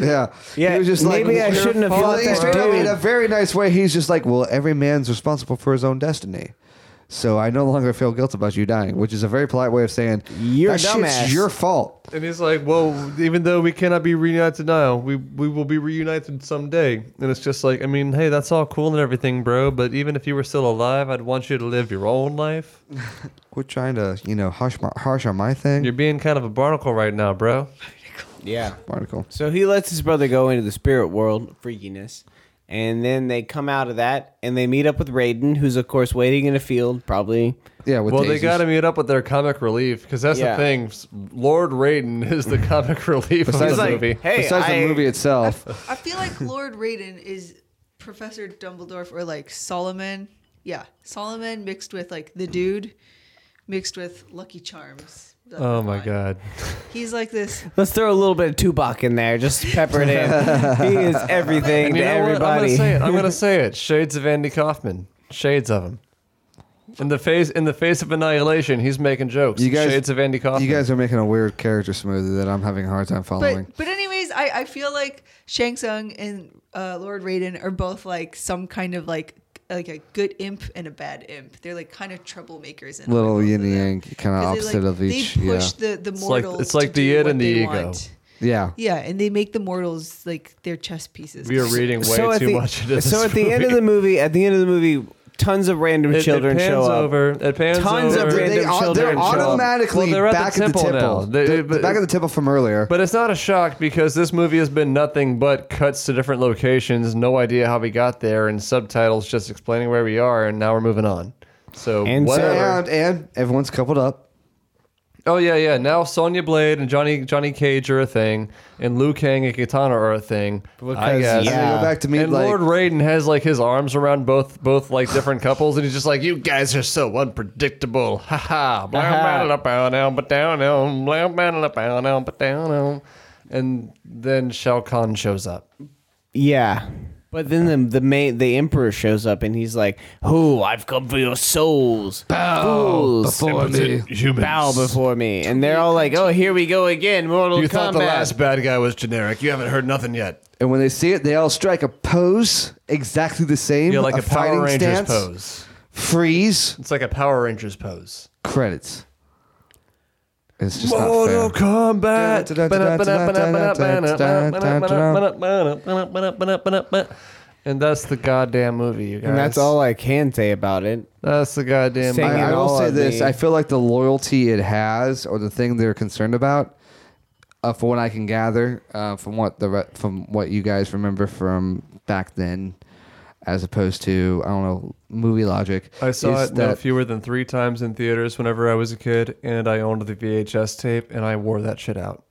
Yeah, Yeah, He was just like, maybe I shouldn't have Well, fought he that straight up dude. in a very nice way. He's just like, well, every man's responsible for his own destiny. So I no longer feel guilt about you dying, which is a very polite way of saying You're a that shit's dumbass." your fault. And he's like, well, even though we cannot be reunited now, we, we will be reunited someday. And it's just like, I mean, hey, that's all cool and everything, bro. But even if you were still alive, I'd want you to live your own life. Quit trying to, you know, harsh, my, harsh on my thing. You're being kind of a barnacle right now, bro. Yeah. Barnacle. So he lets his brother go into the spirit world, freakiness. And then they come out of that and they meet up with Raiden, who's, of course, waiting in a field, probably. Yeah. With Well, they daisies. got to meet up with their comic relief because that's Yeah. the thing. S- Lord Raiden [laughs] is the comic relief of Besides the He's like, movie. hey, Besides I- the movie [laughs] itself, I feel [laughs] like Lord Raiden is Professor Dumbledore or like Solomon. Yeah, Solomon mixed with like the dude, mixed with Lucky Charms. That's Oh my fine. god. He's like this. Let's throw a little bit of Tupac in there, just pepper it [laughs] in. he is everything And to you know what? I'm everybody. gonna say it. [laughs] I'm gonna say it. Shades of Andy Kaufman. Shades of him. In the face, in the face of annihilation, he's making jokes. You guys- Shades of Andy Kaufman. you guys are making a weird character smoothie that I'm having a hard time following. But but anyways, I I feel like Shang Tsung and uh, Lord Raiden are both like some kind of like like a good imp and a bad imp. They're like kind of troublemakers. In a way, Little both of yin and them. yang, kind of 'Cause opposite they, like, of each. They Yeah. push the the like- mortals. it's like to the do yin what and the they ego. want. yeah. Yeah, and they make the mortals like their chess pieces. we are reading way at too the, much into this so at the end of movie. the movie, at the end of the movie, tons of random It- it children pans show up. Over. It pans Tons of over. random They are, children they're show up. Well, automatically they're at the back at the temple temple. now. They- They're- but- back at the temple from earlier. But it's not a shock because this movie has been nothing but cuts to different locations, no idea how we got there, and subtitles just explaining where we are, and now we're moving on. So And whatever. and, and everyone's coupled up. oh yeah, yeah. Now Sonya Blade and Johnny Johnny Cage are a thing, and Liu Kang and Katana are a thing. I Because, guess. And they Yeah. go back to meet and like Lord Raiden has like his arms around both both like different couples, and he's just like, "You guys are so unpredictable." Ha ha. Blah, Ha ha. blah, blah, blah, blah, blah, blah, blah, blah, blah, blah, blah. And then Shao Kahn shows up. Yeah. But then the the main the emperor shows up and he's like, "Who I've come for your souls, bow fools, before me. Humans. bow before me." And they're all like, "Oh, here we go again, Mortal You Kombat." thought the last bad guy was generic. You haven't heard nothing yet. And when they see it, they all strike a pose exactly the same. You're like a, Power fighting Rangers stance. pose. Freeze. It's like a Power Rangers pose. Credits. It's just Mortal not fair. Kombat. [laughs] And that's the goddamn movie, you guys. And that's all I can say about it. That's the goddamn Same. movie. I, I will all say of this: the- I feel like the loyalty it has, or the thing they're concerned about, uh, from what I can gather, uh, from what the re- from what you guys remember from back then, as opposed to I don't know movie logic. I saw is it no fewer than three times in theaters whenever I was a kid, and I owned the VHS tape, and I wore that shit out.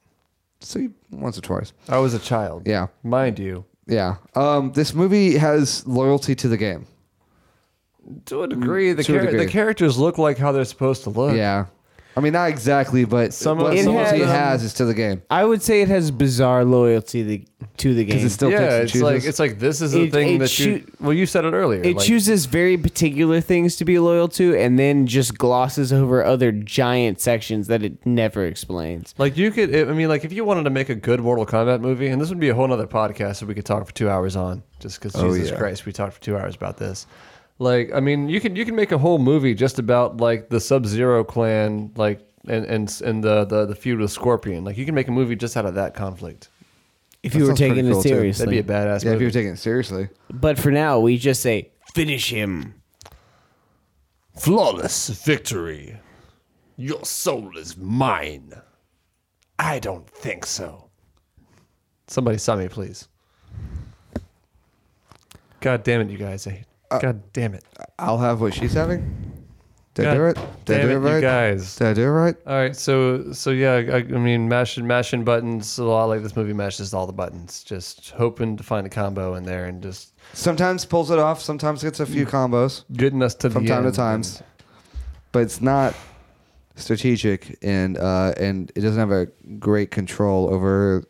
see once or twice. I was a child. Yeah, Mind you. yeah. Um, this movie has loyalty to the game. Mm, To a degree, the, To a char- degree. the characters look like how they're supposed to look. Yeah. I mean, not exactly, but some Some of- what It loyalty it had, um, has is to the game I would say it has bizarre loyalty to the, to the because game. it still picks yeah, and it's chooses. like it's like this is the It- thing it that you. shoot- Well, you said it earlier. It like, chooses very particular things to be loyal to, and then just glosses over other giant sections that it never explains. Like you could, I mean, like if you wanted to make a good Mortal Kombat movie, and this would be a whole other podcast that we could talk for two hours on, just because Jesus Oh, yeah. Christ, we talked for two hours about this. Like, I mean, you can you can make a whole movie just about like the Sub Zero clan, like and and and the, the the feud with Scorpion. Like, you can make a movie just out of that conflict. If That you were sounds pretty taking it cool, too. That'd be That'd be seriously, a badass yeah, if movie. you're taking it seriously. but for now, we just say finish him. Flawless victory. Your soul is mine. I don't think so. Somebody saw me, please. God damn it, you guys! I, Uh, God damn it! I'll have what she's having. Did I God do it? Did I damn do it it, you right? guys. Did I do it right? All right, so so yeah, I, I mean, mashing mashing buttons a lot like this movie mashes all the buttons, just hoping to find a combo in there and just Sometimes pulls it off. Sometimes gets a few combos getting us to from the time to end. times, but it's not strategic and uh, and it doesn't have a great control over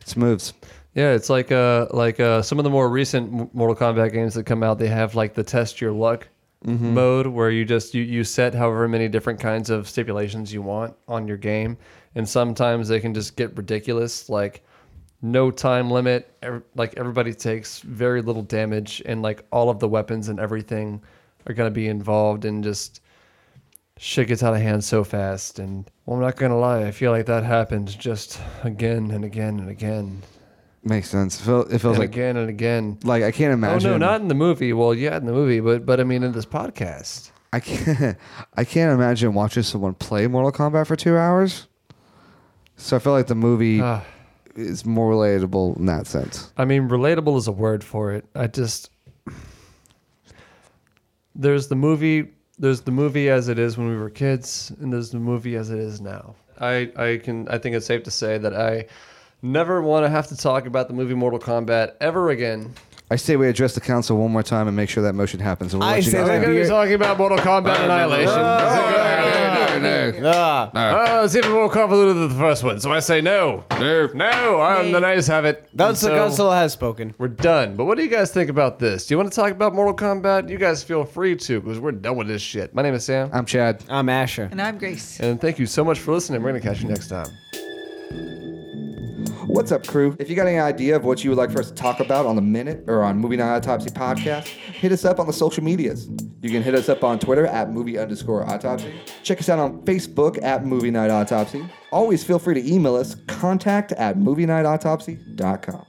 its moves. Yeah, it's like uh like uh some of the more recent M- Mortal Kombat games that come out, they have like the test your luck mode where you just you, you set however many different kinds of stipulations you want on your game, and sometimes they can just get ridiculous like no time limit, ev- like everybody takes very little damage and like all of the weapons and everything are going to be involved and just shit gets out of hand so fast and well, I'm not going to lie, I feel like that happens just again and again and again Makes sense. It feel- it feels and like again and again. like I can't imagine. Oh no, not in the movie. Well, yeah, in the movie, but but I mean in this podcast. I can't. [laughs] I can't imagine watching someone play Mortal Kombat for two hours. So I feel like the movie Ah. is more relatable in that sense. I mean, relatable is a word for it. I just there's the movie, there's the movie as it is when we were kids, and there's the movie as it is now. I I can I think it's safe to say that I never want to have to talk about the movie Mortal Kombat ever again. I say we address the council one more time and make sure that motion happens. And we'll I let you say guys that know. We're talking about Mortal Kombat Annihilation. No, no, no, no. Ah, Uh, it's even more convoluted than the first one, so I say no. No. No, I'm the nice have it. that's And the so council has spoken. We're done. But what do you guys think about this? Do you want to talk about Mortal Kombat? You guys feel free to, because we're done with this shit. My name is Sam. I'm Chad. I'm Asher. And I'm Grace. And thank you so much for listening. We're going to catch you next time. What's up, crew? If you got any idea of what you would like for us to talk about on the Minute or on Movie Night Autopsy podcast, hit us up on the social medias. You can hit us up on Twitter at movie underscore autopsy. Check us out on Facebook at Movie Night Autopsy. Always feel free to email us contact at movienightautopsy.com.